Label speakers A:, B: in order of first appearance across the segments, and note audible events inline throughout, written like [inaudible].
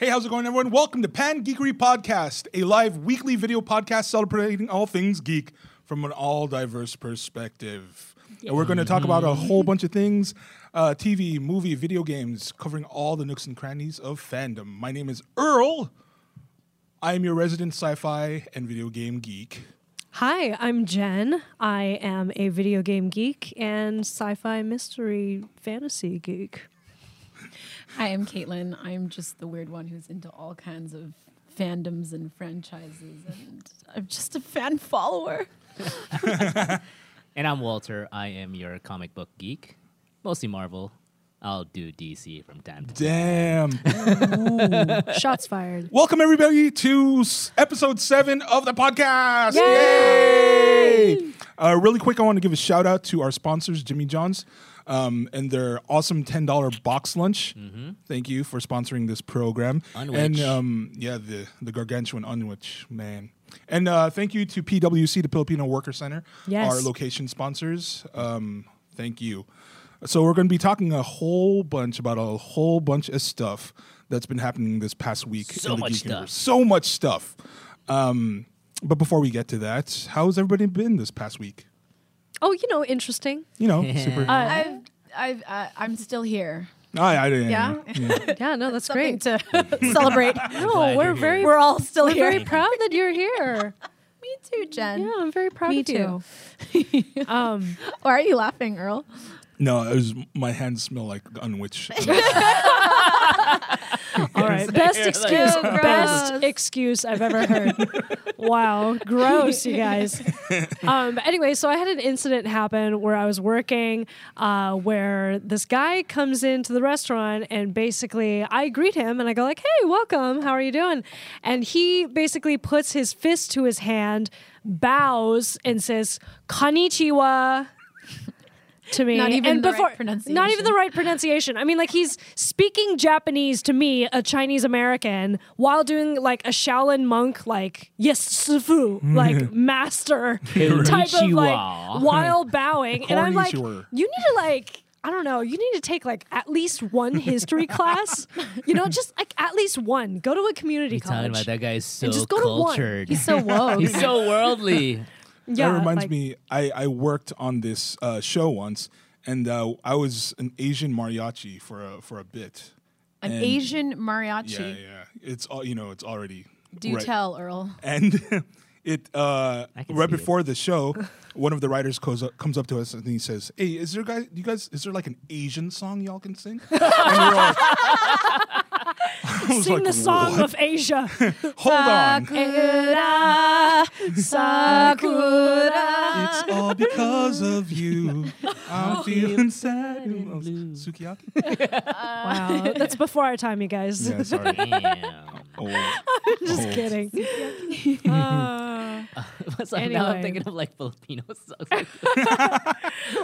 A: how's it going, everyone? Welcome to Pan Geekery Podcast, a live weekly video podcast celebrating all things geek from an all diverse perspective. And we're going to talk about a whole bunch of things uh, TV, movie, video games, covering all the nooks and crannies of fandom. My name is Earl. I am your resident sci fi and video game geek.
B: Hi, I'm Jen. I am a video game geek and sci fi mystery fantasy
C: [laughs]
B: geek.
C: Hi, I'm Caitlin. I'm just the weird one who's into all kinds of fandoms and franchises, and I'm just a fan follower.
D: And I'm Walter. I am your comic book geek, mostly Marvel. I'll do DC from time to time.
A: Damn.
B: Shots fired.
A: Welcome everybody to s- episode seven of the podcast. Yay! Uh, really quick, I want to give a shout out to our sponsors, Jimmy John's, um, and their awesome ten dollar box lunch. Thank you for sponsoring this program.
D: Unwich.
A: And um, yeah, the the gargantuan unwitch man. And uh, thank you to PWC, the Filipino Worker Center,
B: Yes.
A: our location sponsors. Um, thank you. So we're going to be talking a whole bunch about a whole bunch of stuff that's been happening this past week
D: So much stuff.
A: universe. So much stuff. Um, but before we get to that, how's everybody been this past week?
B: Oh, you know, interesting.
A: You know,
D: [laughs]
A: super. I,
C: I've, I've, uh, I'm still here.
A: I didn't.
C: Yeah?
B: Yeah, no, that's
C: Something
B: great. [laughs]
C: to [laughs] celebrate.
B: No,
D: Glad
B: we're
D: you're here.
B: very,
C: We're all still
B: we're
C: here.
B: very proud that you're
C: [laughs]
B: here.
C: Me too, Jen.
B: Yeah, I'm very proud
C: Me
B: of you. [laughs] Um,
C: Why are you laughing, Earl?
A: No, it was my hands smell like
C: [laughs]
A: unwitch.
B: all right, best
D: like-
B: excuse,
C: Ew,
B: best
C: gross.
B: excuse I've ever heard. wow, gross, you guys. Um, but anyway, so I had an incident happen where I was working, uh, where this guy comes into the restaurant and basically I greet him and I go like, "Hey, welcome. How are you doing?" And he basically puts his fist to his hand, bows, and says, "Konnichiwa." To me,
C: Not even
B: and
C: the right
B: before, Not even
C: pronunciation.
B: the right pronunciation. I mean, like he's speaking Japanese to me, a Chinese American, while doing like a Shaolin monk, like yes,
A: [laughs]
B: Sifu, like master type of like
D: Konnichiwa.
B: while bowing, and I'm like,
A: Konnichiwa.
B: you need to like. I don't know. You need to take like at least
A: [laughs]
B: one history class. You know, just like at least one. Go to a community
D: Talking
B: college.
D: about that guy is so
B: And just go to one.
D: cultured.
C: He's so woke.
D: He's so
B: [laughs]
D: worldly.
B: Yeah,
A: that reminds
B: like-
A: me, I, I worked on this uh, show once, and uh, I was an Asian mariachi for a for a bit.
C: An
A: And-
C: Asian mariachi.
A: Yeah, yeah. It's all you know. It's already.
C: Do
A: right-
C: tell, Earl.
A: and [laughs] it uh,
D: I can
A: right
D: see it.
A: before the
B: [laughs]
A: show, one of the writers comes up, comes up to us and he says, "Hey, is there guys? You guys, is there like an Asian song y'all can
B: [laughs]
A: sing?" and we're all, I was
B: Sing
A: like, [laughs]
B: the song
A: "What?
B: of Asia.
A: Hold
C: [laughs]
A: on,
B: Sakura, Sakura.
A: it's all because
B: [laughs]
A: of you. I'm feeling sad and blue.
B: [laughs]
A: Sukiyaki.
B: Wow, that's before our time, you guys.
A: Yeah, sorry.
B: [laughs]
A: Oh.
D: Damn.
A: Old.
B: Just
A: Old.
B: kidding.
A: [laughs]
B: Uh,
D: [laughs] so now
B: Anyway.
D: I'm thinking of like Filipino
B: [laughs]
D: songs.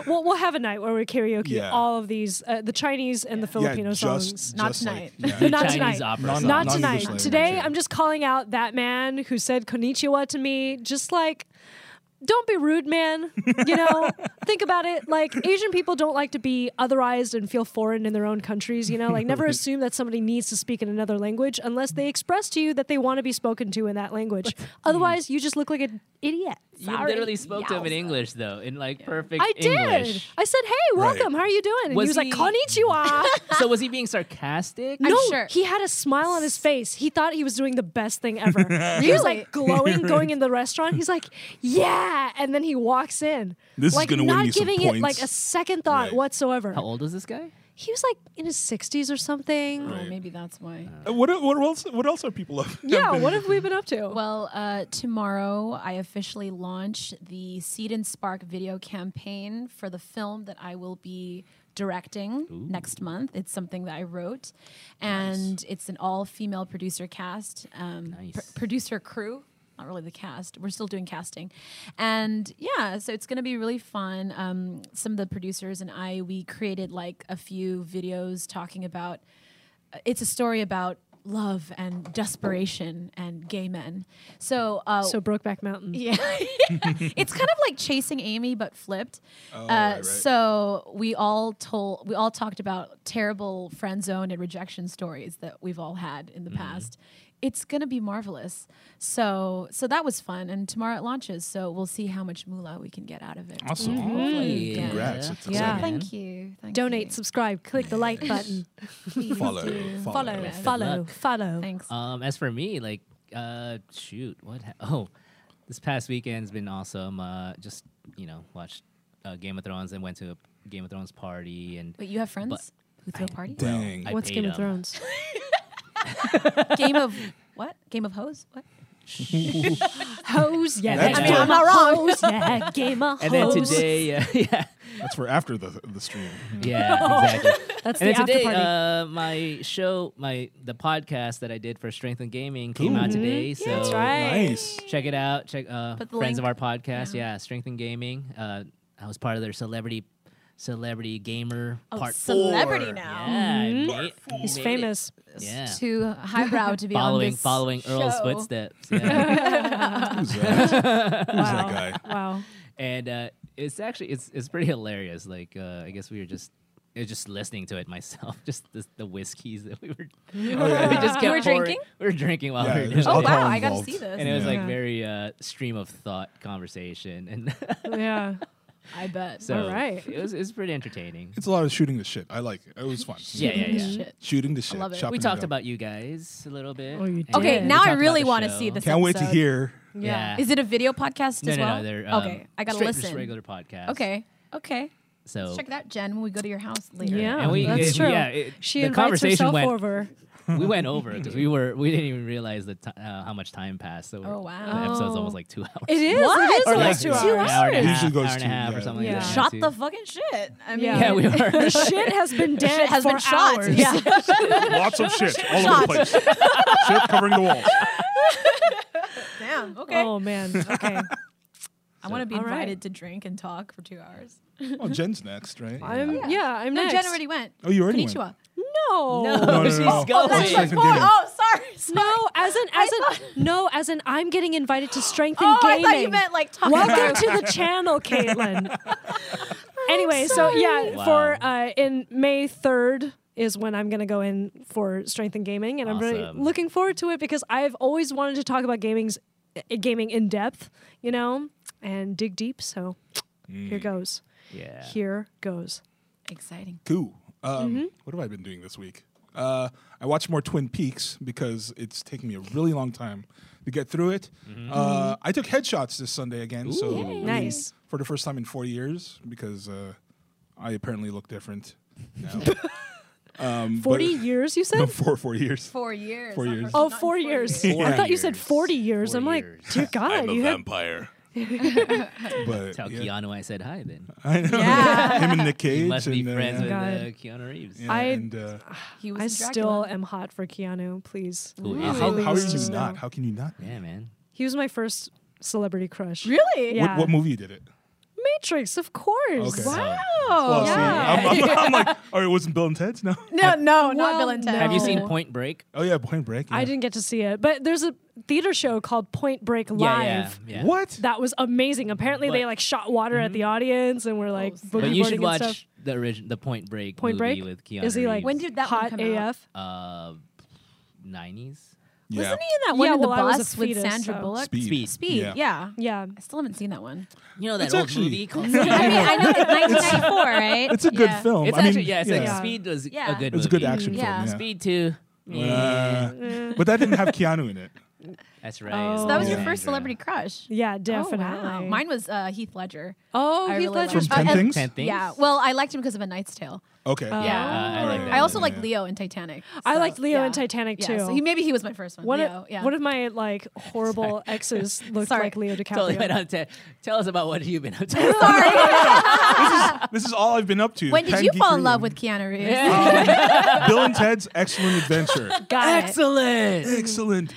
B: we'll, we'll have a night where we karaoke
A: Yeah.
B: all of these, uh, the Chinese and the
A: Yeah,
B: Filipino
A: just,
B: songs.
C: Not
A: just like-
C: tonight.
A: yeah.
B: [laughs] Not
D: Chinese
B: tonight.
D: opera
A: Non-
D: songs.
B: Not
A: non-English
B: tonight.
A: language,
B: Today,
A: yeah.
B: I'm just calling out that man who said konnichiwa to me, just like, don't be rude, man.
A: [laughs]
B: You know, think about it. Like, Asian people don't like to be otherized and feel foreign in their own countries. You know, like, never assume that somebody needs to speak in another language unless they express to you that they want to be spoken to in that language.
A: Mm.
B: Otherwise, you just look like an idiot.
D: You
B: Sorry.
D: literally spoke to him in English though, in like perfect
B: I did. [laughs]
D: English.
B: I said, "Hey,
A: Right.
B: welcome. How are you doing?" And
D: Was
B: he was like,
D: he-
B: "Konnichiwa."
D: So was he being sarcastic?
C: I'm
B: no,
C: sure.
B: he had a smile on his face. He thought he was doing the best thing
A: [laughs]
B: ever. He was like glowing, going in the restaurant. He's like, "Yeah," and then he walks in.
A: This is
B: like,
A: gonna win
B: not
A: me some
B: giving it like
A: points.
B: a second thought
A: Right.
B: whatsoever.
D: How old is this guy?
B: He was like in his sixties or something.
C: Oh, maybe that's why.
A: Uh, What, what else? What else are people up?
B: Yeah, what have we been up to?
C: Well, uh, tomorrow I officially launch the Seed and Spark video campaign for the film that I will be directing next month. It's something that I wrote, and it's an all-female producer cast, um, pr-
D: Nice.
C: producer crew. Not really the cast. We're still doing casting, and yeah, so it's going to be really fun. Um, some of the producers and I, we created like a few videos talking about it's a story about love and desperation and gay men. So, uh,
B: So Brokeback Mountain.
C: [laughs] yeah, it's kind of like chasing Amy but flipped. uh,
A: Oh, right, right.
C: So we all told, we all talked about terrible friend zone and rejection stories that we've all had in the
A: Mm-hmm.
C: past. It's gonna be marvelous. So, so that was fun. And tomorrow it launches, so we'll see how much moolah we can get out of it.
A: Awesome.
C: Hopefully, yeah.
A: Congrats. It's
B: Yeah.
A: exciting.
C: Mm-hmm. Thank you. Thank
B: Donate,
C: you.
B: subscribe, click the like button,
C: Please
A: Follow,
C: do.
A: follow.
B: follow,
A: Yeah.
B: follow,
D: luck.
B: follow.
C: Thanks.
D: Um, as for me, like, uh, shoot, what? Ha- [laughs] oh, this past weekend's been awesome. Uh, just you know, watched uh, Game of Thrones and went to a Game of Thrones party and
C: Wait, you have friends
D: But-
C: who throw parties?
D: Well,
A: Dang.
D: I
B: What's
D: paid
B: Game
D: 'em.
B: of Thrones?
C: Game of what? Game of hose? What?
B: Hose, yeah.
A: That's
B: I mean,
A: fair.
B: I'm not wrong. Hose, yeah. Game [laughs] of
D: And then
B: hose.
D: today, [laughs] yeah,
B: [laughs]
D: yeah,
A: That's for after the the stream.
D: yeah, exactly.
B: That's
D: and
B: the
D: then
B: after
D: today,
B: party.
D: Uh, my show, my the podcast that I did for Strength and Gaming came out today. So
B: Mm-hmm. That's right.
A: Oh, Nice.
D: check it out. Check uh,
C: Put the
D: friends of our
C: link.
D: podcast. Yeah, Strength and Gaming. Uh, I was part of their celebrity celebrity gamer
C: Oh,
D: part
C: celebrity
D: four.
C: now. Mm-hmm.
D: Yeah, I
A: Mhm.
D: made-
B: He's
D: made it.
B: famous.
D: Yeah.
C: Too highbrow to be on
D: Following
C: this
D: following Earl's
C: show.
D: footsteps. Yeah.
C: [laughs]
A: Who's that? Who's
B: wow.
A: that
B: Wow.
D: and uh, it's actually it's it's pretty hilarious. Like uh, I guess we were just it was just listening to it myself, [laughs] just the, the whiskeys that we were [laughs]
C: [laughs]
D: we just kept
C: You were
D: pouring-
C: drinking?
D: We were drinking while
A: guy?
D: we were
A: Oh, there's
D: doing
C: Oh,
D: it.
A: alcohol
C: wow, I gotta
A: involved.
C: see this.
D: and it was
B: Yeah.
D: like very uh, stream of thought conversation, and
B: [laughs]
D: [laughs]
B: Yeah.
C: I bet.
D: so
B: All right.
D: it was it's pretty entertaining.
A: It's a lot of shooting the shit. I like it. It was fun.
D: yeah, yeah, yeah.
C: Shit.
A: Shooting the shit.
C: love it. We
D: We
A: chopping
D: talked
A: up.
D: about you guys a little bit.
B: Oh, you
D: and
B: did.
C: Okay,
B: Yeah.
D: we
C: now
D: talked
C: I
D: about
C: really
D: the
C: want to see
D: show.
C: this.
A: Can't wait to
C: episode.
A: hear.
D: Yeah.
C: Is it a video podcast
D: Ah. No,
C: as
D: no,
C: well?
D: no. They're, um,
C: okay, I gotta
D: straight-
C: listen.
D: Just regular podcast.
C: Okay, okay.
D: So
C: Let's check that, Jen, when we go to your house later.
B: Yeah.
D: and we,
B: that's
D: it-
B: true.
D: Yeah, it-
B: She
D: the
B: invites
D: conversation
B: herself
D: went
B: over.
D: we went over because we were we didn't even realize the ti uh, how much time passed. So
C: Oh,
D: the episode's
B: wow.
D: almost like two hours.
B: It is.
C: What?
B: It is
D: or
B: almost
D: like
B: two hours.
D: An hour and
A: Usually
D: a half,
A: goes
D: hour and a
A: two,
D: half
A: yeah.
D: or something.
B: Yeah.
D: Like that.
C: Shot
D: too.
C: the fucking shit. I mean,
B: Yeah.
D: yeah, we
B: The
D: were.
B: [laughs] shit has been [laughs] dead.
C: shit has
B: for
C: been shot.
B: hours. [laughs]
C: Yeah. [laughs]
A: Lots of shit all over the place. shit covering the walls.
C: Damn. Okay.
B: Oh man. Okay.
C: I want to be
B: All right.
C: invited to drink and talk for two hours.
A: Oh, Jen's next, right?
B: I'm [laughs] yeah. I'm
C: No,
B: next.
C: Jen already went.
A: Oh, you already went.
C: Konnichiwa.
B: no.
D: No,
A: no, no,
D: she's
A: no.
D: going.
A: that's
C: Oh,
A: Strength and Gaming.
C: oh, sorry. sorry.
B: No, as in as in no, as in I'm getting invited [laughs] to strengthen
C: Oh, I
B: gaming.
C: thought you meant like
B: [laughs]
C: talking
B: Welcome to the channel, Caitlin. anyway, so yeah,
D: Wow.
B: for uh, in May third is when I'm going to go in for strength and gaming, and I'm really
D: Awesome.
B: looking forward to it because I've always wanted to talk about gaming's uh, gaming in depth, you know, and dig deep. So here goes,
D: Mm. yeah.
B: here goes.
C: Exciting.
A: Cool. Um,
B: Mm-hmm.
A: What have I been doing this week? Uh, I watched more Twin Peaks because it's taken me a really long time to get through it.
D: Mm-hmm.
A: Uh, I took headshots this Sunday again, so
D: Ooh.
A: I mean,
B: Nice.
A: for the first time in four years because uh, I apparently look different.
B: [laughs]
A: Now. um, but- [laughs]
B: Forty years, you said?
A: No, four four years.
C: Four years.
A: Four
C: not
A: years.
C: first-
B: oh,
C: not
B: four
C: in
B: years.
A: years.
B: I thought you said
D: Four
B: forty years. I'm
D: Four
B: like,
D: years.
B: dear God, you had [laughs]
A: vampire. but
D: Tell
A: yeah,
D: Keanu I said hi then.
A: I know.
C: Yeah.
A: him and Nick Cage.
D: You must be
A: and, uh,
D: friends with uh,
B: God.
D: Keanu Reeves.
A: yeah,
B: I-
A: and, uh,
C: [laughs] He was
B: I
C: in
B: still
C: Dracula.
B: am hot for Keanu, please.
D: Who
A: how,
D: is
A: how
D: it?
A: are
B: Please
A: you
B: no.
A: not? How can you not?
D: Yeah, man.
B: He was my first celebrity crush.
C: Really?
B: Yeah.
A: What, what movie did it?
B: Matrix, of course.
A: Okay.
D: So,
A: Wow.
C: Oh,
A: Well, see, I'm, I'm-
C: [laughs]
A: I'm like, oh, it wasn't Bill and Ted's? No. [laughs]
C: No, no,
B: Well,
C: not Bill and Ted.
D: Have you
B: No.
D: seen Point Break?
A: Oh, yeah, Point Break.
B: I
A: yeah.
B: didn't get to see it, but there's a theater show called Point Break
D: Yeah,
B: Live.
D: yeah, yeah.
A: What?
B: That was amazing. Apparently, they
D: But- Mm-hmm.
B: like shot water at the audience and were like,
C: Oh, sick.
B: boogie
D: But you
B: boarding
D: should
B: and stuff.
D: watch the origin, the Point Break
B: Point
D: movie
B: Break.
D: with Keanu.
B: Is he like
D: Reeves.
C: When did that one
B: hot
C: come out?
B: AF?
D: uh, nineties?
A: Yeah.
C: Wasn't he in that one
B: Yeah,
C: in the
B: well, I was a
C: bus with
B: fetus,
C: Sandra
B: so-
C: Bullock?
A: Speed.
D: Speed.
C: Speed,
A: Yeah.
C: Yeah.
B: Yeah.
C: I still haven't seen that
A: [laughs]
C: one.
D: You know that
A: It's
D: old
A: actually-
D: movie
C: [laughs]
D: called.
C: I mean, I know
A: [laughs]
C: it's 1994, right?
A: It's a good
C: Yeah.
A: film.
D: It's
A: I mean,
D: actually yeah. It's like
B: yeah.
D: Speed was
C: Yeah.
D: a good.
A: It's a good
D: movie.
A: action
C: Yeah.
A: film. Yeah.
D: Speed two.
A: Uh,
B: Eh.
A: but that didn't have Keanu in it.
D: That's
B: Oh.
D: right.
C: So that was your
A: Yeah.
C: first celebrity crush.
B: Yeah,
C: Oh, wow.
B: definitely.
C: Mine was uh, Heath Ledger.
B: Oh,
C: I
B: Heath
C: really liked
B: Ledger's
A: From
C: it.
A: Ten
C: Uh, and-
A: Things?
D: Ten things.
C: Yeah.
D: [laughs]
C: Well, I liked him because of A Knight's Tale.
A: Okay.
D: Yeah,
B: Oh.
D: I like that.
A: Yeah,
C: I also
A: yeah,
C: liked
A: yeah.
C: Leo in Titanic.
B: I
C: so,
B: liked Leo
C: yeah.
B: in Titanic
C: Yeah,
B: too.
C: so he, maybe he was my first one.
B: one,
C: Leo,
B: of,
C: yeah.
B: one of my like horrible exes looked
C: [laughs] Sorry.
B: like Leo DiCaprio.
D: Totally went on to tell us about what you've been up [laughs] to.
A: This is all I've been up to.
C: when did
A: Pen
C: you fall
A: Geekery
C: in love
A: and [laughs]
C: with Keanu Reeves? [laughs]
A: Bill and Ted's Excellent Adventure?
B: Got it.
D: Excellent.
A: Excellent.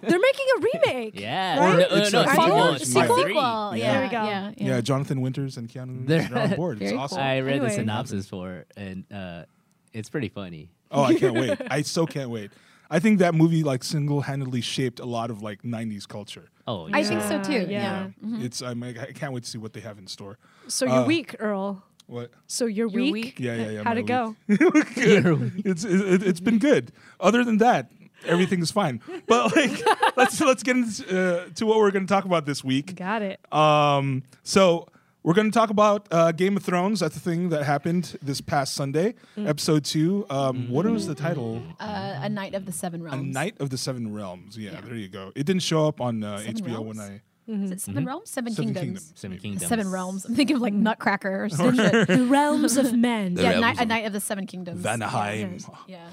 B: They're making a remake.
D: [laughs] Yeah.
A: Right?
D: No, no,
A: It's
D: no,
A: a
D: sequel,
A: follow-up
D: it's
A: sequel?
D: three.
C: Sequel,
A: Yeah.
C: Yeah.
B: There we go.
C: Yeah.
A: Yeah, Jonathan Winters and Keanu
D: They're-
A: Reeves are on board. It's
C: Very
A: awesome.
C: cool.
D: I read the
B: Anyway.
D: synopsis for it, and uh, it's pretty funny. [laughs]
A: Oh, I can't wait. I so can't wait. I think that movie like single handedly shaped a lot of like '90s culture.
D: Oh,
C: I
D: yeah.
C: think so too, yeah. Mm-hmm.
A: It's I'm, I can't wait to see what they have in store.
B: So
C: Uh.
B: you're weak, Earl.
A: What?
B: So you're,
C: You're
B: weak.
C: weak?
A: Yeah, yeah, yeah.
B: How'd
A: my
B: it
A: week.
C: [laughs]
B: go?
A: [laughs] it's it, it's been good. Other than that, everything's fine. But like, [laughs] let's let's get into uh, to what we're going to talk about this week.
B: Got it.
C: Uh.
A: Um, so we're going to talk about uh, Game of Thrones. That's the thing that happened this past Sunday,
C: Mm.
A: episode two. Um, What was the title?
C: Uh, a Knight of the Seven
A: A
C: Realms.
A: Knight of the Seven Realms. Yeah,
C: Yeah.
A: there you go. It didn't show up on uh,
C: Seven
A: HBO
C: Realms?
A: when I.
C: Is it Seven Realms? Seven,
A: Mm-hmm. Seven
C: Kingdoms.
A: Kingdoms.
D: Seven Kingdoms.
C: Seven Realms. I'm thinking of like
A: [laughs]
C: Nutcracker or some shit.
B: the realms of men.
C: Yeah,
E: Realms
C: Knight, a
E: of-
C: Knight of the Seven Kingdoms.
A: uh, Vanaheim.
C: Yeah.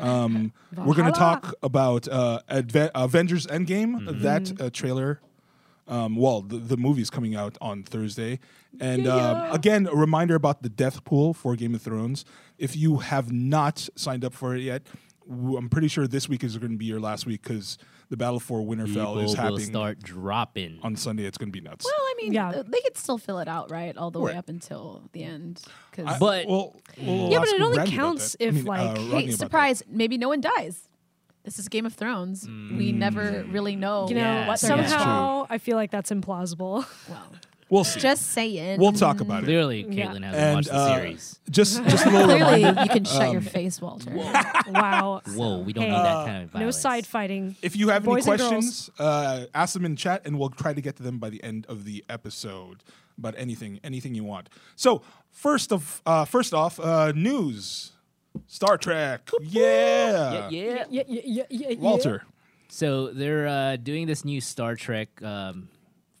A: Um, we're going to talk about uh, Adve- Avengers Endgame,
D: Mm-hmm.
A: that uh, trailer. Um, well, the, the movie's coming out on Thursday. And um, again, a reminder about the death pool for Game of Thrones. If you have not signed up for it yet, w- I'm pretty sure this week is going to be your last week because the battle for Winterfell
D: People
A: is
D: will
A: happening
D: start dropping.
A: on Sunday. It's going to be nuts.
C: Well, I mean,
B: Yeah.
C: th- they could still fill it out, right, all the way
A: Right.
C: up until the end. 'Cause-
A: I-
D: But-
A: well, we'll
B: Yeah, but
A: ask
B: it only
A: Randy about
B: counts
A: that. I
B: if,
A: mean, uh,
B: like,
A: Rodney about
C: hey,
A: that.
C: surprise! Maybe no one dies. This is Game of Thrones.
A: Mm.
C: We never really know.
B: You know,
D: Yeah,
C: what they're gonna
B: somehow I feel like that's implausible.
C: do. Well,
A: We'll see.
C: just saying.
A: we'll talk about it.
D: Clearly,
B: Yeah.
D: Caitlin hasn't
A: And
D: watched the
A: uh,
D: series.
B: [laughs]
A: just, just a little
C: Clearly,
A: reminder. Um,
C: you can shut your face, Walter.
B: wow.
D: Whoa, we don't
B: Hey.
D: need that kind of
B: No
D: violence.
B: side fighting.
A: If you have
B: Boys
A: any
B: and girls.
A: questions, uh, ask them in chat, and we'll try to get to them by the end of the episode. About anything, anything you want. So first of, uh, first off, uh, news, Star Trek, yeah. Uh,
D: Yeah, yeah.
B: Yeah, yeah, yeah, yeah, yeah.
A: Walter,
D: So they're uh, doing this new Star Trek um,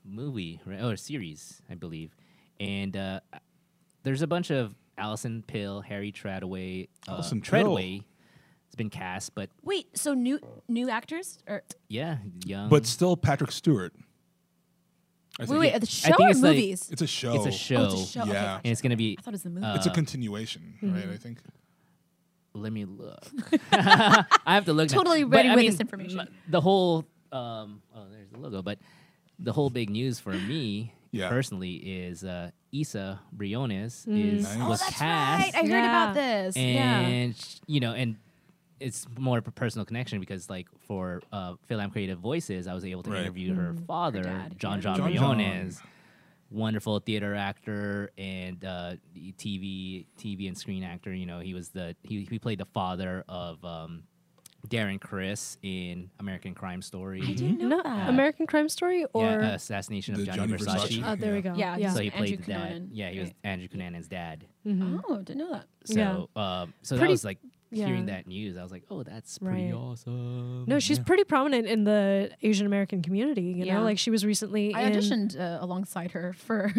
D: movie right? or series, I believe, and uh, there's a bunch of Allison Pill, Harry Treadaway, uh,
A: Alison Pill.
D: Treadway. It's been cast, but
C: Wait, so new new actors or
D: yeah, young.
A: but still Patrick Stewart. I
C: wait,
A: think
C: wait,
A: it-
C: the show
D: think
C: or
D: it's like-
C: movies?
A: it's a show.
D: it's a show,
C: oh, it's a show. Okay,
A: yeah.
C: gotcha.
D: and it's gonna be.
C: I thought it was the movie.
A: It's a continuation,
C: Mm-hmm.
A: right? I think.
D: Let
C: [laughs]
D: me look. I have to look. now.
C: Totally
D: But,
C: ready
D: I
C: with
D: mean,
C: this information.
D: m- The whole um, oh, there's the logo, but the whole big news for me
A: Yeah.
D: personally is uh, Issa Briones is
A: Nice.
D: was cast.
C: Mm. Oh, right. I heard
B: Yeah.
C: about this. yeah.
D: and sh you know and it's more of a personal connection because like for uh Philam Creative Voices I was able to
A: Right.
D: interview her father
C: Mm-hmm. dad,
D: John
C: yeah.
D: John
A: John John.
D: Briones wonderful theater actor and uh TV TV and screen actor you know he was the he, he played the father of um Darren Chris in American Crime Story
C: I didn't know
B: No,
C: that.
B: American Crime Story or
D: yeah, uh, assassination of
A: The
D: Johnny,
A: Johnny
D: Versace,
A: Versace.
B: oh, there we go.
C: Yeah,
B: yeah.
D: so he
C: Andrew
D: played the dad
C: Cunanan.
D: yeah he was
C: Right.
D: Andrew Cunanan's dad
C: oh, didn't know that.
B: Yeah.
D: so, um, so that
B: Pretty-
D: was like
B: yeah.
D: hearing that news. I was like, oh, that's pretty
B: Right.
D: awesome.
B: No, [laughs] she's pretty prominent in the Asian American community. You
C: Yeah.
B: know, like she was recently.
C: I
B: in,
C: auditioned uh, alongside her for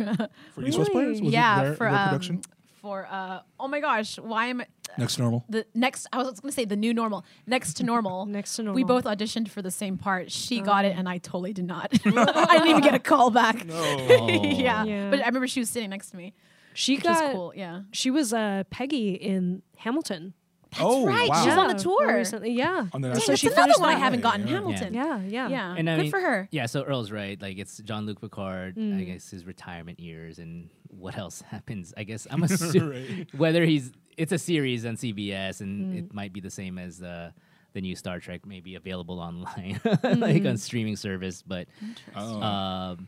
C: [laughs]
A: For East West
B: Really?
A: Players, was
C: yeah
A: it their,
C: for
A: their
C: um,
A: production
C: for uh oh my gosh why am I
A: next
C: [laughs]
A: normal.
C: the next I was gonna say the new normal [laughs] next to normal Oh.
B: Next to
C: we
B: Normal.
C: both auditioned for the same part she got it and I totally did [laughs] not I didn't even get [laughs] a call back
A: Oh.
C: yeah.
B: Yeah.
C: but I remember she was sitting next to me
B: She
C: which was
B: got.
C: cool yeah
B: She was uh, Peggy in Hamilton.
A: oh
C: right,
A: wow!
C: she's on the
B: Yeah,
C: tour.
B: recently. Yeah.
A: On the-
C: Dang,
A: So
C: that's
A: she
C: another
B: finished
C: one I
B: that
C: haven't
A: way,
C: gotten
A: yeah.
C: Hamilton
B: Yeah, yeah,
C: yeah,
D: And I
C: good
D: mean,
C: for her
D: Yeah, so Earl's right. Like it's John Luc Picard. I guess his retirement years and what else [laughs] happens. I guess I'm assuming
A: Right.
D: whether he's it's a series on CBS and it might be the same as the the new Star Trek, maybe available online, [laughs] like on streaming service. But
A: Oh.
D: um,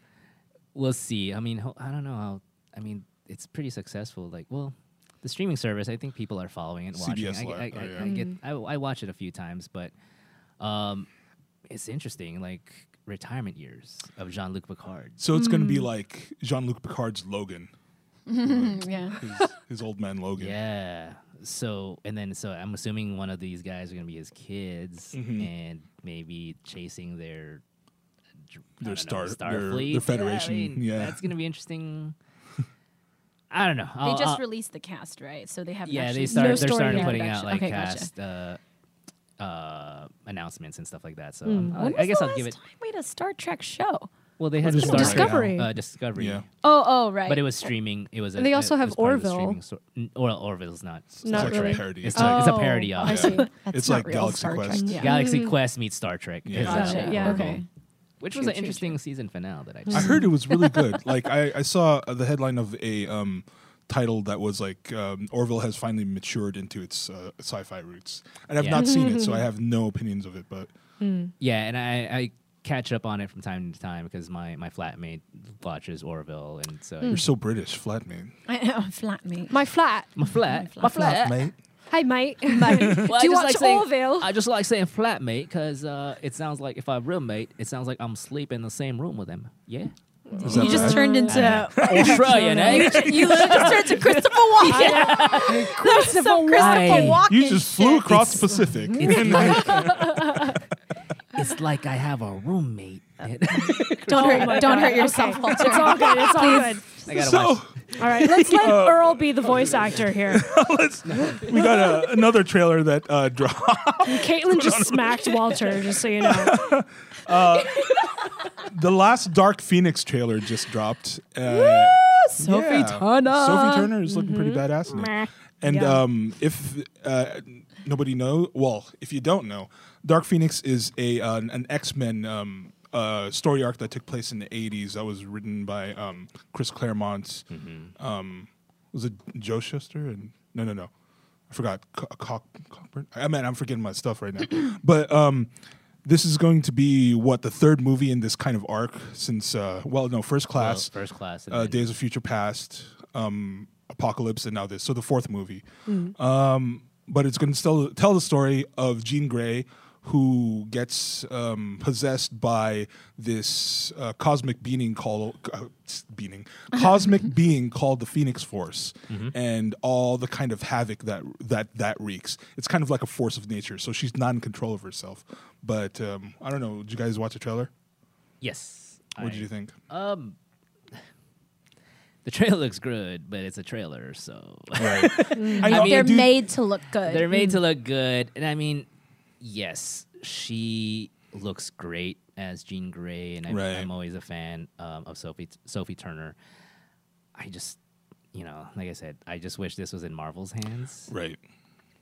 D: we'll see. I mean, ho- I don't know how. I mean, it's pretty successful. Like, well, the streaming service. I think people are following it, watching.
A: CBS
D: it. I,
A: Live,
D: I,
A: oh,
D: I,
A: yeah.
D: I get. I, I watch it a few times, but um, it's interesting. Like retirement years of Jean Luc Picard.
A: So it's going to be
C: Mm.
A: like Jean Luc Picard's
C: [laughs]
A: Logan,
C: yeah
A: his, his old man Logan.
D: Yeah. So and then so I'm assuming one of these guys are gonna be his kids
A: Mm-hmm.
D: and maybe chasing their dr- I
A: Their
D: don't
A: star-
D: know,
A: their-
D: Starfleet.
A: their Federation,
D: I mean,
A: yeah.
D: that's gonna
A: [laughs]
D: be interesting. I don't know.
C: they
D: I'll-
C: just
D: I'll-
C: released the cast right so they have
D: Oh, uh, yeah
C: actually
D: they start
B: No
D: they're
B: story
D: starting
B: yet.
D: putting out like
C: okay,
D: cast
C: gotcha.
D: uh, uh, announcements and stuff like that. So I'm-
C: Hmm. When
D: uh, I, I
C: was
D: guess
C: the
D: I'll give
C: last
D: it.
C: time we had a Star Trek show
D: Well, they had
A: Well,
D: Star Trek,
B: Discovery.
D: uh, Discovery.
A: Yeah.
C: oh oh right
D: But it was streaming. It was.
B: And they
D: a,
B: also
D: it
B: have
D: was part of the
B: Orville.
D: streaming sor- n- well, Orville's not.
B: Not
A: it's like
B: really.
A: a parody.
D: It's, a, it's a
C: Oh,
D: parody of
B: I
D: it.
B: see.
C: That's
A: It's
C: not
A: like
C: real
A: Galaxy
C: Star Trek.
A: Quest.
C: Yeah.
D: Galaxy Quest meets Star Trek.
A: Yeah.
D: is, uh,
B: Gotcha, yeah.
D: Orville,
C: Okay.
D: Which
C: True,
D: was an
C: true,
D: [laughs] interesting season finale that I
A: I
D: just
A: heard it was really good. Like I, I saw uh, the headline of a um, title that was like um, Orville has finally matured into its uh, sci-fi roots, and I've
D: Yeah.
A: not seen it, so I have no opinions of it. But
D: Yeah, and I, I catch up on it from time to time because my, my flatmate watches Orville, and so
A: you're so British, flatmate.
F: I know, flat me.
B: My flat.
D: my flat,
F: My
D: my flat.
A: Flatmate.
B: Hi, mate. mate.
D: Well, I
B: [laughs] Do you
D: just
B: watch
D: like saying-
B: Orville?
D: I just like saying flatmate because uh, it sounds like if I roommate, it sounds like I'm sleeping in the same room with him. [laughs] Yeah,
A: Is
F: You
A: that
F: just
A: bad?
F: turned into
D: Australian, eh? [laughs]
F: you just turned into [laughs] Christopher Walken. [laughs] Christopher
D: Walken.
F: Walken.
A: [laughs] You just flew
F: shit.
A: across the Pacific.
D: It's like, [laughs] it's like I have a roommate. [laughs] I
F: Don't
B: Oh my
F: hurt, don't
B: God.
F: hurt yourself,
B: Okay.
F: Walter.
B: It's all good. It's all good.
D: gotta
A: So
D: watch.
B: All right, let's let Earl be the voice actor here.
A: [laughs] we got a, another trailer that uh, [laughs] dropped.
B: Caitlin just smacked Walter, just so you know.
A: The last Dark Phoenix trailer just dropped. Uh,
F: Sophie Turner.
A: Sophie Turner is looking pretty badass. In
B: Uh-huh. Mm-hmm. Meh.
A: it. And
B: Yeah.
A: um, if uh, nobody know, well, if you don't know, Dark Phoenix is a uh, an X Men um, uh, story arc that took place in the '80s. That was written by um, Chris Claremont. Um, was it Joe Shuster? And no, no, no, I forgot. Co- Cock- Cockburn. I mean, I'm forgetting my stuff right
B: [coughs]
A: now. but um, this is going to be what the third movie in this kind of arc since uh, well, no, First Class
D: Well, Oh, first class. and
A: uh,
D: then-
A: Days of Future Past, um, Apocalypse, and now this. So the fourth movie. Um, but it's going to still tell the story of Jean Grey, who gets um, possessed by this uh, cosmic being called uh, s- being cosmic being called the Phoenix Force, and all the kind of havoc that that that wreaks. It's kind of like a force of nature. So she's not in control of herself. But um, I don't know. Did you guys watch the trailer?
D: yes.
A: What
D: I-
A: did you think?
D: Um, the trailer looks good, but it's a trailer, so
A: I know,
D: mean,
F: They're
A: dude,
F: made to look good.
D: they're made to look good. And I mean, yes, she looks great as Jean Grey, and I'm,
A: Right.
D: I'm always a fan um, of Sophie Sophie Turner. I just, you know, like I said, I just wish this was in Marvel's hands.
A: Right.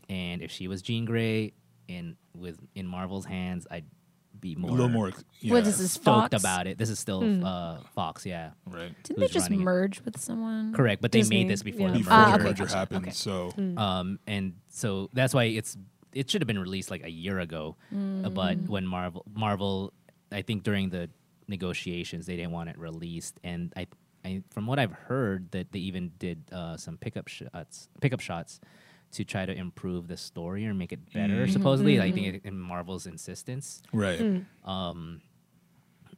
D: And if she was Jean Grey in with in Marvel's hands, I'd be more
A: a little more. Yeah.
F: What is this?
D: stoked
F: Fox?
D: about it. This is still
B: Hmm.
D: uh, Fox, yeah,
A: Right.
F: Didn't they
D: who's
F: just
D: running it.
F: merge with someone?
D: correct. But they
B: Disney,
D: made this before
B: yeah.
D: the
A: Before
F: Ah,
A: the
F: okay,
A: merger
F: gotcha,
A: happened,
F: okay. Hmm.
A: so
D: um, and so that's why it's it should have been released like a year ago, Uh, but when Marvel Marvel, I think during the negotiations they didn't want it released, and I, I from what I've heard that they even did uh, some pickup shots pickup shots to try to improve the story or make it better. Supposedly, I think it, in Marvel's insistence.
A: right.
F: Hmm.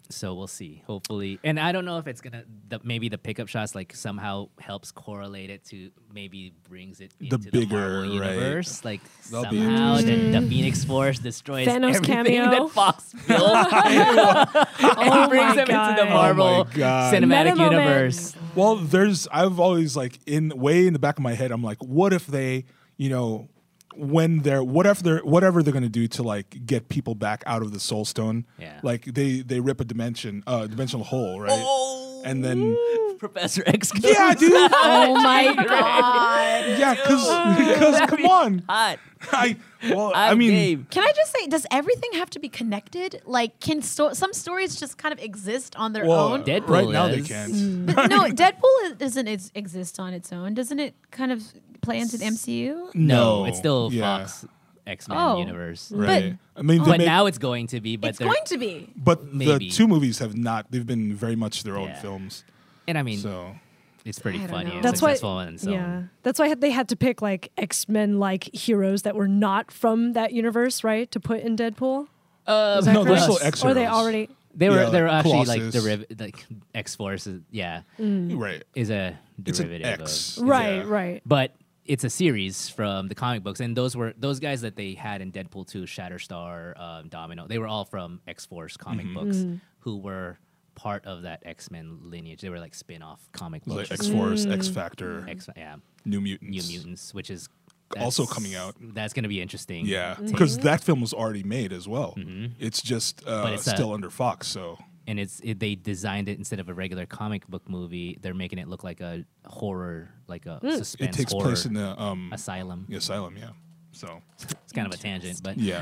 D: So we'll see. Hopefully, and I don't know if it's gonna the, maybe the pickup shots like somehow helps correlate it to maybe brings it into the
A: bigger,
D: Marvel
A: right.
D: universe. Like
A: That'll be
D: somehow the, the Phoenix Force destroys
B: Thanos
D: everything [laughs]
B: cameo.
D: that
B: [laughs]
D: Fox built [laughs] and
B: Oh my
D: brings them into
B: God.
D: the Marvel
A: Oh my God.
D: cinematic
B: Meta moment.
D: universe.
A: Well, there's I've always like in way in the back of my head I'm like, what if they, you know, when they're whatever they're whatever they're gonna do to like get people back out of the soul stone.
D: Yeah.
A: Like they they rip a dimension uh dimensional hole, right? And then
D: Professor X. goes
A: Oh.
F: [laughs]
A: Yeah, dude.
F: Oh my god.
A: yeah,
F: [laughs]
A: cause because come on.
D: Hot.
A: I well
D: i
A: I mean
D: game.
F: Can I just say, does everything have to be connected? Like, can sto- some stories just kind of exist on their
A: well,
F: own?
D: Deadpool
A: right now they
D: is-
A: can't.
F: But no, Deadpool i- doesn't ex- exist on its own. Doesn't it kind of play into the MCU?
D: No,
A: No,
D: it's still
A: yeah.
D: Fox X Men
F: Oh.
D: universe.
A: Right. I mean they
D: But
A: make-
D: now it's going to be. But
F: it's
D: they're-
F: going to be.
A: but
D: maybe.
A: the two movies have not they've been very much their own
D: Yeah.
A: films.
D: and I mean,
A: So
D: it's pretty
F: I don't
D: funny.
F: know.
D: And
B: That's
D: successful
B: why,
D: and so
B: yeah. That's why they had to pick like X Men like heroes that were not from that universe, right? To put in Deadpool,
D: Uh,
A: No, they're
B: Correct?
A: still X
B: Or they
A: heroes.
B: already.
D: They were
A: Yeah,
D: they were actually
A: Colossus.
D: like deriv- like X Force is yeah
A: right.
D: is a
A: It's an
D: derivative
A: X.
D: of
B: Mm. Right,
A: Yeah.
B: right.
D: but it's a series from the comic books and those were those guys that they had in Deadpool 2, Shatterstar, um, Domino. They were all from X Force comic
A: Mm-hmm.
D: books who were part of that X Men lineage. They were like spin off comic books.
A: Like X Force, X
B: Mm.
A: Factor,
D: X yeah,
A: New Mutants.
D: New Mutants, which is
A: Also
D: that's-
A: coming out.
D: That's gonna be interesting.
A: Yeah,
B: Mm-hmm.
A: because that film was already made as well. It's just uh,
D: Mm-hmm. it's a-
A: still under Fox, so
D: and it's it, they designed it instead of a regular comic book movie. They're making it look like a horror, like a suspense
A: Hmm. it takes
D: horror
A: place in the um,
D: asylum.
A: the asylum. Yeah, so
D: [laughs] It's kind of a tangent, but
A: yeah,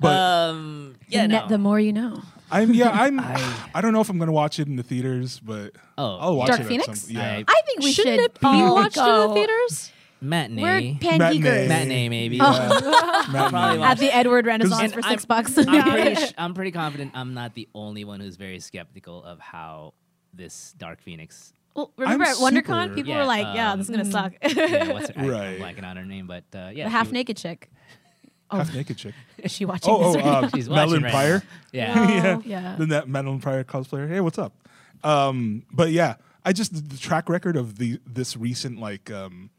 A: but
D: um, yeah,
F: the,
D: no.
F: the more you know.
A: I'm yeah,
D: [laughs]
A: I'm I, don't know if I'm gonna watch it in the theaters, but
D: Oh.
A: I'll watch
F: Dark
A: it. at
F: Phoenix?
A: some- yeah.
D: I-
F: I think we
B: Shouldn't
F: should oh,
B: it be
F: all
B: watched in
F: go.
B: the theaters?
D: matinee.
F: We're
A: Matinee.
F: pangeekers.
D: matinee, maybe.
A: Matt
D: [laughs] Probably
A: Reeves.
D: watch
F: At the Edward Renaissance
D: And
F: for
D: I'm-
F: 6 bucks.
D: I'm [laughs] pretty,
F: [laughs]
D: sh- I'm pretty confident I'm not the only one who's very skeptical of how this Dark Phoenix.
F: Well, remember
A: I'm
F: at WonderCon,
A: super-
F: people
D: Yeah,
F: were like, "Yeah,
D: um,
F: this is gonna suck."
D: [laughs] Yeah, what's her, I,
A: Right.
D: am blanking on her name, but uh, yeah,
F: the
D: she
F: half
D: w-
F: naked chick.
A: half naked chick.
F: Is she watching
A: Oh,
F: this?
A: oh,
F: right
D: [laughs]
F: now?
A: uh,
D: She's watching
A: Madeline
D: right now.
A: Pryor.
D: Yeah,
A: [laughs] yeah.
F: yeah.
A: Then that Madeline Pryor cosplayer. Hey, what's up? Um, but yeah, I just the- the track record of the this recent like um,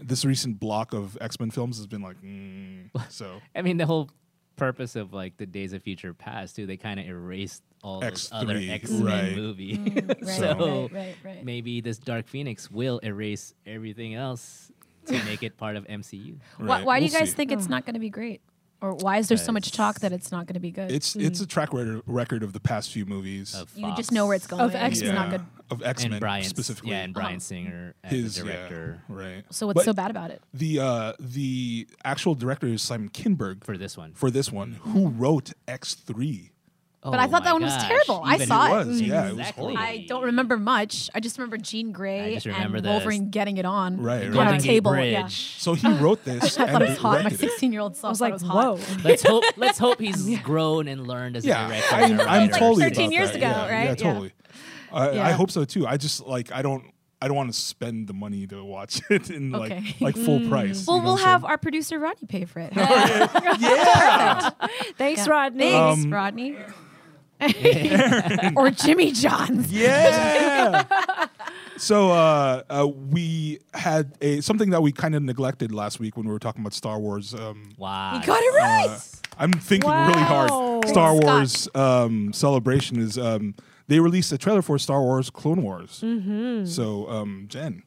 A: this recent block of X Men films has been like mm,
F: [laughs]
A: so.
D: I mean the whole purpose of like the Days of Future Past too. They kind of erased all those other
A: X3,
D: X Men
A: right.
D: movie.
F: Mm-hmm.
A: oh,
F: right,
D: [laughs] so
F: right, right, right.
D: maybe this Dark Phoenix will erase everything else to make it part of MCU.
F: Why,
A: Right,
F: why do you
A: we'll
F: guys
A: see.
F: think it's
D: Hmm.
F: not going to be great? Or why is there so much talk that it's not going to be good? Hmm.
A: It's it's a track record record of the past few movies
D: Of
F: you just
D: Fox
F: know where it's going.
B: Of
F: It's
B: X-Men.
F: not good.
A: of X
D: and
A: Men
D: Brian
A: specifically.
D: Yeah, and Brian Singer as
A: his
D: the
A: yeah,
D: director
A: right.
F: So what's
A: But
F: so bad about it?
A: The uh, the actual director is Simon Kinberg
D: for this one.
A: for this one, who
F: Mm-hmm.
A: wrote X three.
D: Oh
F: But I thought that
D: my
F: one was
D: gosh,
F: terrible. I
D: even
F: saw It
A: It was yeah, it was
D: Exactly.
A: horrible.
F: I don't remember much. I just remember Jean Grey
D: I just remember
F: and
D: this.
F: Wolverine getting it on on
A: Right, right.
D: Golden
F: a
D: Gate
F: table. Yeah.
D: Bridge.
F: [laughs]
A: So he wrote this
F: I thought
A: and
F: it was hot. My
A: directed it.
F: 16 year old self
B: I was
F: thought it
B: like,
F: was
B: whoa.
F: hot.
D: Let's hope. Let's hope he's
F: [laughs]
D: grown and learned as
A: yeah,
D: a director.
A: I'm,
D: and a
A: I'm
D: writer.
A: totally
F: 13
A: about
F: years
A: that.
F: ago,
A: yeah,
F: right?
A: Yeah,
F: Yeah.
A: totally. I, I
F: Yeah.
A: hope so too. I just like I don't I don't want to spend the money to watch [laughs] it in
F: Okay. Mm.
A: like like full price.
F: Well,
A: you know
F: we'll
A: what I'm
F: have
A: saying?
F: our producer Rodney pay for
A: [laughs]
F: it.
A: Um,
B: Thanks,
F: Yeah.
B: Rodney.
F: Thanks, Rodney. [laughs] or Jimmy John's.
A: yeah. [laughs] so uh, uh, we had a something that we kind of neglected last week when we were talking about Star Wars. Um,
D: Wow.
F: You got it right.
A: Uh, I'm thinking really
B: Wow.
A: hard. Star
F: Scott.
A: Wars um, celebration is um, they released a trailer for Star Wars Clone Wars.
F: Mm-hmm.
A: So um, Jen,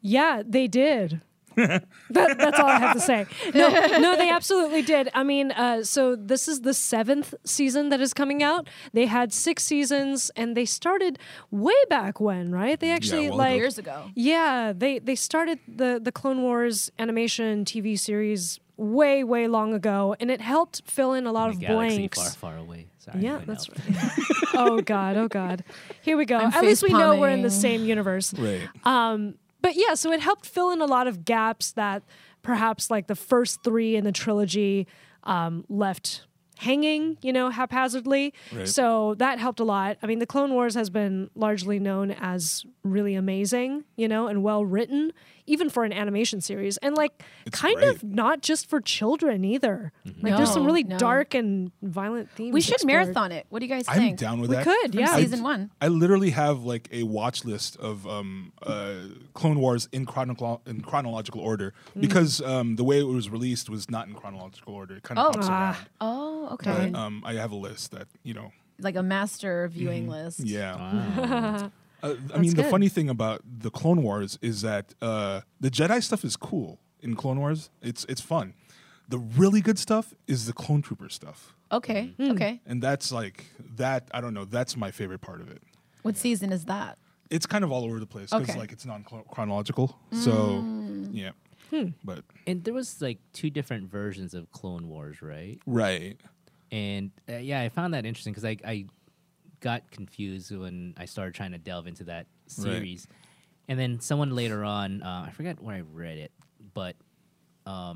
B: Yeah, they
D: [laughs]
B: did. that, that's all I have to say. No, no, they absolutely did. I mean, uh, so this is the seventh season that is coming out. They had six seasons, and they started way back when, right? They actually
A: well, it
B: like
F: Years ago.
B: Yeah, they they started the the Clone Wars animation TV series way way long ago, and it helped fill in a lot
D: The
B: of
D: galaxy
B: blanks.
D: far, far away. Sorry.
B: Yeah,
D: went
B: that's
D: out.
B: right. [laughs] oh god, oh god. Here we go.
F: I'm
B: At least we know we're in the
F: facepalming.
B: same universe.
F: Uh,
A: right?
B: But yeah, so it helped fill in a lot of gaps that perhaps like the first three in the trilogy um, left hanging, you know, haphazardly.
A: Right.
B: So that helped a lot. I mean, the Clone Wars has been largely known as really amazing, you know, and well written, even for an animation series, and like
A: It's
B: kind
A: great. Mm-hmm.
B: of not just for children either. Like there's some
F: No,
B: really
F: no.
B: dark and violent themes.
F: We should
B: explored.
F: marathon it. What do you guys
A: I'm
F: think?
A: down with
B: We
A: that.
B: could,
F: From
B: yeah.
A: I-
F: season one.
A: I literally have like a watch list of um, uh, Clone Wars in, chrono- in chronological order
F: Mm.
A: because um, the way it was released was not in chronological order. It kind of
F: Oh.
A: hops
B: Ah.
A: around.
F: Oh, okay.
A: But um, I have a list that you know.
F: like a master viewing list.
A: Mm-hmm. Yeah,
D: Wow.
A: uh, I mean the
B: good.
A: funny thing about the Clone Wars is that uh, the Jedi stuff is cool in Clone Wars. It's it's fun. The really good stuff is the Clone Trooper stuff,
F: Okay.
A: Mm-hmm. Hmm.
F: Okay.
A: and that's like that. I don't know. That's my favorite part of it.
F: What season is
C: [laughs]
F: that?
A: It's kind of all over the place because
F: Okay.
A: like it's non chronological. So
C: Mm.
A: yeah, but
D: And there was like two different versions of Clone Wars, right?
A: right.
D: And uh, yeah, I found that interesting because I, I got confused when I started trying to delve into that series. And then someone later on, uh, I forget where I read it, but um,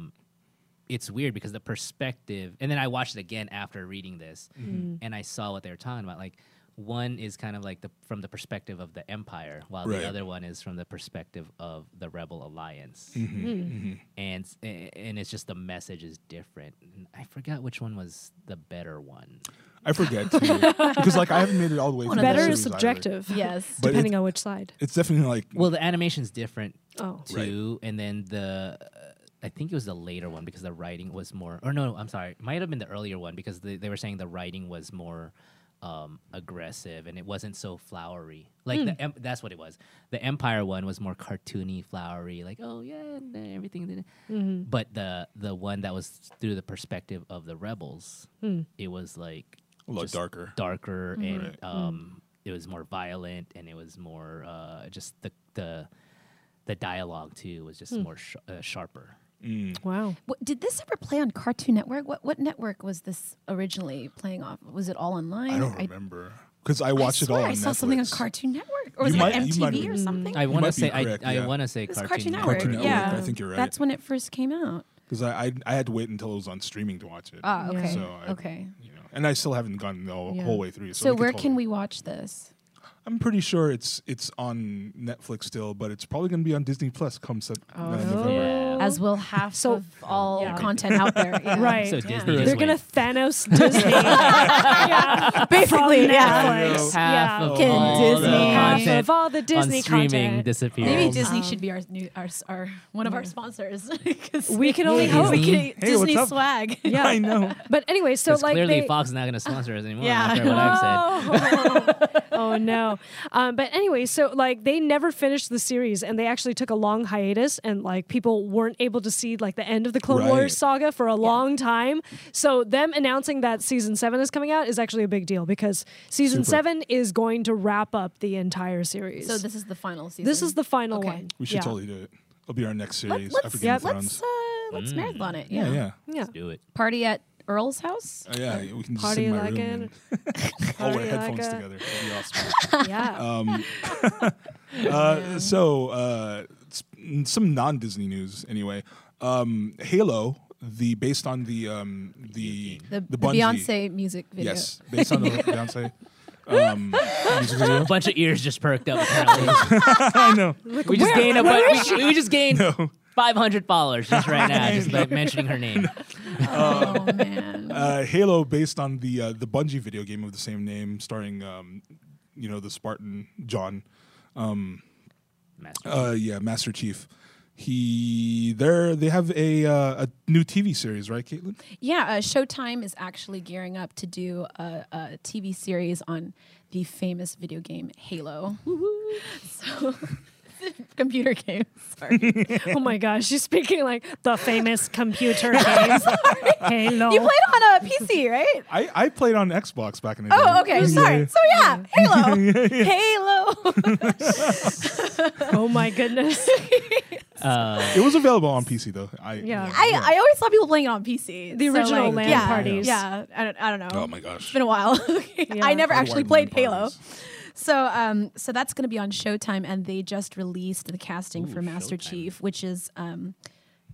D: it's weird because the perspective. And then I watched it again after reading this, and I saw what they were talking about. Like one is kind of like the from the perspective of the Empire, while
A: Right.
D: the other one is from the perspective of the Rebel Alliance and s- a- and it's just the message is different. And I forgot which one was the better one.
A: I forget too. because like I haven't made it all the way. through the
B: [laughs] Better is
A: series either.
B: subjective.
F: Yes.
A: But
B: Depending
A: it-
B: on which side.
A: It's definitely like
D: Well, the animation's different
B: Oh.
D: too, and then the uh, I think it was the later one because the writing was more. Or no, I'm sorry, it might have been the earlier one because they, they were saying the writing was more um, aggressive and it wasn't so flowery. Like the em- that's what it was. The Empire one was more cartoony, flowery, like oh yeah, and everything. But the the one that was through the perspective of the rebels, it was like
A: a lot
D: just
A: darker.
D: darker and um,
B: Hmm.
D: it was more violent and it was
B: Hmm.
D: more uh, just the the the dialogue too was just more sh- uh, sharper.
A: Mm.
B: Wow.
C: What, did this ever play on Cartoon Network? What what network was this originally playing off? Was it all online?
A: I don't remember because I
C: I
A: watched it all.
C: swear
A: on
C: I saw something on
A: Netflix.
C: Cartoon Network, or
A: You
C: was it
A: might-
C: on
A: you might
C: MTV or
A: be-
C: something?
D: I
C: It
D: want
A: might
D: to
A: be
D: say
A: correct,
D: I, I
A: yeah.
D: want to say
C: was
D: Cartoon,
C: Cartoon
D: Network.
C: Network.
A: Cartoon Network,
C: yeah,
A: I think you're right.
C: That's when it first came out.
A: Because I, I I had to wait until it was on streaming to watch it.
C: Ah, okay,
A: So I-
C: okay.
A: You know, and I still haven't gone the whole,
C: Yeah.
A: whole way through. So,
C: So
A: we
C: where
A: could
C: can
A: totally-
C: we watch this?
A: I'm pretty sure it's it's on Netflix still, but it's probably going to be on Disney Plus come sep-
C: Oh.
A: uh, November.
D: Yeah.
B: Oh.
C: As will half
B: So-
C: of all
B: Yeah.
C: content out [laughs] there. yeah.
B: Right.
D: So
B: Yeah.
D: Disney
B: They're
D: just
B: gonna
D: went
B: Thanos
A: [laughs]
B: Disney. yeah.
G: Basically,
B: From
G: yeah.
B: Netflix.
D: half
B: yeah.
D: of
A: Oh,
G: Fucking
D: all
G: Disney.
D: the
B: half
D: content
B: of all the Disney
D: on streaming
B: content.
D: disappeared.
C: Maybe
A: Um,
C: Disney should be our new our, s- our one of our sponsors. [laughs] 'Cause
B: We can only
C: we
B: hope.
D: Disney.
C: can-
A: what's
C: Disney
A: up?
C: swag. [laughs]
A: [laughs]
B: Yeah.
A: I know.
B: But anyway,
A: Oh.
B: so
D: 'Cause
B: like
D: clearly
B: they,
D: Fox is not gonna sponsor us anymore
C: Yeah.
D: after what I've said.
A: [laughs]
B: oh no. Um, but anyway, so like they never finished the series and they actually took a long hiatus and like people weren't able to see like the end of the Clone
A: Right.
B: Wars saga for a long time. So them announcing that season seven is coming out is actually a big deal because season
A: Super.
B: seven is going to wrap up the entire series.
C: So this is the final season.
B: this is the final
C: Okay.
B: one.
A: We should
B: Yeah.
A: totally do it. It'll be our next series
C: Let,
A: after
C: us
A: Game of
C: let's
A: Thrones.
C: uh,
G: Mm.
C: let's marathon it.
A: yeah, yeah. [laughs]
B: Yeah.
D: Do it.
C: Party at Earl's house.
A: Uh, Oh, yeah, we can just
B: Party
A: sit in my
B: like
A: room
B: it.
A: and [laughs] all wear
B: Party like
A: headphones
B: it.
A: together. That'd be awesome.
B: Yeah.
A: Um, uh, so, uh, s- n- some non-Disney news anyway. Um, Halo, the based on the um, the
C: The, the
A: Bungie-
C: Beyonce music video.
A: yes, based on the Beyonce um, music video.
D: A bunch of ears just perked up.
A: [laughs]
B: [laughs]
D: Apparently,
A: I know.
D: we just gained a bunch. We, we just gained 500 followers just right now,
A: [laughs]
D: just by mentioning her name.
C: Oh man.
A: Uh, Halo, based on the uh, the Bungie video game of the same name, starring um, you know the Spartan John.
D: Master.
A: Uh, yeah, Master Chief. He there they have a uh, a new TV series, right, Caitlin?
C: Yeah, uh, Showtime is actually gearing up to do a, a TV series on the famous video game Halo. [laughs] So, computer game. Sorry.
B: Oh my gosh, she's speaking like the famous computer games. Halo.
G: [laughs] You played on a PC, right?
A: I, I played on Xbox back in the day.
G: Oh, okay. Sorry. So yeah,
A: [laughs]
G: Halo.
C: [laughs]
G: Halo.
B: oh my goodness.
D: Uh,
A: It was available on PC though. I
B: Yeah.
G: I, I always saw people playing it on PC.
B: The
G: So,
B: original
G: like,
B: LAN
G: yeah,
B: parties.
G: Yeah. I don't, I don't know.
A: Oh my gosh.
G: It's been a
C: [laughs]
G: while. I never actually played Halo.
C: So, um, so that's going to be on Showtime, and they just released the casting for Master
D: Showtime.
C: Chief, which is um,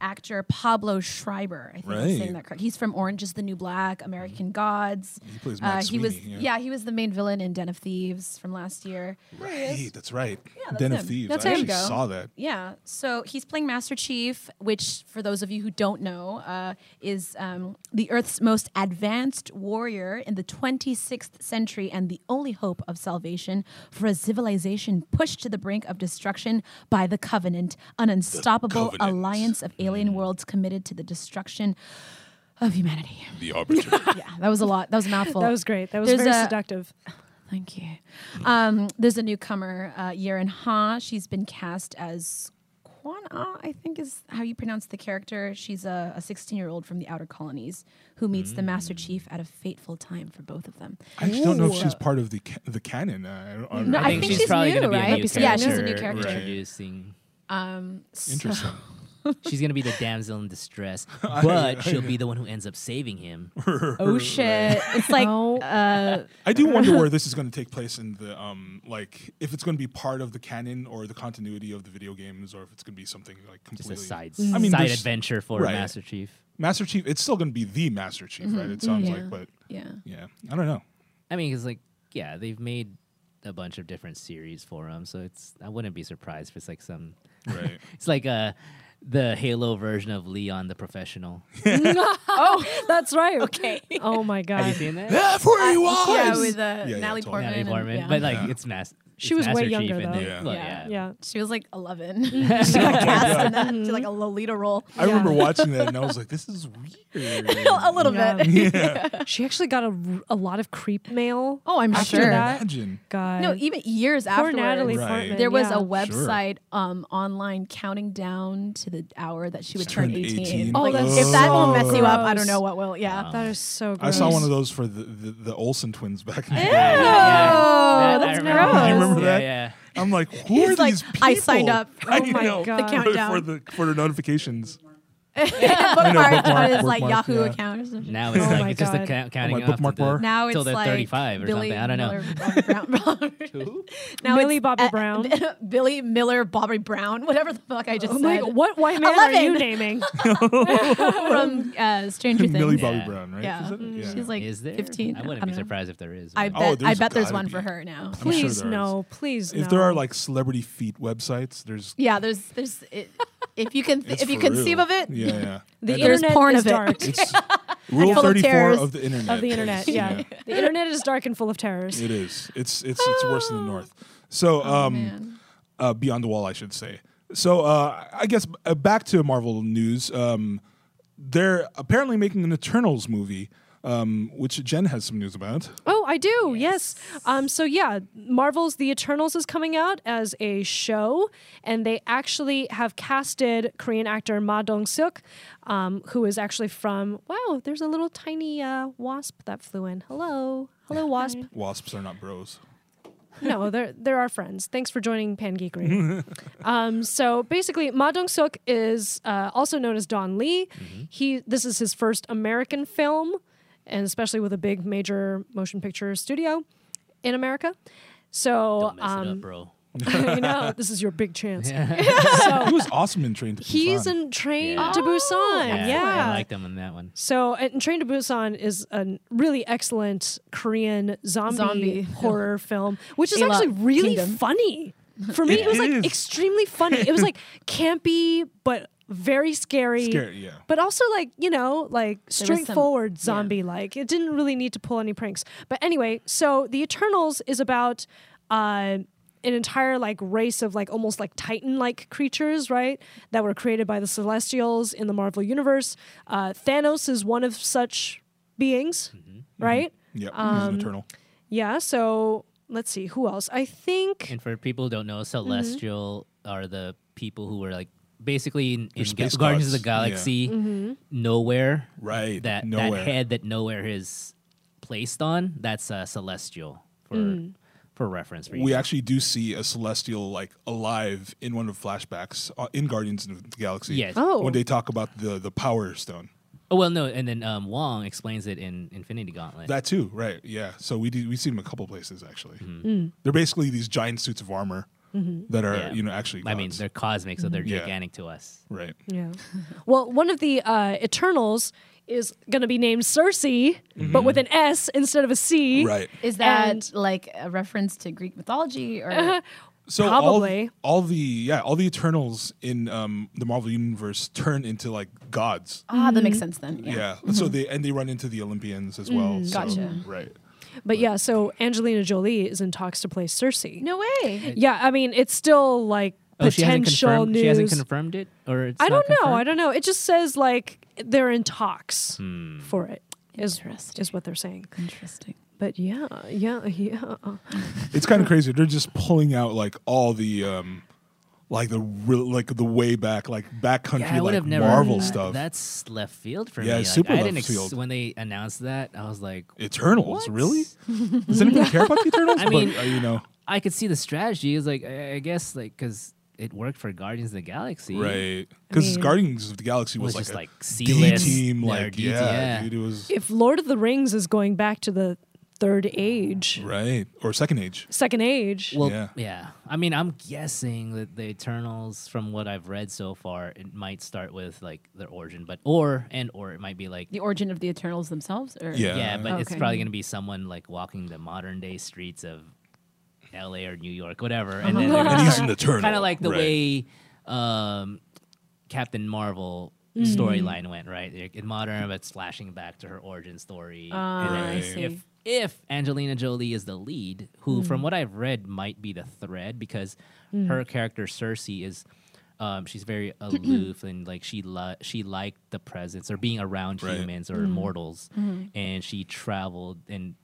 C: actor Pablo Schreiber. I think I'm
A: Right. Mm-hmm.
C: saying that correct. He's from Orange Is the New Black, American Gods.
A: He plays
C: Uh,
A: Max
C: he was
A: Sweeney,
C: yeah.
A: yeah.
C: he was the main villain in Den of Thieves from last year.
A: Hey, that's right.
C: that's
A: Den of
C: him.
A: Thieves.
C: That's
A: I
C: him.
A: actually
C: There you go.
A: saw that.
C: Yeah, so he's playing Master Chief, which, for those of you who don't know, uh, is um, the Earth's most advanced warrior in the 26th century and the only hope of salvation for a civilization pushed to the brink of destruction by the Covenant, an unstoppable
A: Covenant.
C: alliance of alien worlds committed to the destruction of humanity. [laughs]
A: The Arbiter.
C: Yeah, that was a lot. That was a mouthful.
B: That was great. That was
C: There's
B: very
C: a-
B: seductive.
C: Thank you. Um, there's a newcomer, uh, Yeren Ha. She's been cast as Quan Ah, I think is how you pronounce the character. She's a, a 16 year old from the outer colonies who meets the Master Chief at a fateful time for both of them.
A: Mm. I just don't know if she's part of the ca- the canon. Uh, I don't- I don't
C: No,
A: know.
C: I think she's [laughs]
D: probably
C: new,
D: gonna be
C: right?
D: a new character.
C: Yeah, she's a new character.
A: Right.
D: Introducing.
A: [laughs]
C: Um, so-
A: interesting.
D: She's gonna be the damsel in distress, but she'll be the one who ends up saving him.
C: oh shit. It's like,
B: Oh.
C: uh,
A: I do wonder where this is going to take place in the um like if it's going to be part of the canon or the continuity of the video games or if it's going to be something like
D: Just a
A: completely
D: side,
C: Mm.
A: I mean,
D: side
A: there's-
D: adventure for
A: right.
D: Master Chief.
A: Master Chief. It's still going to be the Master Chief, right? It sounds like, but
C: [laughs] yeah.
A: yeah, I don't know.
D: I mean, because like, yeah, they've made a bunch of different series for him, so it's I wouldn't be surprised if it's like some.
A: [laughs] Right.
D: It's like uh the Halo version of Leon the Professional.
B: oh, that's right.
C: [laughs]
B: Okay. Oh
A: [laughs]
B: my
D: Have you
B: god.
D: seen that?
A: That's where he was.
C: Yeah, with uh,
A: yeah, totally.
C: Natalie Portman.
D: Natalie
C: and-
D: Portman,
C: yeah.
D: but like
A: Yeah.
D: it's Mass.
B: She
D: it's
B: was way
D: Master
B: younger,
D: Chief and
B: though.
D: then-
A: Yeah.
D: well,
C: Yeah.
B: Yeah.
C: she was like 11. [laughs] she
A: Oh
C: got cast in that. She like a Lolita role. [laughs]
A: I remember
B: Yeah.
A: watching that and I was like, this is weird.
C: a little
B: Yeah.
C: bit.
B: She actually got a, r- a lot of creep mail.
C: [laughs] Oh, I'm
A: I
C: sure.
A: can
B: that.
A: imagine.
B: God.
C: No, even years
B: Poor
C: after
B: Natalie
A: Right.
B: Portman.
C: There was
B: yeah.
C: a website um, online counting down to the hour that she would turn
A: turned
C: 18.
A: 18.
B: Oh,
C: Like,
B: that's
C: if that won't mess you up, I
B: gross.
C: don't know what will. Yeah.
B: That is so gross.
A: I saw one of those for the, the, the Olsen twins back in the
D: Yeah,
A: day.
F: Oh,
C: Oh,
D: yeah. That- I
B: that's
D: remember that.
B: gross. You
A: remember that?
D: Yeah,
A: I'm like, who
C: He's
A: are
C: like,
A: these people?
C: "I signed up."
A: [laughs] I
B: Oh my
A: know,
B: God. The
A: For
C: countdown.
A: the for the notifications. [laughs]
F: bookmarked on
A: bookmark,
F: his like
A: bookmark,
F: Yahoo
A: yeah.
F: account or something.
D: Now it's
B: Oh
D: like
B: my
D: it's just a
B: God.
D: count, counting
A: my
D: off
A: bookmark
D: to
A: bar.
F: now it's
D: till they're
F: like
D: 35 or
F: Billy
D: something. I don't know.
B: [laughs]
F: Miller, Bobby Brown. now
B: Millie
F: it's,
B: Bobby
F: uh,
B: Brown.
F: [laughs] Billy Miller Bobby Brown, whatever the fuck I just
B: Oh my,
F: said.
B: God, what white man are you
F: Eleven.
B: naming?
F: from uh, Stranger Things?
A: [laughs] Millie Bobby
D: Yeah.
A: Brown, right?
F: Yeah.
A: Is it?
F: Mm. She's like
D: Is there?
F: 15.
D: I wouldn't
F: I
D: be
F: don't know.
D: surprised if there is.
F: I
D: but-
A: Oh,
F: bet I
A: there's
F: bet there's
A: gotta
F: one
A: be.
F: for her now.
A: I'm sure
B: Please
A: there is.
B: no. Please no.
A: If there are like celebrity feet websites, there's
F: Yeah, there's there's it, if you
A: [laughs]
F: can
A: it's
F: if you
A: for
F: conceive
A: real.
F: of it,
A: Yeah, yeah.
B: the
A: And
F: there's
B: internet
F: porn
B: is
F: of it.
A: [laughs]
B: dark.
A: It's rule
F: full of
A: thirty four
F: terrors.
A: of the internet.
B: of the internet,
A: is-
B: yeah. the internet is dark and full of terrors.
A: It is. It's it's it's worse than the north. So
C: Oh,
A: um,
F: man.
A: uh, beyond the wall, I should say. So uh, I guess uh, back to Marvel news. Um, they're apparently making an Eternals movie, um, which Jen has some news about.
B: Oh, I do. Yes. Um, so yeah, Marvel's The Eternals is coming out as a show, and they actually have casted Korean actor Ma Dong Suk, um, who is actually from. Wow, there's a little tiny uh, wasp that flew in. Hello, hello, wasp.
A: Wasps are not bros.
B: no, they're they're our friends. Thanks for joining Pangeekery. um, so basically, Ma Dong Suk is uh, also known as Don Lee. He this is his first American film, and especially with a big major motion picture studio in America. So
D: Don't mess it
B: [laughs]
D: up,
B: um,
D: bro.
B: you know this is your big
D: [laughs]
B: chance.
A: He
B: So
A: was awesome in Train to
B: he's
A: Busan.
B: in Train
D: Yeah.
B: to Busan. Yeah,
D: I like them in that one.
B: so, and Train to Busan is a really excellent Korean zombie,
F: Zombie.
B: horror film, which is
F: Ela
B: actually really
F: Kingdom.
B: funny. For me, it was like
A: is.
B: extremely funny. It
A: [laughs]
B: was like campy, but very scary.
A: Scary, yeah.
B: But also like, you know, like
F: some-
B: straightforward zombie like. It didn't really need to pull any pranks. But anyway, so The Eternals is about uh an entire like race of like almost like titan like creatures right that were created by the celestials in the marvel universe uh, thanos is one of such beings right
A: Yep, he's an Eternal.
B: yeah so let's see who else i think
D: [laughs] And for people who don't know, Celestial are the people who were like basically in, in Ga-
A: space
D: Guardians
A: gods.
D: of the Galaxy, nowhere.
A: Right,
D: That
A: nowhere.
D: that head that nowhere is placed on. That's uh, Celestial for for reference. For you
A: We
D: guys.
A: actually do see a celestial like alive in one of the flashbacks uh, in Guardians of the Galaxy.
D: Yes.
B: Oh.
A: when they talk about the the Power Stone.
D: Oh, well, no, and then um, Wong explains it in Infinity Gauntlet.
A: That too, right? Yeah. So we do, we see them a couple places actually.
D: Mm-hmm.
B: Mm.
A: They're basically these giant suits of armor
B: Mm-hmm.
A: that are
D: Yeah.
A: you know actually.
D: I mean,
A: gods.
D: they're cosmic, so they're
A: Yeah.
D: gigantic to us.
A: right.
B: yeah well one of the uh, eternals is going to be named cersei but with an s instead of a c
A: Right.
F: Is that
B: And-
F: like a reference to Greek mythology
C: [laughs]
F: or
C: Mm-hmm.
A: So
B: Probably.
A: all all the yeah all the Eternals in um, the Marvel universe turn into like gods.
F: ah that makes sense then.
A: Yeah.
F: Yeah.
B: Mm-hmm.
A: So they and they run into the Olympians as well. so-
F: Gotcha.
A: Right.
B: but yeah so angelina jolie is in talks to play cersei
F: No way.
B: yeah i mean it's still like
D: Oh, she hasn't
B: potential
D: confirmed.
B: news
D: She hasn't confirmed it, or it's
B: I
D: not
B: don't know.
D: confirmed?
B: I don't know. It just says like they're in talks for it. Is, is
F: Interesting.
B: what they're saying.
F: Interesting.
B: But yeah, yeah, yeah.
A: It's kind of crazy. They're just pulling out like all the. Um, like the real, like the way back, like backcountry,
D: Yeah, I would
A: like
D: have never
A: Marvel
D: that-
A: stuff.
D: That's left field for
A: Yeah,
D: me.
A: it's
D: Like,
A: super
D: I
A: left
D: didn't ex-
A: field.
D: when they announced that. I was like,
A: Eternals,
D: What?
A: really? Does
D: [laughs]
A: anybody care about the Eternals?
D: I
A: But,
D: mean-
A: uh, you know,
D: I could see the strategy. Is like, I, I guess, like, because it worked for Guardians of the Galaxy,
A: right? Because
B: mean-
A: Guardians of the Galaxy
D: It
A: was,
D: was
A: like
D: just
A: a
D: like C
A: D
D: list
A: team,
D: or
A: like
D: D-
A: yeah, dude, it
D: [laughs]
A: was
B: If Lord of the Rings is going back to the third age,
A: right or Second
D: [laughs]
A: Age.
B: second age,
D: Well,
A: Yeah.
D: yeah. I mean, I'm guessing that the Eternals, from what I've read so far, it might start with like their origin, but or and or it might be like
F: The origin of the Eternals themselves or
A: Yeah.
D: yeah, but it's
F: Okay.
D: probably gonna be someone like walking the modern day streets of L.A. or New York, whatever, and then
A: And he's an Eternal,
D: kind of like the
A: right.
D: way um, Captain Marvel.
F: Mm-hmm.
D: Storyline went right Like, in modern, but it's flashing back to her origin story. and then
F: Ah, I
D: if-
F: see. Mm-hmm.
D: If if Angelina Jolie is the lead, who from what I've read might be the thread because her character Cersei is. Um,
F: [clears throat]
D: she's very aloof and like she li- she liked the presence or being around
A: Right.
D: humans
F: Mm-hmm.
D: or mortals, and she traveled and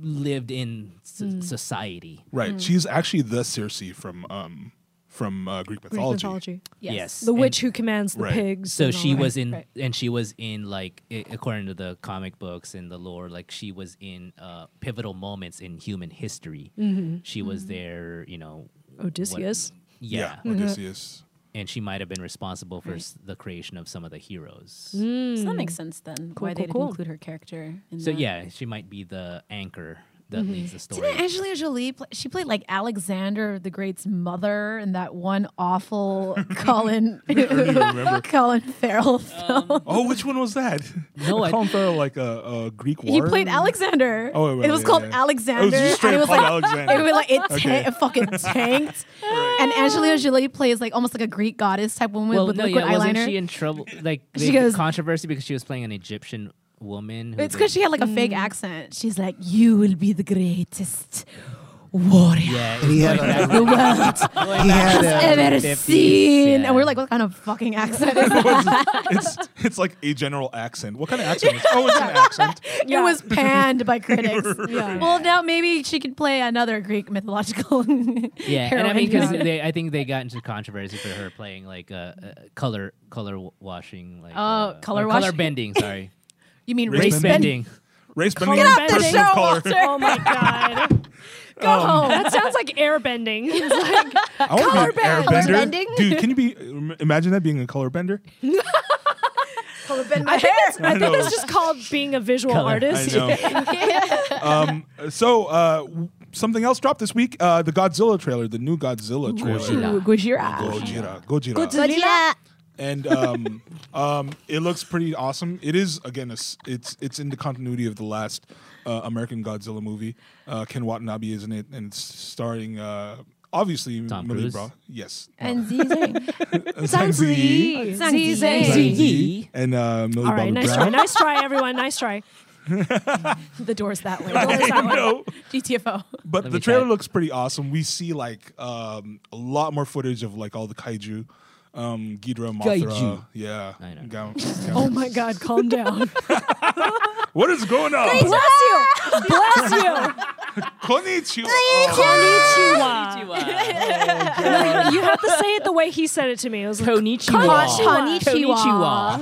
D: lived in s-
F: Mm-hmm.
D: society.
A: Right, she's actually the Circe from um from uh, Greek
B: Greek
A: mythology.
B: mythology,
F: Yes.
B: the
D: and-
B: witch who commands the
A: Right.
B: pigs.
D: so
B: and all
D: she
B: that.
D: was in
F: right.
D: and she was in like i- according to the comic books and the lore like she was in uh, pivotal moments in human
C: Mm-hmm.
D: history she was there you know what-
B: Odysseus.
C: Mm.
D: yeah,
A: [laughs] Odysseus.
D: and she might have been responsible for s- the creation of some of the heroes.
C: So that makes sense then.
B: Cool,
C: why
B: cool,
C: they didn't
B: cool.
C: include her character? In
D: So
C: the-
D: yeah, she might be the anchor that leads the story.
C: Mm-hmm. Didn't Angelina Jolie? Play, she played like Alexander the Great's mother in that one
A: [laughs]
C: awful Colin [laughs] Colin Farrell film.
A: Oh, which one was that? [laughs]
D: No,
A: I
D: I-
A: Colin Farrell, like a, a Greek war.
C: he played Alexander.
A: Oh, wait, wait,
C: it was
A: wait,
C: called
A: yeah. Oh,
C: Alexander.
A: It was just straight
C: and it was
A: called
C: like,
A: Alexander. [laughs]
C: It was like it, ta-
A: Okay.
C: it fucking tanked. And Angelina Jolie plays like almost like a Greek goddess type woman
D: well,
C: with
D: no,
C: liquid
D: yeah, wasn't
C: eyeliner.
D: she in trouble? Like
C: [laughs] She
D: she
C: goes-
D: controversy because she was playing an Egyptian woman. who
C: it's
D: they-
C: because she had like a fake
D: Mm.
C: accent. She's like, "You will be the greatest warrior
D: Yeah,
H: And he had
D: it's
H: a,
C: the world
H: he had a,
D: Evan-
C: ever
D: 50s,
C: seen."
D: yeah.
C: And we're like, "What kind of fucking accent is
D: [laughs]
C: that?"
A: it's it's like a general accent. What kind of accent? Is Oh,
C: [laughs]
A: it's an accent.
B: Yeah.
C: It was panned by critics.
B: Yeah.
C: Well, now maybe she could play another Greek mythological. [laughs]
D: yeah, and I mean because
C: heroine.
D: they, I think they got into controversy for her playing like uh, uh, color color w- washing, like
C: Oh,
D: uh,
C: color
D: or color
C: washing.
D: bending. Sorry,
C: you
A: [laughs]
C: mean
A: Race
D: race
A: bending.
D: bending.
A: Race bending.
C: Get off the
A: person
C: show,
A: of color.
C: Walter.
B: [laughs] Oh my god.
C: Go home. [laughs]
B: That sounds like airbending.
A: I wanna be an
C: Colorbend.
A: airbender.
C: Colorbending?
A: Dude, can you be? Imagine that being a colorbender.
C: I think it's-
A: I know.
B: I think it's just called being a visual
D: Color.
A: I
B: artist.
A: know.
B: [laughs]
C: [laughs]
A: um, so uh, w- something else dropped this week: uh, the Godzilla trailer, the new Godzilla trailer.
D: Gojira.
A: Gojira,
C: Gojira.
A: Gojira,
C: Gojira.
A: and um, [laughs] um, it looks pretty awesome. It is again, a s it's it's in the continuity of the last uh, American Godzilla movie. Uh, Ken Watanabe is in it, and it's starring uh, obviously
D: Tom
A: Millie
D: Cruise.
A: Bro-
B: [laughs]
A: Yes,
C: And [laughs] Zizang.
A: Zhang Ziyi.
B: Zee.
C: Zang
B: Zee.
C: Zee.
A: Zhang
B: Zee.
A: Ziyi and uh, Millie
B: All
A: Bobby
B: right, nice try.
A: Brown.
B: Nice try, everyone. Nice try.
C: the door's that
A: [laughs]
C: way.
A: I know.
C: [laughs] GTFO.
A: But
D: Let
A: the
D: me
A: trailer
D: check.
A: looks pretty awesome. We see like um, a lot more footage of like all the kaiju, um, Ghidorah, Mothra.
D: Kaiju.
A: Yeah.
D: I know.
A: Gam-
B: Oh my god, calm down.
A: what is going on?
B: Bless you. Bless you.
A: Konnichiwa.
B: Konnichiwa.
C: [laughs]
A: Oh,
B: Like, you have to say it the way he said it to me. It was like,
D: Konichiwa.
C: Konnichiwa.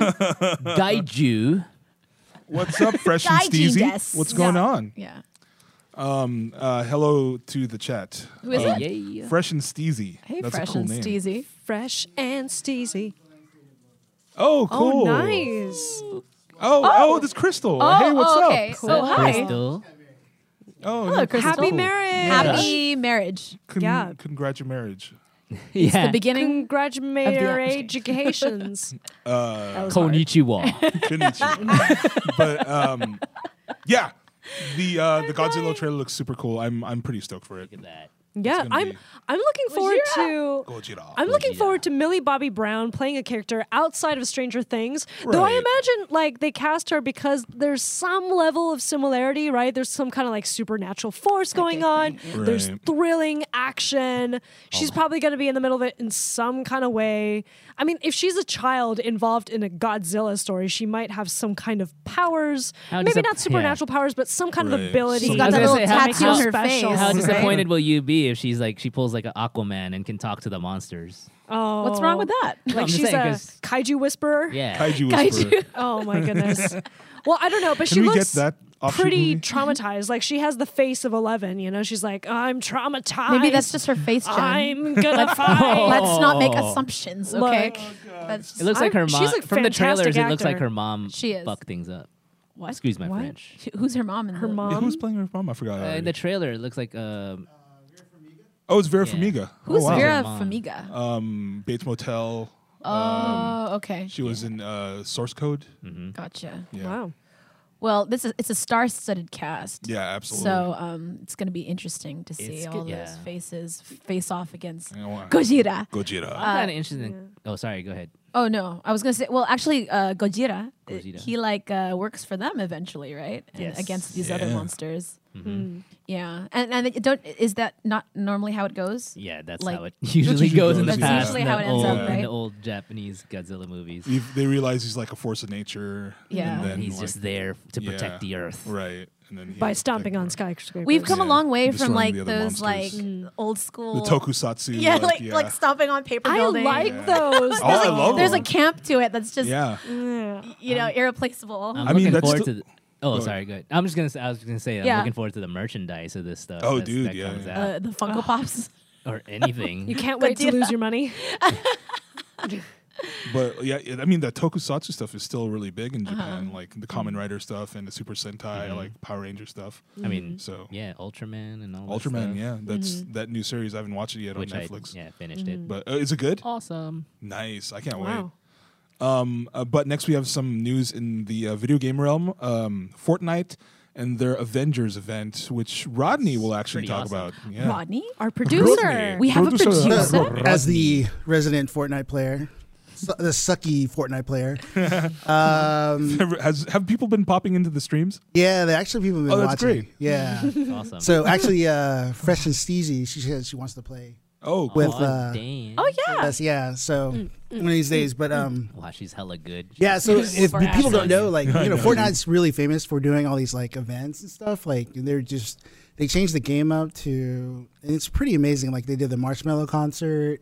A: [laughs]
D: Daiju.
A: What's up, Fresh and
C: Gaijin
A: Steezy?
C: desu.
A: What's going on?
C: Yeah.
A: Um, uh, hello to the chat.
C: Who
D: Um,
C: is
A: Uh,
C: it?
D: Yeah.
A: Fresh and Steezy.
C: Hey,
A: That's
C: Fresh
A: a cool
C: and
A: name.
C: Steezy.
B: fresh and steezy.
A: Oh, cool.
B: Oh, nice.
A: Oh, oh, this Crystal. hey, what's
C: oh,
A: up?
C: okay. Oh, hi.
D: Crystal.
A: Oh,
C: Hello,
A: yeah,
C: Crystal.
B: Happy
C: Cool.
B: marriage.
C: Happy marriage.
A: Con-
B: Yeah.
A: Congrats your marriage.
D: Yeah.
C: The beginning.
B: Congratulations.
C: [laughs]
D: Konichiwa.
A: Konnichiwa. but um, yeah, the uh, the Godzilla trailer looks super cool. I'm I'm pretty stoked for it.
D: that.
B: yeah,
A: gonna
B: I'm
A: be-
B: I'm looking forward to
A: Gojira.
B: I'm looking forward to Millie Bobby Brown playing a character outside of Stranger Things. Though I
A: Right.
B: imagine like they cast her because there's some level of similarity, right? There's some kind of like supernatural force going on. There's
A: Right.
B: thrilling action. She's probably going to be in the middle of it in some kind of way. I mean, if she's a child involved in a Godzilla story, she might have some kind of powers.
D: How
B: Maybe
D: disap-
B: not supernatural powers, but some kind
A: Right.
B: of ability.
A: She's
D: got that little tattoo on
C: her face.
D: How
C: Right.
D: disappointed will you be if she's like she pulls like an Aquaman and can talk to the monsters?
B: Oh.
C: What's wrong with that?
B: Like
D: I'm just
B: she's
D: saying,
B: a
D: 'cause-
B: kaiju whisperer.
D: Yeah.
A: Kaiju
C: Kaiju.
A: Whisperer.
B: Oh my
A: [laughs]
B: goodness. well, I don't know, but
A: Can
B: she
A: we
B: looks
A: get that offshoot
B: pretty
A: movie?
B: traumatized. Like she has the face of Eleven. You know, she's like, I'm traumatized.
C: [laughs] Maybe that's just her face, Jen. [laughs]
B: I'm gonna fight.
C: Let's not make
D: Oh.
C: assumptions,
B: Look.
C: okay? That's
D: It looks like
B: I'm-
D: her mom.
B: she's a
D: From the trailers,
B: fantastic
D: it looks like
B: actor.
D: her mom.
C: She is.
D: fucked things up.
C: what?
D: excuse my
C: What?
D: French.
C: Who- Who's her mom? In
B: Her
C: the,
A: Yeah,
B: mom.
A: who's playing her mom? I forgot.
D: Uh, in
A: already.
D: the trailer, it looks like um,
A: oh, it's Vera
D: yeah.
A: Farmiga.
C: Who's
A: oh, wow.
C: Vera
D: Her mom.
C: Famiga?
A: Um, Bates Motel.
C: oh, okay.
A: She was in uh, Source Code.
D: Mm-hmm.
C: Gotcha.
A: Yeah.
B: Wow.
C: Well, this is it's a star-studded cast.
A: Yeah, absolutely.
C: So um, it's going to be interesting to see
D: It's
C: all
D: good,
C: those
D: yeah.
C: faces face off against
A: Yeah, wow.
C: Gojira.
A: Gojira.
C: Uh,
D: I'm kind of interested. in- Oh, sorry. Go ahead.
C: Oh no, I was going to say. Well, actually, uh, Gojira, uh,
D: Gojira.
C: he like uh, works for them eventually, right? And
D: Yes.
C: Against these other
A: Yeah. Mm-hmm.
C: monsters.
B: Hmm.
C: Yeah, and and it don't is that not normally how it goes?
D: Yeah, that's
C: Like-
D: how it [laughs] usually
A: usually
D: goes in the
A: goes,
D: past.
A: yeah. That's
C: usually
D: in
C: how
D: the
C: it ends
A: up,
D: old- In
C: right?
D: the old Japanese Godzilla movies.
A: They- they realize he's like a force of nature.
C: Yeah.
A: And then,
D: He's
A: like-
D: just there to protect the
A: Yeah.
D: earth.
A: Right. And then he
B: By
A: has to
B: stomping
A: take
B: on
A: over.
B: skyscrapers.
C: We've
B: [laughs]
C: come
A: Yeah.
C: a long way
A: Destroying
C: from like
A: the other
C: those
A: monsters.
C: like
B: Hmm.
C: old school
A: The tokusatsu.
C: [laughs] Yeah,
A: like,
C: like
A: yeah.
C: like stomping on paper
B: I
C: building.
B: like
A: Yeah.
B: those.
A: Oh, I love
C: [laughs] There's a
A: them.
C: camp to it that's just
A: Yeah.
B: Yeah.
C: you know irreplaceable.
D: I'm
A: I mean,
D: looking
A: that's
D: forward
A: the-
D: to. The, oh,
A: ahead.
D: sorry. Good. I'm just gonna. Say, I was gonna say. I'm
C: Yeah.
D: looking forward to the merchandise of this stuff.
A: Oh,
D: that's-
A: dude,
D: That
A: yeah.
D: comes
A: [laughs]
C: uh,
D: out
C: the Funko Pops. [laughs]
D: or
B: [laughs]
D: anything.
B: You can't wait to
C: Gojira.
B: lose your money.
A: but yeah, it- I mean the tokusatsu stuff is still really big in Japan, like the
D: Mm-hmm.
A: Common Rider stuff and the Super Sentai, like Power Ranger stuff.
D: I mean,
A: So
D: Mm-hmm. yeah, Ultraman and all. that
A: Ultraman,
D: stuff,
A: yeah, that's that new series. I haven't watched it yet
D: which
A: on
D: I
A: Netflix.
D: yeah finished
C: Mm-hmm.
D: it.
A: But uh, is it good?
D: Awesome.
A: Nice. I can't wait.
B: Wow.
A: Um, uh, but next we have some news in the uh, video game realm. Um, Fortnite and their Avengers event, which Rodney will actually
D: Pretty
A: talk
D: awesome.
A: about. Yeah.
F: Rodney?
B: Our producer.
A: Rodney.
F: We have a producer?
I: as the resident Fortnite player, su- the sucky Fortnite
A: [laughs]
I: player. Um,
A: Has have people been popping into the streams?
I: yeah, the actually people have
A: Oh,
I: been
A: that's
I: watching.
A: great.
I: Yeah.
A: [laughs]
D: Awesome.
I: so actually, uh, Fresh and Steezy, she said she wants to play.
A: Oh,
I: With,
A: cool.
D: Aw,
I: uh,
D: Dan.
C: Oh yeah.
I: That's, yeah. So
A: Mm,
I: one of these days, but um,
D: Wow, she's hella good.
I: yeah. So if
F: Super
I: people
F: awesome.
I: don't
A: [laughs]
I: know, like you know, Fortnite's really famous for doing all these like events and stuff. Like they're just they changed the game up to, and it's pretty amazing. Like they did the Marshmallow concert.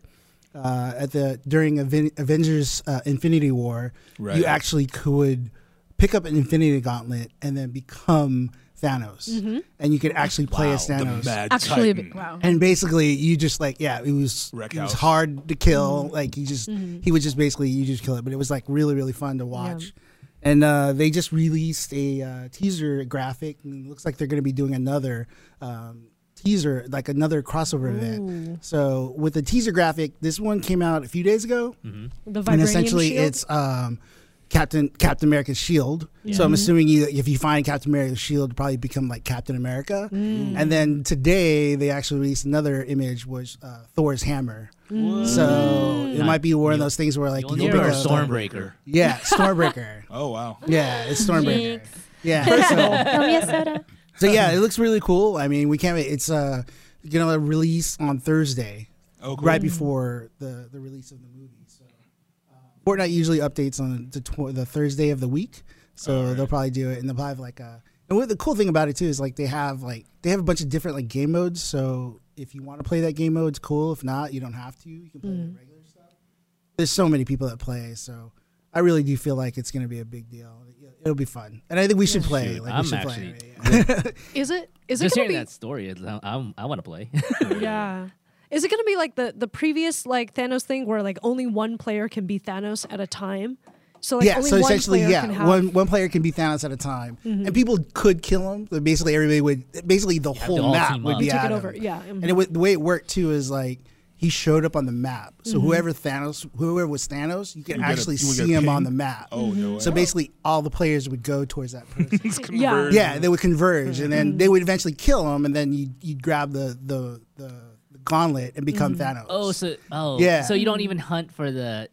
I: Uh, at the during Aven- Avengers uh, Infinity War,
A: Right.
I: you actually could pick up an Infinity Gauntlet and then become Thanos, and you could actually play as
A: the
I: Thanos.
A: Mad
F: Actually,
A: Titan.
F: wow.
I: And basically, you just like yeah, it was
A: Wreck
I: it was
A: house.
I: hard to kill. Like you just he would just basically you just kill it, but it was like really really fun to watch. And uh, they just released a uh, teaser graphic, and it looks like they're going to be doing another um, teaser, like another crossover event. So with the teaser graphic, this one came out a few days ago,
B: The vibranium
I: and essentially
B: shield.
I: it's um, Captain Captain America's shield. So I'm assuming you, if you find Captain America's shield, probably become like Captain America. And then today they actually released another image was uh, Thor's hammer. So it
D: Not-
I: might be one of
D: you-
I: those things where like
D: You'll
I: you
D: need
I: pick
D: our
I: up-
D: Stormbreaker.
I: Yeah, Stormbreaker.
A: Oh wow.
I: yeah, it's Stormbreaker. Yeah.
A: Personal.
C: Tell me a
D: [laughs]
C: soda.
I: So yeah, it looks really cool. I mean, we can't wait. It's uh, gonna release on Thursday
A: Oh, cool.
I: right before the, the release of the movie. So, uh, Fortnite usually updates on the, tw- the Thursday of the week,
D: Oh,
I: so they'll probably do it. And they'll probably have like a. And what the cool thing about it too is like they have like they have a bunch of different like game modes. So if you want to play that game mode, it's cool. If not, you don't have to. You can play the regular stuff. There's so many people that play, so I really do feel like it's going to be a big deal. It'll be fun, and I think we should play.
D: Dude,
I: like we
D: I'm
I: should
D: actually.
I: play. it, yeah.
B: Is it? Is it
D: Just
B: going to
D: hearing
B: be?
D: that story, is, I, I'm- I want to play. [laughs]
B: Yeah. Is it going to be like the the previous like Thanos thing where like only one player can be Thanos at a time? So like
I: yeah,
B: only
I: so
B: one
I: essentially,
B: player
I: yeah,
B: can have Mm-hmm.
I: one one player can be Thanos at a time, and people could kill him. But basically, everybody would basically the
D: to
I: whole
D: all
I: map
D: team
I: would
D: up.
I: be
D: You
B: take
I: at
B: it
I: him.
B: over. Yeah. mm-hmm.
I: And it, would- the way it worked too is like he showed up on the map. So
B: Mm-hmm.
I: whoever Thanos, whoever was Thanos, you could
A: You get a-
I: actually
A: you would get
I: see him
A: pinged?
I: on the map. Mm-hmm.
A: Oh, no way.
I: So basically, all the players would go towards that person.
A: [laughs] It's
B: Yeah.
A: converged.
I: yeah, they would converge,
B: Mm-hmm.
I: and then they would eventually kill him, and then you you'd grab the the the, the gauntlet and become
B: Mm-hmm.
I: Thanos.
D: oh, so oh
I: Yeah.
D: So you don't even hunt for the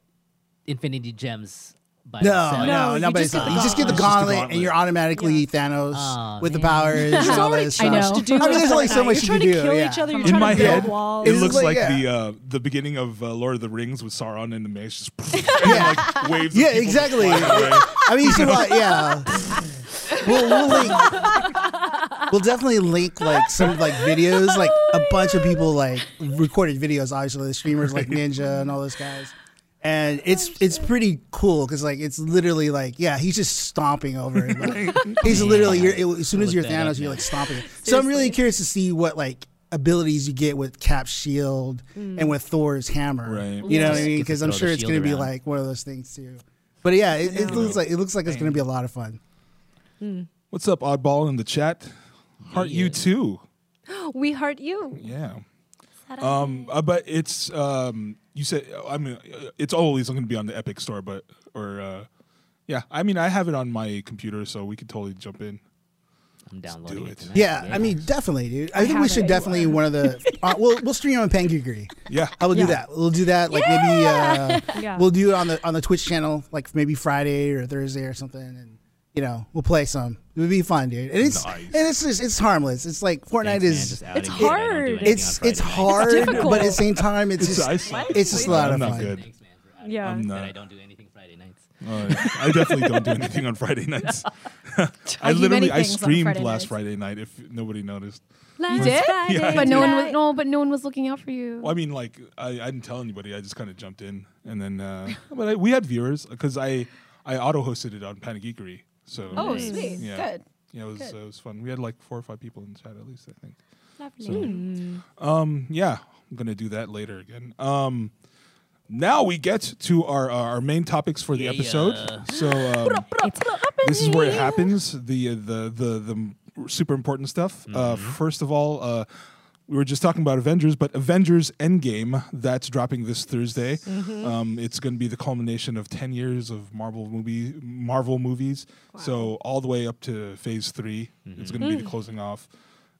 D: Infinity Gems by
I: No,
D: itself.
I: no,
B: you
I: no, but
B: just
I: it's
B: get
I: not.
B: the
I: You just get
A: gauntlet. It's just
I: the
A: the
I: gauntlet,
A: gauntlet.
I: and you're automatically Thanos
D: Aw,
I: with the
D: man.
I: powers. There's
B: Ah, already too
I: that stuff.
B: much to do
I: I mean,
B: in
I: there's only so
B: Fortnite.
I: much
B: You're
I: to
B: trying
I: do.
B: to kill
I: yeah.
B: each other. You're
A: In
B: trying
A: my
B: to build
A: head,
B: walls.
A: it
I: It's
A: looks
I: like-
A: like
I: yeah.
A: the uh, the beginning of uh, Lord of the Rings with Sauron in the maze, just [laughs]
I: [laughs]
A: and, like waves. of
I: Yeah,
A: people just
I: exactly.
A: flying away.
I: I mean, you should like, yeah. We'll, we'll link. We'll definitely link like some like videos, like a bunch of people like recorded videos. Obviously, the streamers like Ninja and all those guys. And it's it's pretty cool because like it's literally like yeah he's just stomping over it.
D: [laughs]
I: Like, he's literally you're, it- as soon as
D: Look
I: you're
D: that up
I: Thanos you're
D: now.
I: like stomping it. So I'm really curious to see what like abilities you get with Cap's shield and with Thor's hammer.
A: Right.
I: You know
D: Yes.
I: what I mean?
D: Get to
I: Because I'm
D: throw the
I: sure it's
D: shield
I: going to be
D: around.
I: like one of those things too. But yeah, it, it looks like it looks like it's going to be a lot of fun.
A: What's up, oddball in the chat? Heart you
D: Yeah.
A: too.
B: we heart you.
A: Yeah. Um, uh, but it's um, you said I mean uh, it's always going to be on the Epic Store, but or uh, yeah, I mean I have it on my computer, so we could totally jump in.
D: I'm downloading
A: do
D: it.
A: it.
D: tonight.
I: Yeah, I mean definitely, dude. I, think we
B: have
I: should
B: it.
I: definitely one of the uh, we'll we'll stream on Pangeekery.
A: Yeah,
I: I will
B: Yeah.
I: do that. We'll do that like maybe uh,
B: Yeah.
I: [laughs] we'll do it on the on the Twitch channel like maybe Friday or Thursday or something, and you know we'll play some. It would be fun, dude. And it's
A: Nice.
I: and it's just it's harmless. It's like Fortnite
D: Thanks, man,
I: is
D: just outing
B: It's
D: me tonight. I don't do
B: hard.
D: anything on
I: it's it's
D: Friday night.
I: hard,
B: difficult.
I: but at the same time it's just
A: it's,
I: it's just a lot
A: I'm
I: of
A: not
I: fun.
A: good.
D: Thanks, man, for outing
B: Yeah.
D: me.
A: I'm
D: That I
A: not.
D: don't do anything Friday nights.
A: Uh, I definitely don't do anything on
F: [laughs]
A: Friday nights. [laughs] I
F: I do many
A: literally I
F: things on
A: streamed
F: Friday
A: last
F: nights.
A: Friday night. If nobody noticed,
B: Last
F: did?
B: Friday
A: Yeah, I
F: But no one was
B: night.
F: no, but no one was looking out for you.
A: well, I mean, like I, I didn't tell anybody. I just kind of jumped in, and
F: [laughs]
A: then uh, but I, we had viewers because I I auto hosted it on Panageekery. So
F: Oh,
D: Nice.
F: sweet.
A: Yeah.
F: Good.
A: Yeah, it was uh,
F: Good.
A: it was fun. We had like four or five people in the chat at least, I think.
C: Lovely.
A: So, um, yeah, I'm gonna do that later again. Um, now we get to our our main topics for the
D: Yeah.
A: episode. So um, this is where it happens. The uh, the the the super important stuff. Uh,
F: Mm-hmm.
A: first of all, uh, we were just talking about Avengers, but Avengers Endgame that's dropping this Thursday.
F: Mm-hmm.
A: Um, it's going to be the culmination of ten years of Marvel movie Marvel movies. So all the way up to Phase 3 it's going to
F: Mm.
A: be the closing off.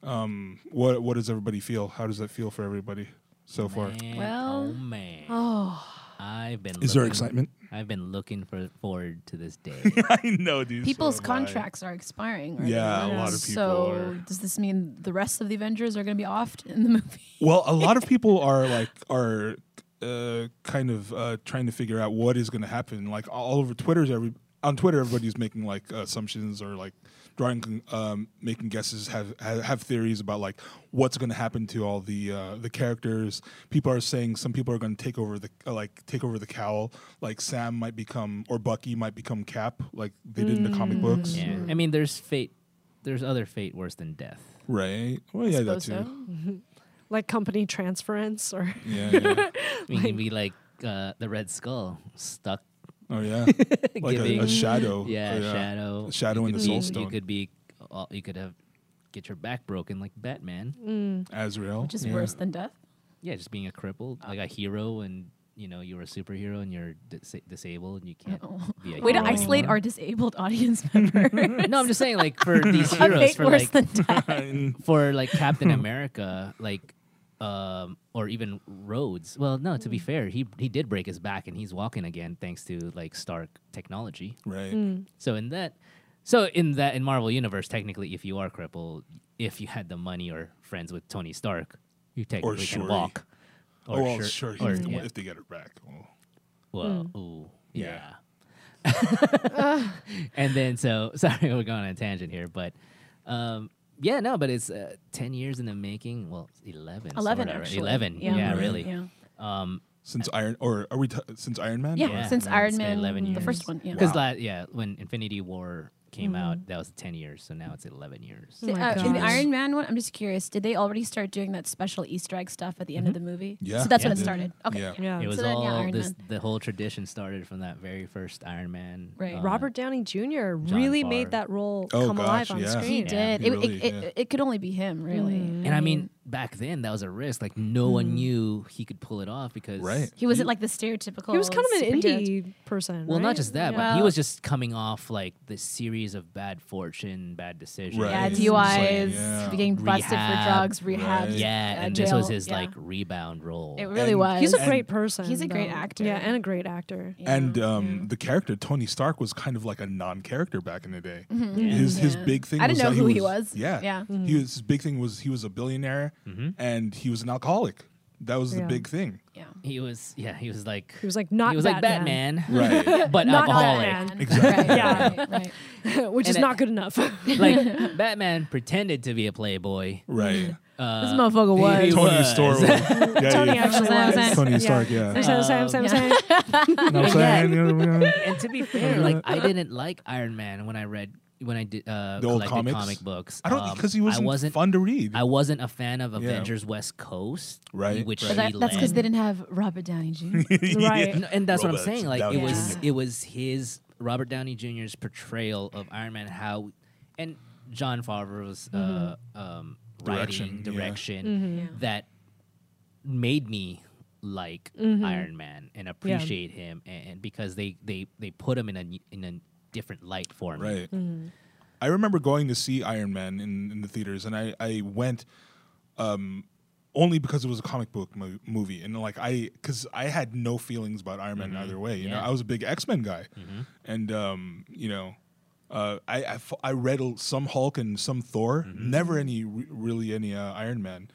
A: Um, what what does everybody feel? How does that feel for everybody so far?
D: Man,
F: Well-
D: oh man,
F: Oh,
D: I've been.
A: Is there
D: looking-
A: excitement?
D: I've been looking for forward to this day.
A: [laughs] I know, dude.
F: people's
A: so am I.
F: contracts are expiring. Right
A: Yeah, a lot of people
F: So
A: are-
F: does this mean the rest of the Avengers are going to be off in the movie? [laughs]
A: Well, a lot of people are like are uh, kind of uh, trying to figure out what is going to happen. Like all over Twitter's every on Twitter, everybody's making like assumptions or like drawing, um, making guesses, have have, have theories about like what's going to happen to all the uh, the characters. People are saying some people are going to take over the uh, like take over the cowl. Like Sam might become or Bucky might become Cap, like they did in the comic books,
D: yeah, I mean, there's fate. There's other fate worse than death.
A: right? Well, yeah, that
F: Suppose
A: too.
F: so.
B: like company transference or
A: Yeah, yeah.
D: We can be like uh, the Red Skull, stuck.
A: oh yeah, like a,
D: Giving-
A: a shadow.
D: Yeah,
A: Oh,
D: shadow.
A: A shadow
D: You
A: in
D: could
A: the
D: be-
A: Soul Stone.
D: You could be. Uh, you could have get your back broken like Batman.
F: Mm.
A: Azrael.
F: Which is worse than death.
D: Yeah, just being a crippled,
F: Uh.
D: like a hero, and you know you were a superhero and you're dis- disabled and you can't. Be a
F: Way to
D: hero
F: isolate
D: anymore.
F: our disabled
A: [laughs]
F: audience member.
D: No, I'm just saying, like for these
F: A
D: heroes,
F: fate
D: for
F: worse
D: like
F: than
D: [laughs]
F: death.
A: [laughs]
D: for like Captain America, like um or even Rhodes. Well, no,
F: Mm.
D: to be fair, he he did break his back and he's walking again thanks to like Stark technology.
A: Right.
F: Hmm.
D: So in that so in that in Marvel universe, technically if you are crippled, if you had the money or friends with Tony Stark, you technically can
A: Shuri.
D: walk.
A: oh, well,
D: Shur-
A: sure.
D: or,
A: if, they-
D: yeah.
A: if they get it back. Oh. Well,
D: Well,
F: Hmm.
D: ooh,
A: Yeah.
D: yeah. [laughs] and then so [laughs] sorry, we're going on a tangent here, but um, yeah, no, but it's uh, ten years in the making. Well, it's eleven.
F: 11
D: sorta, right?
F: actually.
D: Eleven. Yeah,
F: Yeah. Right.
D: really.
F: Yeah.
A: since Iron or are we t- since Iron Man?
F: Yeah,
A: Or-
D: Yeah.
F: since
D: Yeah, it's
F: Iron
D: been
F: Man,
D: 11
F: the
D: years.
F: first one. Yeah. Mm-hmm.
D: Because yeah, when Infinity War came out, that was ten years. So now it's eleven years.
A: Oh
F: Did-
B: my
F: uh, in the
B: gosh.
F: Iron Man one, I'm just curious. Did they already start doing that special Easter egg stuff at the end of the movie?
A: Mm-hmm. Yeah,
F: so that's
A: they
F: when it
A: did.
F: started. Okay,
A: Yeah.
B: [laughs] yeah
D: It was
F: So then,
D: all
F: yeah, Iron
D: this.
F: Man.
D: The whole tradition started from that very first Iron Man.
F: Right.
D: uh,
B: Robert Downey Jr. really
D: Favre.
B: made that role
A: Oh,
B: come
A: gosh,
B: alive on
A: yeah.
F: he
B: screen.
D: Yeah.
F: did.
A: he
F: It,
A: really-
F: it, it,
A: yeah. Mm.
F: it could only be him, really.
D: And I mean, back then that was a risk. Like no
F: Mm-hmm.
D: one knew he could pull it off because
A: Right.
F: he wasn't like the stereotypical.
B: He was kind of an
F: superhero.
B: indie person.
D: Well,
B: right?
D: not just that, but
F: Yeah.
D: he was just coming off like the series of bad fortune, bad decisions.
A: Right.
F: Yeah,
A: It's
F: DUIs,
A: like, yeah.
F: getting busted
D: Rehab,
F: for drugs, rehab.
A: right.
D: Yeah,
F: uh,
D: and this was
F: jail,
D: his
F: yeah.
D: like rebound role.
F: It really
A: And-
F: was.
B: He's a
A: And-
B: great person.
F: He's a great
B: though.
F: actor.
B: Yeah, and a great actor.
A: And um, the character Tony Stark was kind of like a non-character back in the day. His his big thing.
F: Mm-hmm. I didn't
A: was
F: know
A: that
F: who
A: he
F: he
A: was.
F: was.
A: Yeah,
F: Yeah. Mm-hmm.
A: He was, his big thing was he was a billionaire
D: Mm-hmm.
A: and he was an alcoholic. That was the
B: Yeah.
A: big
F: [laughs]
A: thing.
F: yeah.
D: he was, yeah, he
F: [laughs]
D: was like
B: He was like not
D: he was like
B: Batman,
D: Batman,
A: Right.
D: but
B: Not
D: alcoholic.
B: Batman.
A: Exactly.
F: Right,
B: Yeah.
F: right,
A: [laughs]
F: right.
B: [laughs] which is
D: And it-
B: not good enough.
F: [laughs]
D: Like Batman pretended to be a playboy.
A: Right.
F: this motherfucker was.
D: Uh, He
A: Tony
D: was.
F: [laughs]
A: Stark. yeah,
B: [laughs] Tony
A: yeah.
B: actually
F: Yeah.
B: was.
A: Tony Stark. Yeah.
B: Sam, Sam, Sam, Sam, Sam.
F: [laughs]
A: You know what I'm saying? You know what I'm saying?
D: And to be fair, like I didn't like Iron Man when I read when I did uh,
A: The old
D: collected
A: comics?
D: comic books.
A: I don't
D: Um,
A: because he wasn't,
D: I wasn't
A: fun to read. [laughs]
D: I wasn't a fan of Avengers West Coast,
A: Right,
D: Which
A: right.
F: But
D: he
F: that, that's because
D: led.
F: they didn't have Robert Downey Jr.
B: Right.
D: No, and that's
A: Robert
D: what I'm saying. Like
A: Downey
D: it was,
F: Jr.
D: it was his Robert Downey Jr.'s portrayal of Iron Man, how, and John Favreau's uh, um,
A: Direction,
D: writing
A: yeah.
D: direction
F: Yeah.
D: that made me like Iron Man and appreciate him, and, and because they they they put him in a n- in a different light for me.
A: Right. I remember going to see Iron Man in, in the theaters, and I, I went um, only because it was a comic book mo- movie, and like I, because I had no feelings about Iron Man either way. You know,
D: Yeah.
A: I was a big X Men guy, and um, you know, uh, I, I f- I read l- some Hulk and some Thor, never any re- really any uh, Iron Man.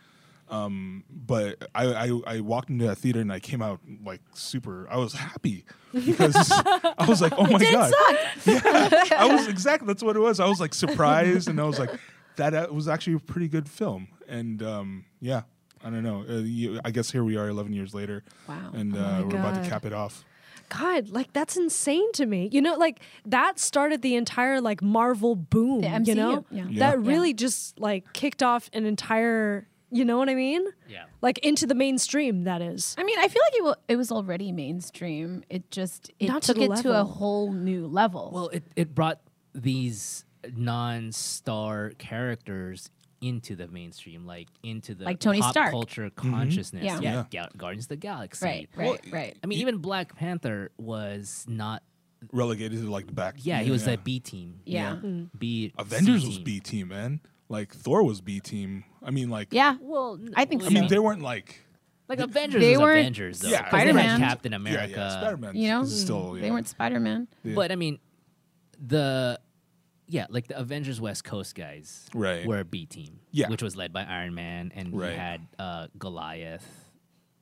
A: Um, but I, I I walked into that theater and I came out like super. I was happy
C: [laughs]
A: because I was like, oh my god, [laughs] I was exactly that's what it was. I was like surprised, and I was like, that uh, was actually a pretty good film. And um, yeah, I don't know. Uh, you, I guess here we are, eleven years later.
F: Wow.
C: Oh
A: And uh, we're about to
B: God.
A: cap it off.
B: God, like that's insane to me. You know, like that started the entire like Marvel boom.
F: The
B: You know,
F: MCU, yeah.
A: Yeah.
B: that really just like kicked off an entire You know what I mean?
D: Yeah.
B: Like into the mainstream, that is.
C: I mean, I feel like it, wa it was already mainstream. It just it
B: Not to
C: took
B: the
C: it to a
B: level.
C: whole new level.
D: Well, it, it brought these non-star characters into the mainstream, like into the
C: Like Tony
D: pop
C: Stark.
D: culture
A: Mm-hmm.
D: consciousness.
C: Yeah.
D: Yeah, Ga- Guardians of the Galaxy.
C: right, right, right.
D: I mean, even Black Panther was not.
A: Relegated to like the back.
D: Yeah, he was that B team. you
C: Yeah. Mm.
D: know, B.
A: Avengers
D: C
A: was
D: team.
A: B team, man. Like Thor was B team. I mean, like
C: yeah,
D: Well,
C: I think
A: I
C: so.
A: mean, they weren't like
D: like Avengers.
C: they
D: was
C: weren't
D: Avengers though.
A: Yeah,
D: 'cause they had
C: Spider-Man.
D: Captain
A: yeah,
D: America.
A: yeah, Spider Man.
C: you know,
A: still yeah.
C: they weren't Spider [laughs] Man.
D: But I mean, the yeah, like the Avengers West Coast guys
A: Right.
D: were a B team,
A: Yeah.
D: which was led by Iron Man, and
A: Right.
D: he had uh, Goliath,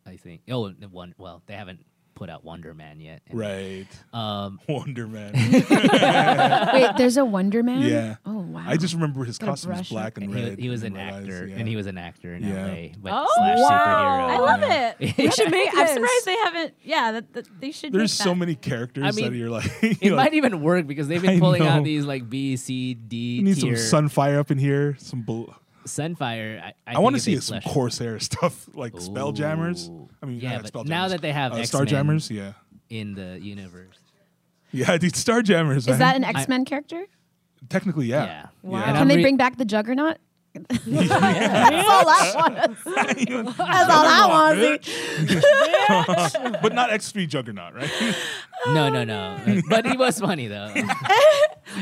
D: I think. Oh, and the one. Well, they haven't put out Wonder Man yet. and-
A: right. [laughs]
D: Um,
A: Wonder
D: [laughs]
A: Man.
C: Wait, there's a Wonder Man.
A: yeah.
C: Oh wow.
A: I just remember his
C: Gotta
A: costume was
C: brush
A: black and
D: and
A: red.
D: he, he was
A: and
D: an
A: red eyes,
D: actor,
A: yeah.
D: and he was an actor in
A: Yeah.
D: LA, but
C: Oh,
D: slash
C: wow.
D: superhero.
C: I love
D: yeah.
J: it.
C: we should
J: make
C: I'm
J: this.
C: surprised they haven't. Yeah, that, that they should.
A: There's
C: make that.
A: so many characters
D: I mean,
A: that you're like. [laughs]
D: It
A: you're
D: might
A: like,
D: even work because
A: [laughs]
D: they've
A: I
D: been pulling
A: know.
D: out these like B, C, D
A: "We need
D: tier
A: some Sunfire up in here. Some bull.
D: Sunfire. I, I,
A: I,
D: think
A: want to
D: if they
A: see some
D: flesh it-
A: Corsair stuff [laughs] like Spelljammers.
D: Ooh.
A: I mean,
D: Yeah,
A: not
D: but now
A: Spelljammers.
D: that they have
A: uh,
D: X-Men.
A: Starjammers, yeah,
D: in the universe.
A: yeah, [laughs] dude, Starjammers.
C: Is that an
D: I-
C: X Men character?
A: technically? Yeah,
D: Yeah. Wow.
A: yeah. [laughs]
D: And
C: Can they
D: I'm re-
C: bring back the Juggernaut?
J: That's all I want.
C: [laughs]
J: That's all I want to see.
A: [laughs] but not X3 Juggernaut,
C: [laughs]
A: right?
D: No, no, no. but he was
A: [laughs]
D: funny though.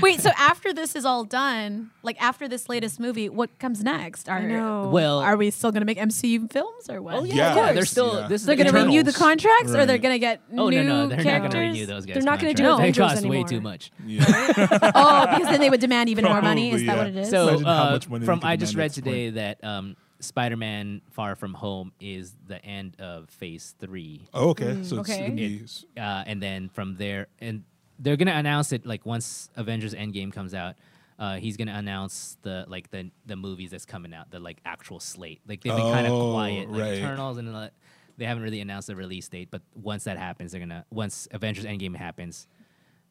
C: Wait, so after this is all done, like after this latest movie, what comes next? Are,
B: I know.
D: well,
C: are we still going to make MCU films or what?
D: oh
A: Yeah,
D: yeah, yeah,
A: of course.
D: they're still.
A: Yeah.
D: This is
C: They're going to
D: Eternals.
C: renew the contracts or they're
A: Right.
C: going to get
D: Oh
C: new
D: no, no, they're not going
C: characters?
D: to renew those guys.
B: They're not gonna do
D: contracts. They
B: Avengers
D: cost way
B: anymore.
D: too much.
A: yeah,
C: [laughs] oh, because then they would demand even more money. Is
A: Probably,
C: that
A: yeah.
C: what it is?
D: So
A: Imagine how
D: uh,
A: much money they
D: from
A: could
D: I just
A: demand
D: read
A: at this point.
D: today that um, Spider-Man: Far From Home is the end of Phase Three,
A: Oh, okay, so it's
C: okay.
A: gonna be s-
D: uh, and then from there, and they're gonna announce it like once Avengers: Endgame comes out. Uh, he's gonna announce the like the the movies that's coming out, the like actual slate. Like they've been kind of
A: Oh,
D: quiet, like
A: right.
D: Eternals, and uh, they haven't really announced the release date. But once that happens, they're gonna once Avengers: Endgame happens,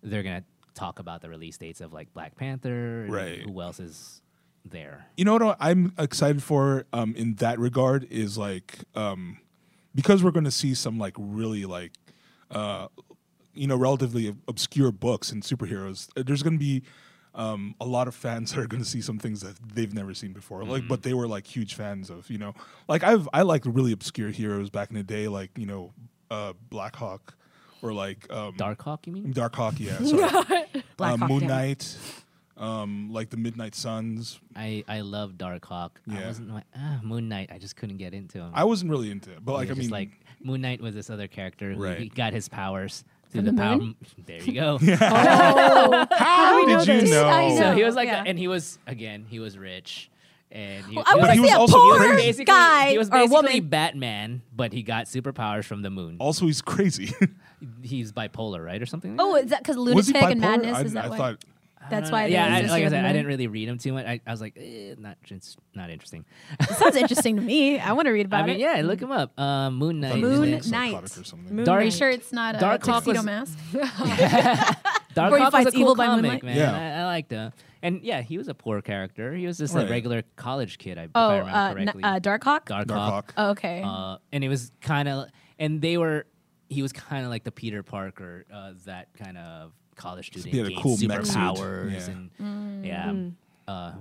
D: they're gonna talk about the release dates of like Black Panther, and
A: Right.
D: Who else is there?
A: you know what I'm excited for um, in that regard is like um, because we're going to see some like really like uh, you know relatively obscure books and superheroes. uh, There's going to be um, a lot of fans [laughs] that are going to see some things that they've never seen before.
C: Mm-hmm.
A: Like, but they were like huge fans of you know like I've I liked really obscure heroes back in the day, like you know uh, Black Hawk or like um,
D: Darkhawk, you mean?
A: Dark Hawk, yeah, sorry.
C: [laughs] Black
A: uh,
C: Hawk
A: Moon
C: Down.
A: Knight. Um, like the Midnight Suns,
D: I I love Darkhawk.
A: Yeah.
D: I wasn't like ah, Moon Knight. I just couldn't get into him.
A: I wasn't really into it, but like
D: It
A: I
D: was
A: mean,
D: just like Moon Knight was this other character who
A: Right.
D: he got his powers through the power. [laughs] There you
A: [laughs]
D: go.
A: [laughs]
C: Oh.
D: [laughs]
A: how did you
B: this?
A: know?
C: I
D: So he was like,
C: Oh, Yeah.
D: and he was again, he was rich, and he,
C: I
A: But
D: he
C: want
A: he
C: to
A: was
C: see a
A: also
C: poor
A: crazy.
D: basically-
C: guy
D: He was
C: or
D: basically
C: woman.
D: Batman, but he got superpowers from the moon.
A: Also, he's crazy. [laughs]
D: He's bipolar, right, or something? like
C: Oh, is that because
A: was he
C: lunatic
A: bipolar?
C: and madness?
A: I,
C: is that
A: I
C: why?
A: thought
D: that?
C: That's
D: Uh,
C: why.
D: Yeah, I,
C: they
D: like I said, I didn't really read him too much. I, I was like, eh, not, it's not interesting.
C: Sounds interesting to me. I want to read about
D: [laughs] I mean,
C: it.
D: yeah, look him up. Uh, moon
A: I thought
D: Knight.
A: it was,
C: Moon
A: like, psychotic
C: Knight.
A: or something.
B: Moon
C: Are
D: Dark-
C: you
B: Knight.
C: sure it's not a
D: Dark Hawk
C: tuxedo
D: was-
C: mask?
D: Dark
C: Where he
D: Hawk was a
C: fights
D: cool
C: evil by
D: comic,
C: moonlight?
D: man.
A: Yeah.
D: I, I liked him. And yeah, he was a poor character. He was just
A: Right.
D: a regular college kid, I,
C: Oh,
D: if I remember
C: uh, n-
D: correctly.
C: uh, Dark Hawk.
D: Dark,
A: Dark
D: Hawk.
A: Hawk.
C: Oh, okay.
D: Uh, and it was kind of, and they were, he was kind of like the Peter Parker, uh, that kind of college student.
A: He had a
D: gained
A: cool mech suit.
D: superpowers
A: Yeah.
D: and yeah. Uh,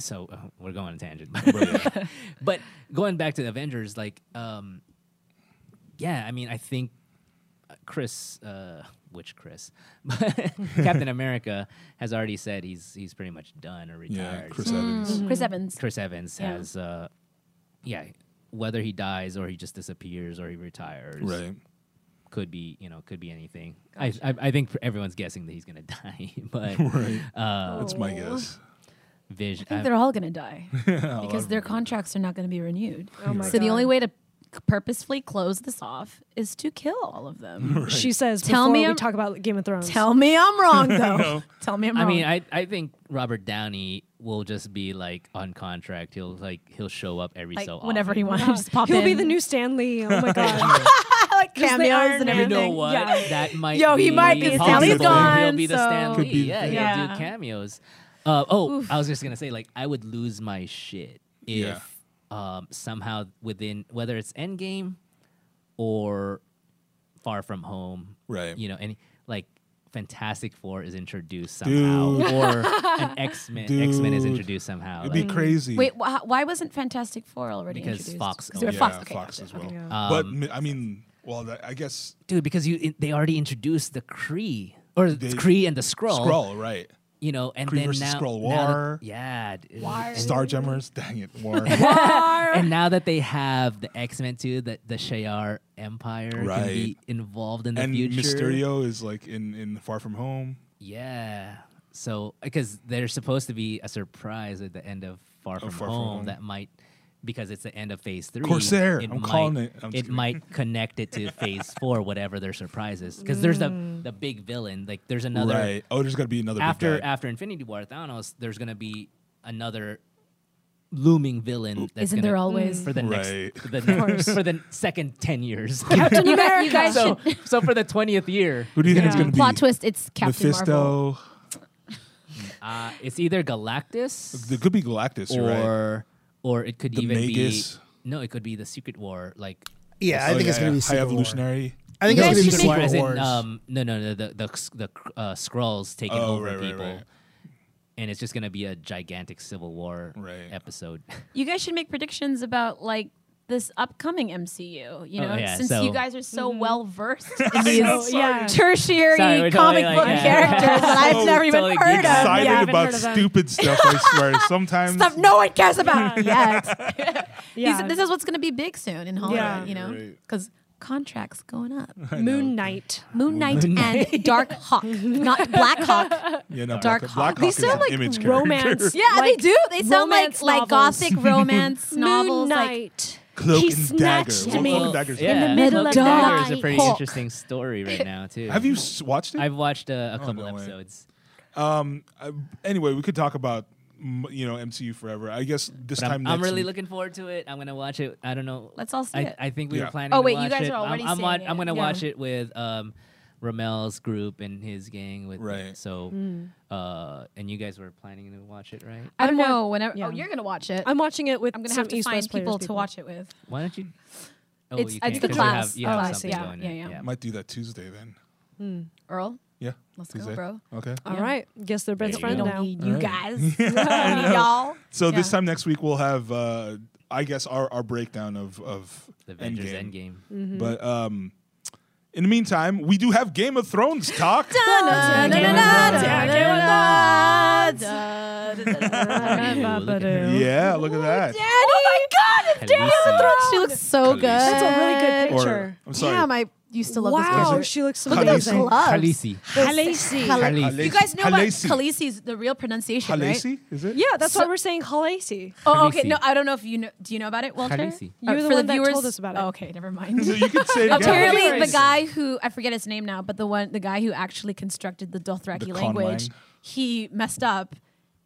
D: so uh, we're going on
A: [laughs]
D: a tangent, but, [laughs] but going back to the Avengers, like, um, yeah, I mean, I think uh, Chris, uh, which Chris, [laughs]
A: [laughs]
D: Captain America has already said he's he's pretty much done or
A: Yeah,
D: retired.
A: Chris
D: so-
A: Evans.
C: Chris Evans.
D: Chris Evans
C: Yeah.
D: has, uh, yeah, whether he dies or he just disappears or he retires,
C: Mm.
A: Right.
D: could be you know could be anything. I, I I think everyone's guessing that he's gonna [laughs] die,
A: [laughs]
D: but
A: Right.
D: uh,
A: That's my
C: Oh.
A: guess.
D: Vision.
C: I think
D: I-
C: they're all going to
D: [laughs]
C: die because their contracts are not going to be renewed.
B: Oh my
C: so the
B: God.
C: only way to purposefully close this off is to kill all of
D: [laughs]
C: them.
B: She says,
C: Tell
B: before
C: me
B: we
C: I'm-
B: talk about Game of Thrones.
C: Tell me I'm [laughs] wrong, though. Tell me I'm
D: I
C: wrong.
D: mean, I, I think Robert Downey will just be like on contract. He'll like he'll show up every
C: like
D: so
C: whenever he
D: often.
C: wants, just [laughs] pop
B: He'll
C: in.
B: be the new Stanley.
A: [laughs]
B: Oh my god.
C: like
B: Just the
C: cameos
B: Iron Man.
C: and
D: You
C: everything.
D: know what?
B: Yeah.
D: That might
C: Yo,
D: be
C: he might be-
D: possible.
A: Stanley's
D: He'll
C: gone,
D: be the
C: so-
D: Stan
A: Could
D: Lee.
A: be the
D: yeah,
A: thing.
D: he'll
C: Yeah.
D: do cameos. Uh, oh, I was just gonna say, like, I would lose my shit if
A: Yeah.
D: um, somehow within whether it's Endgame or Far From Home,
A: Right.
D: You know, and like Fantastic Four is introduced somehow, or
C: [laughs]
D: an X Men X Men is
A: Dude.
D: introduced somehow.
A: It'd
D: like-
A: be crazy.
C: [laughs] Wait, wh- why wasn't Fantastic Four already
D: Because
C: introduced?
D: Fox
C: they're
D: owned it.
C: Fox.
A: Yeah,
C: Okay,
A: Fox
C: gotcha.
A: as well.
C: Okay.
D: Um,
A: but mi- I mean, well, that, I guess
D: dude, because you it- they already introduced the Kree or the Kree and the Skrull,
A: Skrull, right?
D: you know, and
A: Kree
D: then
A: versus
D: now,
A: Skrull
D: now that-
A: War.
D: yeah, dude. And-
A: Starjammers, [laughs] dang it,
D: [laughs]
A: War.
D: and now that they have the X Men too, that the Shayar Empire can be
A: Right.
D: involved in the
A: and
D: future.
A: Mysterio is like in in Far From Home.
D: yeah. So because there's supposed to be a surprise at the end of Far From,
A: Oh, Far From
D: Home,
A: Home.
D: that might. Because it's the end of Phase Three,
A: Corsair,
D: It
A: I'm
D: might,
A: calling it. I'm just
D: it
A: kidding. [laughs]
D: might connect it to Phase Four, whatever their surprise is. Because there's the the big villain. Like there's another
A: right. Oh, there's gonna be another big
D: after
A: guy.
D: after Infinity War Thanos, there's gonna be another looming villain. That's
C: Isn't
D: gonna-
C: there always?
D: for the
A: Right.
D: next for the, next, for the second ten years?
C: Captain America. You guys
D: [laughs] so so for the twentieth year,
A: Who do you think it's
B: Yeah.
A: gonna be?
C: plot twist. It's Captain Marvel.
A: Mephisto.
D: uh, it's either Galactus
A: It could be Galactus, you're right?
D: or or it could
A: The
D: even
A: Magus.
D: be no, it could be the Secret War. Like
I: Yeah, I
A: Oh,
I: think
A: yeah,
I: it's
A: yeah.
I: gonna be
A: High
I: Secret War.
A: Evolutionary.
I: I think
C: You guys
I: it's gonna be
C: should
I: Secret
C: make-
D: as in,
I: Wars.
D: um, no no no the the the uh, Skrulls taking
A: Oh,
D: over
A: right, right,
D: people.
A: right.
D: And it's just gonna be a gigantic civil war
A: Right.
D: episode. [laughs]
C: You guys should make predictions about like this upcoming MCU. You
D: Oh,
C: know,
D: yeah,
C: since
D: so-
C: you guys are so well
D: [laughs]
C: versed in
B: So,
C: these
B: yeah.
C: [laughs] tertiary
D: Sorry, we're totally
C: comic
D: like,
C: book
D: yeah.
C: characters that
A: So
C: I've never even
D: totally
C: heard
D: geeks
C: of.
A: Excited
B: Yeah, I haven't
A: about
B: heard of them.
A: stupid stuff, I
C: [laughs]
A: swear. Sometimes
C: Stuff no one
B: [laughs]
C: cares about yet.
B: Yeah.
C: These- this is what's going to be big soon in Hollywood.
B: Yeah.
C: You know,
A: Right.
C: because contracts going up.
B: Moon Knight.
C: Moon Knight and Dark Hawk, not Black
B: [laughs]
C: Hawk.
A: yeah, no,
C: Dark
A: Black,
C: Hawk.
A: Black Hawk
B: They
A: is
B: sound
A: an
B: like
A: image
B: romance.
A: character.
C: Yeah,
B: Like
C: they do. They sound like
B: romance
C: like
B: novels.
C: gothic romance
B: [laughs]
C: novels.
B: Moon
C: Like
B: Knight.
A: Cloak
B: he
A: and Dagger.
B: snatched
A: Well,
B: me.
A: Cloak and Dagger's
D: yeah.
A: good.
B: the middle
D: Cloak
B: of
D: and Dagger is
B: the
D: a pretty
B: night.
D: interesting story right now too.
A: [laughs] Have you s- watched it?
D: I've watched uh, a couple
A: no way.
D: episodes.
A: Uh, anyway, we could talk about m- you know MCU forever. I guess this
D: But
A: time
D: I'm, I'm
A: next
D: really
A: week-
D: looking forward to it. I'm gonna watch it. I don't know.
C: Let's all see
D: I,
C: it.
D: I think we
A: Yeah.
D: were planning.
C: Oh,
D: to
C: wait, you
D: watch
C: guys
D: it.
C: are already
D: I'm, I'm,
C: seeing
D: watch-
C: it.
D: I'm gonna
C: Yeah.
D: watch it with um, Ramel's group and his gang with
A: Right.
D: So,
C: Mm.
D: uh, and you guys were planning to watch it, right?
C: I don't
B: I'm wa-
C: know. Whenever
B: yeah.
C: oh, you're gonna watch it.
B: I'm watching it with
C: I'm gonna
B: some
C: have to
B: East
C: find
B: West players
C: people to watch it with.
D: Why don't you? Oh,
C: It's-
D: you
C: it's
D: can't,
C: the
D: 'cause you
C: class.
D: Have, you
C: Oh,
D: have
C: I see.
D: something
C: Yeah,
D: going
C: yeah,
D: on.
C: yeah.
A: Might do that Tuesday then.
C: Earl,
A: Yeah.
C: let's
A: Tuesday.
C: go, bro.
A: Okay.
B: All right. Guess they're best
D: you
B: friend
D: go.
B: now. [laughs]
C: need you
A: Alright.
C: guys. We need y'all.
A: So this
C: Yeah.
A: time next week we'll have uh I guess our, our breakdown of of
D: The Avengers
A: Endgame.
D: Endgame.
C: Mm-hmm.
A: But um in the meantime, we do have Game of Thrones
C: [laughs]
A: talk. yeah, look at that.
C: Oh my god, it's Danny
D: Khaleesi.
C: the Thrones. She looks so
A: Khaleesi.
C: good.
A: That's
B: a really good
A: Or-
B: Sure.
A: I'm sorry.
C: Damn, I used to love this
B: Wow,
C: picture.
B: she looks
A: Look at those
B: amazing.
A: gloves.
D: Khaleesi. [laughs]
B: Khaleesi.
C: Khale-
D: Khaleesi.
C: You guys know what
A: Khaleesi.
C: Khaleesi's the real pronunciation, right?
A: Khaleesi, is it?
B: Yeah, that's
C: So-
B: why we're saying Khaleesi.
C: Oh, okay.
D: Khaleesi.
C: No, I don't know if you know. Do you know about it, Walter?
D: Khaleesi.
B: You're
C: Uh,
B: the
C: for
B: one
C: the
B: that
C: viewers,
B: told us about it.
C: Oh, okay, never
A: [laughs]
C: mind.
A: So you
C: [laughs]
A: could say it again.
B: Apparently-
C: Apparently, the
B: Viewers.
C: guy who I forget his name now, but the one, the guy who actually constructed the Dothraki
A: The conlang.
C: language, he messed up,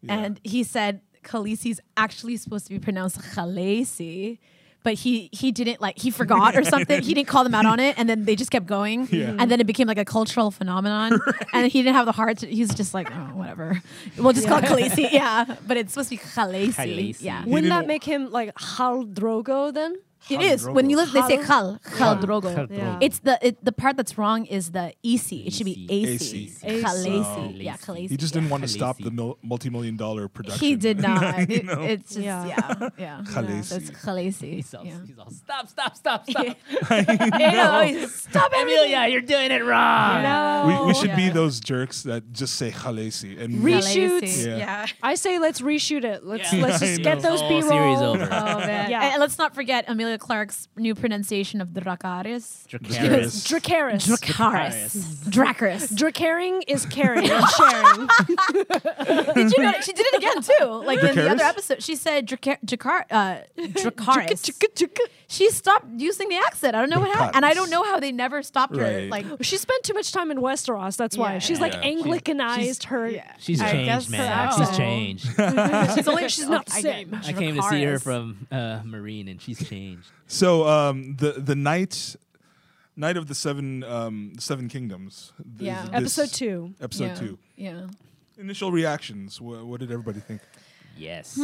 C: and he said Khaleesi's actually supposed to be pronounced Khaleesi. But he he didn't like he forgot or something. he didn't call them out on it, and then they just kept going,
A: Yeah.
C: and then it became like a cultural phenomenon.
A: [laughs]
C: And he didn't have the heart. To, he's just like, oh, whatever. We'll just call it
A: [laughs]
C: Khaleesi, yeah. But it's supposed to be Khaleesi,
D: Khaleesi.
C: yeah.
A: didn't
B: Wouldn't that
A: wa-
B: make him like Hal Drogo then?
C: It is when you look, they say Khal Khal Drogo.
B: Yeah.
C: It's the it, the part that's wrong is the EC. It should be AC.
A: AC.
C: Khaleesi. Yeah,
D: Khaleesi.
C: Khaleesi.
A: He just didn't want to stop
D: Khaleesi.
A: the mil- multi-million dollar
C: Yeah.
A: production. [laughs]
C: He did not. It- It's just
B: Yeah.
C: yeah, yeah. yeah.
A: Khaleesi.
C: It's Khaleesi.
D: He's all,
C: Yeah.
D: he's all, stop, stop, stop, stop.
C: [laughs] I know, Stop everything.
D: Amelia, you're doing it wrong.
A: We, we should be
C: Yeah.
A: those jerks that just say Khaleesi and
B: Re-
A: we
B: [laughs] Reshoots.
C: Khaleesi.
A: Yeah.
C: Yeah.
B: I say let's reshoot it. Let's
D: Yeah.
B: let's
A: I
B: just
A: know.
B: get those
D: Whole
B: B
D: series
B: roll.
D: over.
C: Oh man.
B: Yeah.
C: And, and let's not forget Amelia Clark's new pronunciation of Dracarys.
D: Dracarys.
B: Dracaris.
C: Dracarys. Dracarys.
B: Dracaring is caring and sharing.
C: Did you know she did it again too? Like in the
A: Dracarys?
C: other episode, she said Dracar Dracar uh, Dracarys. she stopped using the accent. I don't know what happened, and I don't know how they never stopped her.
A: Right.
C: Like
B: She spent too much time in Westeros. That's why
C: Yeah.
B: she's like
A: Yeah.
B: Anglicanized her.
D: She's
C: I guess
D: changed, man.
C: so.
D: She's changed.
B: She's only
C: [laughs]
B: she's not the
C: I get-
B: same.
D: I came to see her
C: Dracarys.
D: from uh, Marine, and she's changed.
A: So um, the the night, night of the seven um, seven kingdoms. th-
C: Yeah.
A: this-
B: Episode two.
A: Episode
C: yeah,
A: two.
C: Yeah.
A: Initial reactions. What, what did everybody think?
D: Yes. I,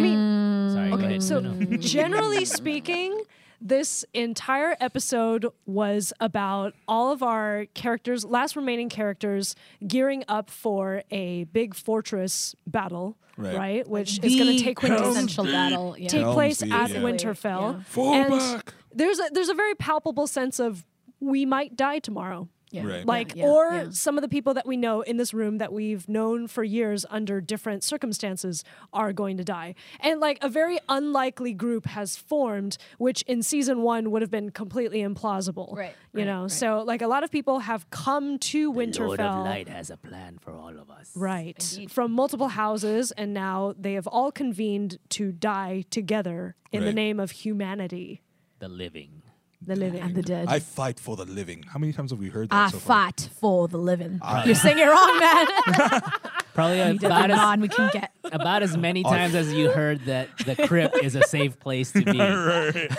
D: mean, sorry.
B: Hmm.
D: go
B: Okay,
C: [laughs]
D: ahead. right. I know.
B: So, generally speaking, this entire episode was about all of our characters, last remaining characters, gearing up for a big fortress battle,
A: Right.
B: right? Which is going
C: The
B: to take place
C: quintessential battle. Yeah.
B: take
A: Helm's
B: place
A: Deep,
B: at
A: yeah.
B: Winterfell.
C: Yeah.
A: Fall
B: and
A: back.
B: There's a there's a very palpable sense of we might die tomorrow.
C: Yeah.
A: Right.
B: Like
C: Yeah,
B: or
C: yeah.
B: some of the people that we know in this room that we've known for years under different circumstances are going to die. And like a very unlikely group has formed, which in season one would have been completely implausible.
C: Right,
B: You
C: right,
B: know,
C: right.
B: so like a lot of people have come to
D: Lord of
B: Winterfell.
D: Light has a plan for all of us.
B: Right.
C: Indeed.
B: From multiple houses, and now they have all convened to die together in the
A: Right.
B: name of humanity,
D: The living.
B: the living.
C: And the dead.
A: I fight for the living. How many times have we heard that
C: I
A: so far?
C: fought for the living.
D: [laughs]
C: You're saying it wrong, man.
D: Probably
C: That's
D: about
C: a
D: as,
C: nod we can get.
D: about as many [laughs] times as you heard that the crypt is a safe place [laughs] to be.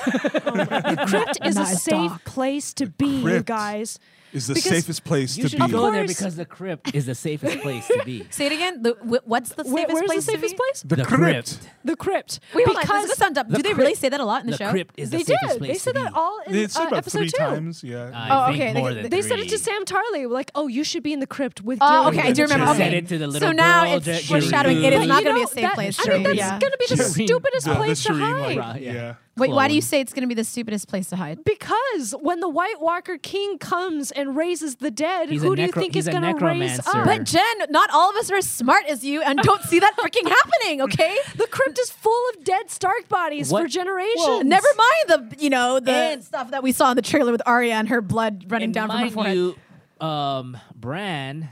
B: the crypt is a
C: Nice
B: safe
C: dog.
B: place to be, you
A: crypt.
B: guys.
A: Is the
B: Because
A: safest place
D: You
A: to
D: should
A: be.
D: go there
B: course.
D: because the crypt is the safest place to be.
C: Say it again. The, wh- what's the
B: Wait,
C: safest
B: where's
C: place?
B: the
C: to be?
B: safest place?
A: The, crypt.
B: The crypt.
C: Wait, hold on. This
B: because
C: is summed up.
D: The
C: Do they really
D: crypt-
C: say that a lot in the, show?
D: crypt is
B: they
D: the
B: did.
D: safest place
B: They said
D: to
B: that
D: be.
B: all in
A: It's
B: uh,
A: about
B: episode
A: three
B: two.
A: times. Yeah.
D: I
C: Oh,
D: think
C: okay, they-
D: more
C: they-
D: than
B: They said it to
D: three.
B: Sam Tarley, like, "Oh, you should be in the crypt with."
C: Oh,
B: Dylan
C: okay. I do
B: and
C: remember.
B: Jared."
D: Said
C: Okay.
D: it to the
C: so
D: little
C: now
D: girl,
C: it's
D: Jer-
C: foreshadowing. It is
D: Jerry
B: But
C: not going to be
B: you
C: a
B: know,
C: safe
B: that-
C: place.
B: I
C: to
B: mean,
C: be.
B: that's
C: yeah.
B: going to be the
D: Shireen.
B: stupidest
A: The- the
B: place to
A: Shireen, like,
B: hide.
D: Right,
A: yeah.
D: yeah.
C: Wait, why do you
D: Clone.
C: say it's going to be the stupidest place to hide?
B: Because when the White Walker King comes and raises the dead,
D: He's a
B: who do you
D: necro-
B: think
D: he's
B: is
D: a
B: going to raise
D: necromancer.
B: up?
D: But
C: But Jen, not all of us are as smart as you and don't see that freaking happening, okay?
B: the crypt is full of dead Stark bodies for
D: What-
B: generations.
C: Never mind the you know the
D: And-
C: stuff that we saw in the trailer with Arya and her blood running
D: And
C: down from her
D: mind
C: forehead.
D: You, um, Bran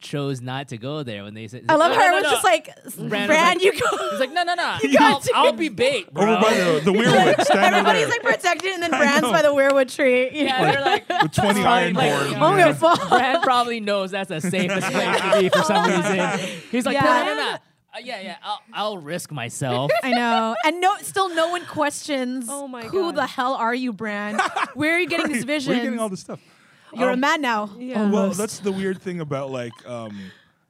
D: chose not to go there when they said.
C: I love
D: "No,
C: her.
D: no,
C: it was
D: no."
C: just like
D: Bran was
C: Bran,
D: like-
C: you
D: [laughs]
C: go.
D: He's like, no,
C: [gasps]
D: no, no. I'll,
C: got to- [laughs]
D: I'll be bait, bro.
A: Over by the, the weird one. Stand over
C: Everybody's
A: there.
C: like protected, and then Bran's by the weirwood tree. Yeah.
D: yeah, they're
C: [laughs]
D: like,
A: With 20 iron
D: like,
A: horns.
C: I'm gonna fall.
D: Bran probably knows that's the safest place
C: [laughs]
D: to be for some reason. He's like, no, no, no. no.
B: Yeah.
D: Uh, yeah, yeah. I'll, I'll
C: [laughs]
D: risk myself. [laughs]
C: I know, and no, still no one questions.
B: Oh my
C: Who
B: God.
C: the hell are you, Bran? [laughs] Where are you getting these
A: Where are you getting all
C: visions? Uh-huh.
A: this stuff?
C: You're a
A: Um,
C: man now.
B: Yeah.
A: Well, that's the weird thing about like um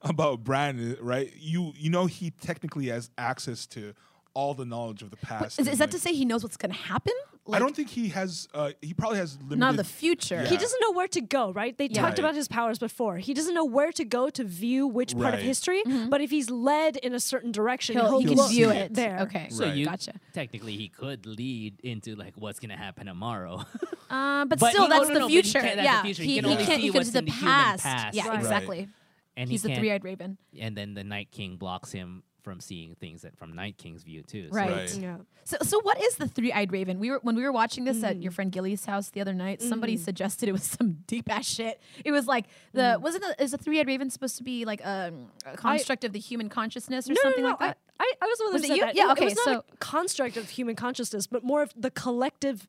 A: about Bran, right? You you know he technically has access to all the knowledge of the past.
C: Is, is
A: and,
C: that
A: like-
C: to say he knows what's going to happen?
A: I don't think he has. Uh, he probably has limited.
C: not the future.
A: Yeah.
B: He doesn't know where to go, right? They
C: Yeah.
B: talked
A: Right.
B: about his powers before. He doesn't know where to go to view which part of
A: Right.
B: history, but if he's led in a certain direction,
C: Mm-hmm. He'll-
B: he'll,
C: he can
B: look
C: view
A: see
C: it
B: there.
C: Okay,
D: So you
C: gotcha.
D: technically he could lead into like what's gonna happen tomorrow. [laughs]
C: Uh, but,
D: But
C: still,
D: he- no,
C: that's
D: no,
C: the
D: no, but he
C: future.
D: can't- that's the
C: yeah,
D: future.
C: he,
D: He can
C: he
D: only
C: can't.
D: see
C: He goes
D: what's
C: to the
D: in the human
C: past.
D: past.
C: Yeah,
B: Right.
C: exactly.
D: and
C: He's
D: he
C: the
D: can't-
C: three-eyed raven.
D: And then the Night King blocks him from seeing things that from Night King's view too. So
C: Right.
A: Right.
B: Yeah.
C: So, so what is the three-eyed raven? We were when we were watching this at
D: Mm.
C: your friend Gilly's house the other night. Somebody suggested it was [laughs] some deep ass shit. It was like the
D: Mm.
C: wasn't the, is the three-eyed raven supposed to be like um, a construct of the human consciousness or something like that?
B: I, I, I was the one
C: Was
B: that
C: it
B: said
C: you?
B: that.
C: Yeah,
B: It-
C: okay,
B: It was not
C: so-
B: a construct of human consciousness, but more of the collective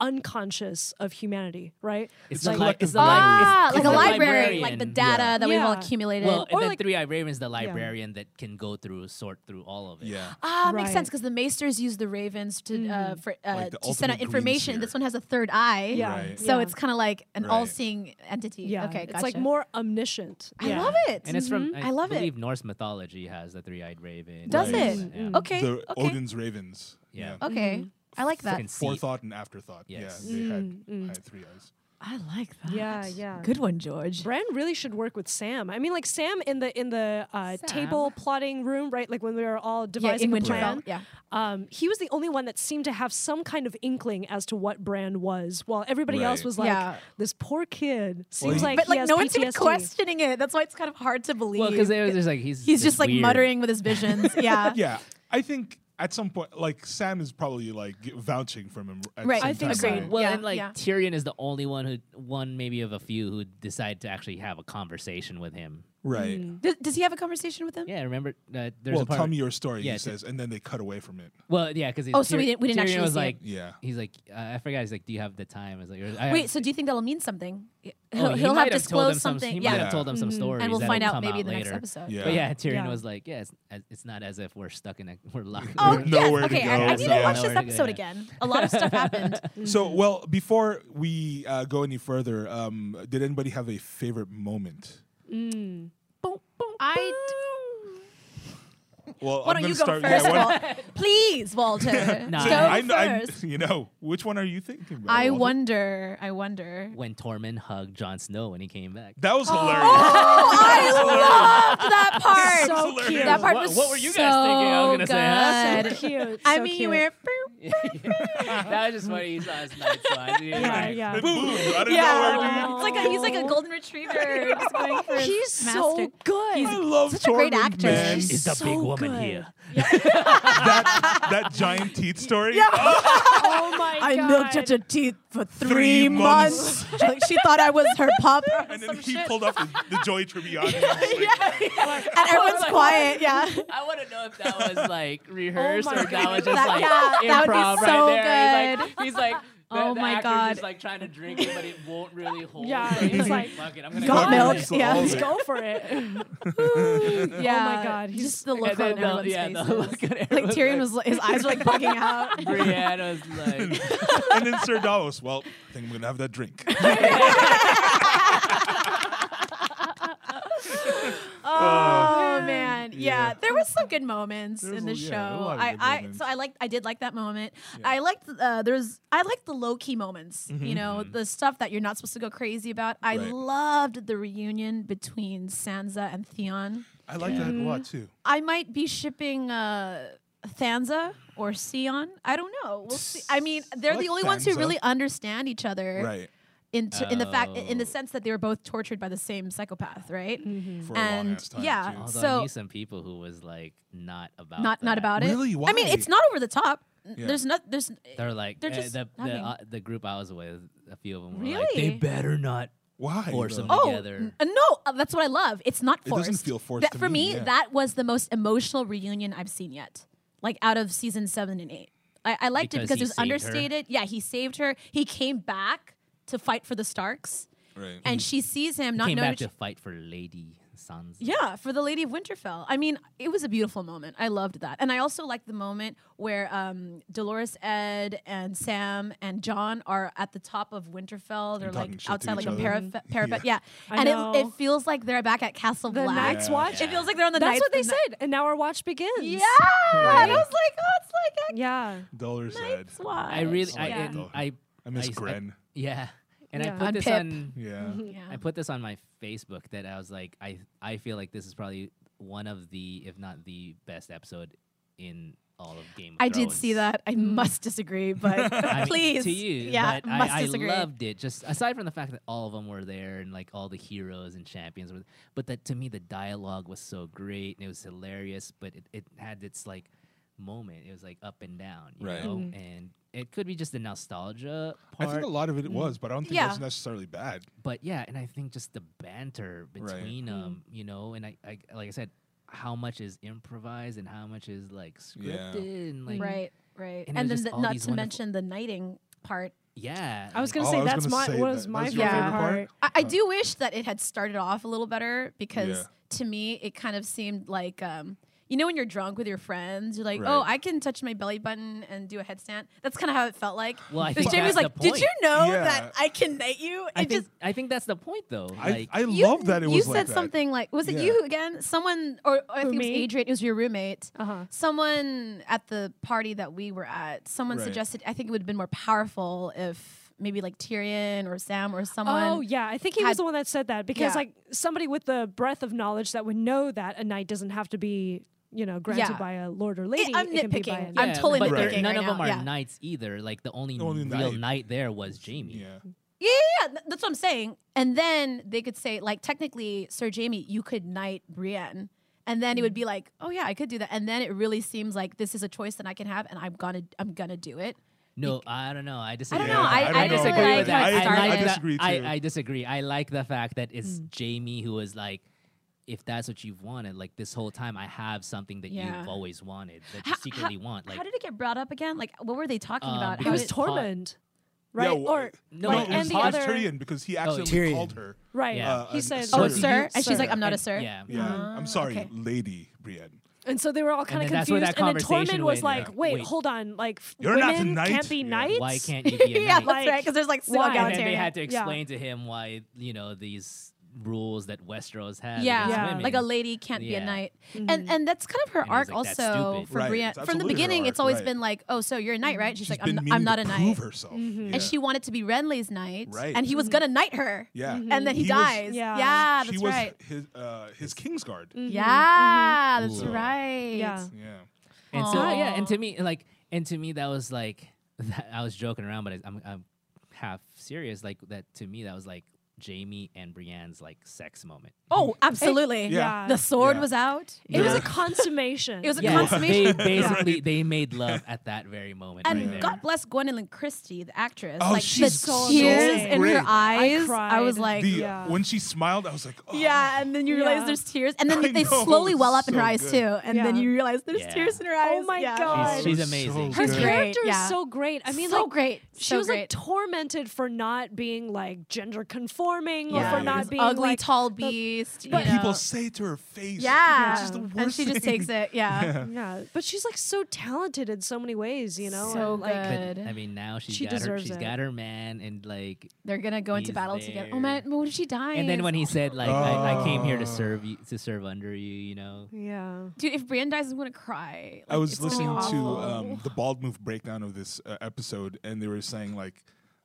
B: unconscious of humanity, right?
D: It's
A: a
D: like,
A: collective
D: it's the libra-
C: ah,
D: it's
C: like a
D: the
C: library, like the
D: librarian.
C: data that we've all
B: Yeah.
C: accumulated.
D: Well,
B: Or
D: and the
B: like-
D: three-eyed raven's the librarian that can go through, sort through all of it.
A: Yeah.
C: Ah, makes
B: Right.
C: sense because the maesters use the ravens to uh, for uh,
A: Like the
C: to send out
A: ultimate
C: information.
A: greenseer.
C: This one has a third eye,
B: Yeah.
A: Right.
C: so
B: Yeah.
C: it's kind of like an
A: Right.
C: all-seeing entity.
B: Yeah.
C: okay,
B: It's like
C: gotcha.
B: more omniscient.
C: I
B: Yeah.
C: love it.
D: And it's from I,
C: Mm-hmm. I love it.
D: believe Norse mythology has the three-eyed raven.
C: Does
A: Right.
C: it? Mm-hmm.
D: Yeah.
C: Okay,
A: The
C: okay,
A: Odin's ravens.
D: Yeah.
C: okay. I like that.
D: Fucking see-
A: Forethought and afterthought.
D: Yes.
A: Yeah. They
C: Mm,
A: had, had three eyes.
C: I like that.
B: Yeah, yeah.
C: Good one, George.
B: Bran really should work with Sam. I mean, like Sam in the in the uh, table plotting room, right? Like when we were all devising
C: in
B: a
C: Winterfell,
B: plan.
C: yeah.
B: Um, he was the only one that seemed to have some kind of inkling as to what Bran was, while everybody else
A: Right.
B: was like,
C: Yeah.
B: "This poor kid
A: he-
B: seems like
C: But
B: he
C: like,
B: has
C: no one's even
B: PTSD."
C: questioning it. That's why it's kind of hard to believe.
D: Well, because it was just like
C: [laughs]
D: he's
C: he's
D: this
C: just like
D: weird-
C: muttering with his visions. Yeah.
A: Yeah. I think at some point, like Sam is probably like g- vouching from him. At
C: Right.
A: some
C: I
B: think
A: time,
B: agreed.
A: right?
D: Well,
C: Yeah,
D: and like
C: yeah.
D: Tyrion is the only one who, one maybe of a few who decide to actually have a conversation with him.
A: Right.
C: Does, does he have a conversation with him?
D: Yeah, remember uh, there's
A: Well,
D: a part.
A: tell me your story,
D: yeah,
A: he
D: it's-
A: says, and then they cut away from it.
D: well, yeah, because
C: Oh, so we didn't- we didn't
D: Tyrion
C: actually
D: was
C: see it.
D: like,
A: Yeah.
D: he's like, uh, I forgot. He's like, do you have the time? I was like, or, I,
C: Wait, so do you think that'll mean something?
D: oh,
C: He'll,
D: he
C: he'll
D: might
C: have
D: told him
C: disclosed
D: some-
C: something.
D: He might
C: Yeah.
D: have told them some stories,
C: And we'll
D: that'll
C: find out
D: come
C: maybe in the
D: later.
C: next episode.
A: Yeah.
D: But yeah, Tyrion
B: Yeah.
D: was like, yeah, it's, uh, it's not as if we're stuck in a we're locked.
C: Oh,
A: With
D: we're-
A: nowhere
C: yes.
A: to
C: Okay, I,
A: go,
C: I need to
A: yeah.
C: watch this
D: Nowhere to go,
C: episode
D: yeah.
C: again. A lot of stuff happened.
A: So, well, before we uh, go any further, um, did anybody have a favorite moment?
C: I.
A: Well,
C: Why
A: I'm
C: don't you
A: gonna
C: go
A: start- yeah,
C: first?
A: why
C: Wal- Please, Walter.
D: [laughs] Nah.
C: Go
A: I, I, [laughs]
C: first.
A: you know, which one are you thinking about?
F: I
A: Walter?
F: wonder. I wonder.
D: [laughs] when Tormund hugged Jon Snow when he came back. [laughs]
A: That was hilarious.
C: Oh,
A: [laughs]
C: I loved that
B: [laughs]
C: part.
B: So
A: hilarious.
B: cute.
C: that part
D: What-
C: was
D: what were you guys thinking? I was
C: so
D: gonna say, huh?
C: good. [laughs]
B: So cute.
C: I
B: so
C: mean,
B: cute.
C: you [laughs] were.
D: that was just funny. He saw his night
C: [laughs]
D: slide.
B: Yeah, yeah.
A: Boom. I didn't know where to-
C: Yeah,
B: dude.
C: it's like a, he's like a golden retriever. just going for his
B: He's
C: master.
B: so good.
A: I love
C: such a great
A: Tormund,
C: actor.
A: man.
C: She's
D: [laughs] Is the
B: so
D: big woman
B: good.
D: here?
A: that, that giant teeth story.
B: oh my
C: I
B: god.
C: milked at her teeth for three,
A: Three months.
C: months. she, [laughs] she thought I was her pup.
A: [laughs] and
C: Some
A: then he
C: shit.
A: pulled off the,
C: [laughs]
A: the Joy Tribbiani.
C: and everyone's
D: like,
C: quiet. [laughs] Yeah.
D: I want to know if that
C: [laughs]
D: was like rehearsed
B: my
D: or that was just
C: That-
D: like
C: yeah, that would be
D: improv
C: so
D: right there. He's like,
C: [laughs]
D: he's like the,
C: Oh
D: the
C: my
D: actor's
C: God.
D: just like trying to drink it, but it won't
C: [laughs]
D: really hold.
B: Yeah,
D: So
B: he's like,
D: fuck it, I'm gonna
C: got
D: go
C: milk,
D: with it."
C: yeah.
B: Let's go for it.
C: [laughs] Yeah.
B: God, he's-
C: just the
D: And
C: look on
D: then the,
C: everyone's
D: yeah, the
C: faces.
D: look
C: [laughs]
D: at
C: like
D: everyone's
C: Tyrion was, like- his eyes were like [laughs] bugging out.
D: Brienne was like,
A: and then Sir Davos. Well, I think I'm gonna have that drink.
C: [laughs] Oh man,
A: Uh,
C: yeah.
A: Yeah.
C: There was some good moments
A: There was
C: in the
A: a-
C: show.
A: yeah, there were a lot of
C: I,
A: good
C: I,
A: moments.
C: so I liked, I did like that moment. I liked, uh, there's, I liked the low key moments. You know, the stuff that you're not supposed to go crazy about. I
A: Mm-hmm, Right.
C: loved the reunion between Sansa and Theon.
A: I like that a lot too.
C: I might be shipping uh, Sansa or Sion. I don't know. We'll see. I mean, they're
A: I
C: the
A: like
C: only ones who
A: Sansa.
C: really understand each other.
A: Right.
C: In, t- in the fact, in the
D: Oh. Mm-hmm.
C: sense that they were both tortured by the same psychopath, right?
A: For a
C: Mm-hmm. And,
A: long ass time.
C: yeah.
A: too.
D: although
C: [laughs]
D: I
C: So-
D: knew some people who was like not about
C: not not
D: that.
C: about it.
A: Really?
C: I mean,
A: Why?
C: it's not over the top. N-
A: Yeah.
C: There's not. There's.
D: They're like
C: They're
D: eh,
C: just
D: the the,
C: nothing.
D: uh, the group I was with. A few of them were like, they
C: Really?
D: better not
A: Why?
D: force
A: though?
D: them
C: oh
D: together.
C: n- uh, no, uh, that's what I love. It's not
A: It doesn't
C: forced.
A: feel forced
C: That-
A: to
C: for
A: me,
C: me,
A: yeah.
C: that was the most emotional reunion I've seen yet. Like out of season seven and eight, I, I liked
D: Because
C: it because it
D: he
C: was
D: saved her.
C: understated. Yeah, he saved her. He came back to fight for the Starks,
A: Right.
C: and she sees him not
D: came
C: knowing.
D: back to fight for Lady Sansa.
C: Yeah, for the Lady of Winterfell. I mean, it was a beautiful moment. I loved that. And I also liked the moment where um, Dolores Ed and Sam and John are at the top of Winterfell. They're
A: talking shit
C: like
A: to
C: outside like
A: each
C: a
A: other.
C: parapet. parapet. Yeah.
B: I
C: And
B: know.
C: it, it feels like they're back at Castle
B: The
C: Black.
B: Night's Watch.
C: It feels like they're on the
B: That's
C: Night's-
B: what they
C: the
B: said, and now our watch begins.
C: Ni- yeah. And I was like, oh, it's like a
B: Yeah.
A: Dollar said.
C: Night's Watch.
D: I really,
A: I
D: I,
A: like
D: and
A: that.
D: I,
A: Oh, I miss
D: I- I-
A: Gren.
D: yeah, and
B: Yeah.
D: I put
C: On
D: this
C: Pip.
D: on,
A: Yeah.
C: Yeah.
D: I put this on my Facebook that I was like, I, I feel like this is probably one of the, if not the best episode in all of Game of
C: I
D: Thrones.
C: did see that. I must disagree, but
D: [laughs] I mean,
C: please.
D: to you,
C: Yeah,
D: but
C: must
D: I, I
C: disagree.
D: loved it. Just aside from the fact that all of them were there and like all the heroes and champions were, but that to me the dialogue was so great and it was hilarious. But it, it had its like moment. It was like up and down, you
A: Right.
D: know?
C: Mm-hmm.
D: And it could be just the nostalgia
A: I
D: part,
A: think a lot of it was, but I don't think
C: Mm-hmm. Yeah.
A: that's necessarily bad.
D: but yeah, and I think just the banter between
C: Mm-hmm.
D: them, you know, and I, I like I said, how much is improvised and how much is like
A: Yeah.
D: scripted and like
C: Right, right. And,
D: And it
C: then
D: was just
C: the,
D: all
C: not to
D: these wonderful-
C: mention the knighting part
D: yeah.
B: I was
D: like,
B: gonna
A: Oh, I
B: say
A: was
B: that's
A: gonna
B: my
A: say
B: was
A: that.
B: my
A: That's
B: favorite
A: your
C: favorite
B: part.
C: I,
D: Uh,
C: I do wish that it had started off a little better because
A: Yeah.
C: to me it kind of seemed like um, you know when you're drunk with your friends, you're like, oh,
A: Right.
C: I can touch my belly button and do a headstand. That's kind of how it felt like.
D: Well, I
C: Because
D: think
C: Jamie was
D: that's
C: like,
D: the
C: did you
D: point.
C: know
A: Yeah.
C: that I can knight you? It
D: I think
C: just
D: I think that's the point though. like
A: I, I
C: you,
A: love that it
C: you
A: was
C: said
A: like that.
C: something like was it
A: Yeah.
C: you again someone or, or i think it was
B: me?
C: adrian it was your roommate
B: Uh-huh.
C: someone at the party that we were at someone
A: Right.
C: suggested i think it would have been more powerful if maybe like tyrion or sam or someone
B: Oh yeah, I think he was
C: had-
B: the one that said that because
C: Yeah.
B: like somebody with the breadth of knowledge that would know that a knight doesn't have to be you know granted
C: Yeah.
B: by a lord or lady.
C: I'm
B: it can be
C: nitpicking.
B: by a-
C: I'm totally
D: but
A: nitpicking
D: none
C: right
D: of them
C: now,
D: are
C: yeah.
D: knights either. Like the only,
A: only
D: real
A: knight.
D: knight. there was Jamie.
A: Yeah.
C: Yeah, yeah, yeah, th- that's what I'm saying. And then they could say, like, technically, Sir Jamie, you could knight Brienne. And then it would be like, oh yeah, I could do that. And then it really seems like this is a choice that I can have, and I'm gonna, I'm gonna do it.
D: No, I don't know. I disagree.
C: don't know. I- I
A: don't
C: disagree
A: really
C: with
A: like
C: how it
A: I, I,
C: started. Hmm.
D: the-
A: disagree too.
D: I, I disagree. I like the fact that it's Jamie who is like, if that's what you've wanted, like this whole time, I have something that
C: Yeah.
D: you've always wanted that you secretly want. Like,
C: How did it get brought up again? Like, what were they talking
D: Um,
C: about?
D: because-
B: It
C: How
B: was
C: did-
D: Paul-
B: Tormund, right?
A: Yeah, wh-
B: or
D: No,
B: like,
A: it
B: and
A: was
B: the
A: Hodge
B: other
A: Tyrion because he accidentally
I: Tyrion.
A: called her.
B: right?
D: Yeah.
A: Uh,
B: he said,
A: Oh,
C: oh,
A: Sir.
C: sir, Ah, and she's like, I'm not a
D: And-
C: sir.
D: Yeah.
A: Yeah. I'm sorry, Lady Brienne.
B: And so they were all kind of
D: then that's where
B: confused.
D: that
B: and then
D: conversation
B: Tormund was
D: went,
B: like,
D: yeah.
B: wait,
D: Wait.
B: hold on. Like, f-
A: You're not a
B: women
A: knight?
B: can't be
A: Yeah.
B: knights?
C: [laughs]
D: Why can't you be a
C: yeah,
D: knight?
C: that's right. Because there's like so
B: Why?
D: and then they
C: egalitarian.
D: had to
B: Yeah.
D: explain to him why you know these rules that Westeros has.
C: yeah,
D: against
B: Yeah. Mm-hmm.
D: women.
C: like a lady can't be
D: Yeah.
C: a knight, and and that's kind of her
D: And he's
C: arc
D: like, "That's
C: also
D: stupid."
C: for
A: Right,
C: Brienne.
A: it's
C: From the
A: absolutely her
C: beginning, it's
A: arc,
C: always
A: right.
C: been like, oh, so you're a knight, right? She's,
A: She's
C: like,
A: been
C: I'm,
A: meaning
C: I'm not
A: to
C: a knight, Mm-hmm.
A: prove herself. Yeah.
C: and she wanted to be Renly's knight,
A: Right.
C: and he was gonna knight her,
A: Yeah.
C: and then he,
A: He was-
C: dies.
B: Mm-hmm. Yeah.
C: yeah.
A: she
C: Ah, that's
A: was
C: right. Mm.
A: his uh, his Kingsguard.
C: Yeah, that's
A: Ooh.
C: right.
B: Mm-hmm. Yeah.
A: Yeah.
D: And so yeah,
C: Aw.
D: and to me, like, and to me, that was like, [laughs] I was joking around, but I- I'm, I'm half serious. Like that to me, that was like Jamie and Brienne's like sex moment.
C: Oh, absolutely.
A: Yeah.
C: The sword
A: Yeah.
C: was out.
B: It was
A: Yeah.
B: a consummation.
C: It was a
D: Yeah, they
C: consummation.
D: basically they made love at that very moment.
C: And
D: right there.
C: God bless Gwendolyn Christie, the actress.
A: Oh,
C: like
A: she's
C: the
B: so
C: tears
B: amazing.
C: in
A: Great.
C: her eyes.
B: I
C: I,
B: cried.
C: was like,
A: The
B: Yeah.
A: when she smiled, I was like, oh.
C: yeah. And then you realize
B: Yeah.
C: there's tears, and
A: I
C: then they
A: know,
C: slowly
A: it's
C: well up in her
A: so
C: eyes
A: good.
C: too, and then
B: Yeah.
C: you realize there's
D: Yeah.
C: tears in her eyes.
B: my
C: Yeah.
B: God.
D: she's, she's
A: "Oh, So
D: amazing.
A: good.
B: Her
A: Great,
B: character
C: yeah.
B: is so great. I mean,
C: so
B: like,
C: great.
B: She
C: so
B: was like
C: great.
B: tormented for not being like gender conforming
A: Yeah.
B: or for
A: Yeah.
B: not
A: This
B: being
C: ugly,
B: like,
C: tall beast.
A: But
C: you know.
A: people say it to her face.
C: yeah,
A: Which is the worst
C: and she just
A: thing. [laughs]
C: takes it. Yeah,
B: Yeah, but she's like so talented in so many ways, you know.
C: So
B: and, like,
C: good.
D: But, I mean, now she's
B: She
D: got her,
B: deserves
D: she's
B: it.
D: got her man, and like,
C: they're gonna go into
D: He's
C: battle together.
D: there.
C: Oh man, when she dies.
D: and then when he said like, I, I came here to serve you, to serve under you, you know.
B: Yeah.
C: dude, if Brienne dies, I'm gonna cry.
A: I
C: Like,
A: was
C: it's gonna be
A: listening to
C: awful.
A: um, the bald move breakdown of this uh, episode, and they were saying like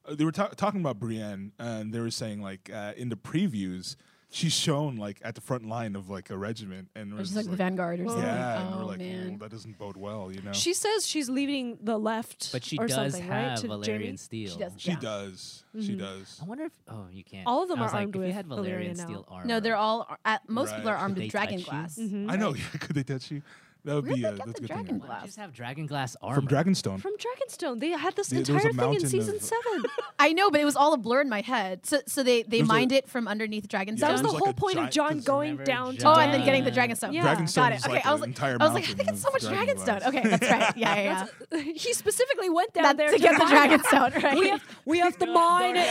A: uh, they were ta- talking about Brienne, and they were saying like uh, in the previews she's shown like at the front line of like a regiment, and we're
C: She's
A: just
C: like the vanguard or something.
A: yeah, and
C: oh
A: we're like,
C: man.
A: well, that doesn't bode well, you know.
B: She says she's leaving the left,
D: But she
B: or
D: does
B: something,
D: have
B: right, to
D: Valerian
B: Jamie?
D: steel.
C: She does.
A: She
C: yeah. Mm-hmm.
A: does. She does.
D: I wonder if oh you can't.
B: All of them
D: I was
B: are
D: like,
B: armed
D: if
B: with
D: you had
B: Valyrian
D: Valerian
B: now.
D: steel armor.
C: No, they're all ar- at, most people
A: Right.
C: are armed
D: Could
C: with
D: they touch
C: dragon
D: you?
C: glass.
A: I know. [laughs] Yeah, could they touch you? That would
C: Where
A: be
C: did they
A: uh,
C: Mm-hmm. get
A: that's a good
C: the dragon
A: thing.
C: glass?
D: Why don't you just have dragon glass armor
A: From Dragonstone.
B: From Dragonstone, they had this
A: There- there was a
B: entire thing in
A: mountain
B: season
A: of-
C: [laughs]
B: seven.
C: I know, but it was all a blur in my head. So, so they they
A: There's a-
C: mined it from underneath Dragonstone.
A: Yeah,
B: that was the
A: there's like
B: whole
A: a
B: point of
A: giant-
B: John
A: there's
B: going
D: never a
B: down to.
C: oh, and then
D: Yeah.
B: [laughs]
C: getting the Dragonstone.
B: Yeah.
A: Dragonstone
C: Got it.
A: is
C: Okay,
A: like
C: I was
A: an
C: like,
A: entire
C: I was like, I
A: mountain
C: think it's so
A: of
C: much
A: dragon
C: Dragonstone.
A: glass.
C: Okay, that's right. Yeah, yeah,
A: [laughs]
C: yeah.
B: he specifically went down
C: That-
B: there
C: to
B: [laughs]
C: get the
B: mine it.
C: Dragonstone, right?
B: We have, we have
C: [laughs]
B: to mine it.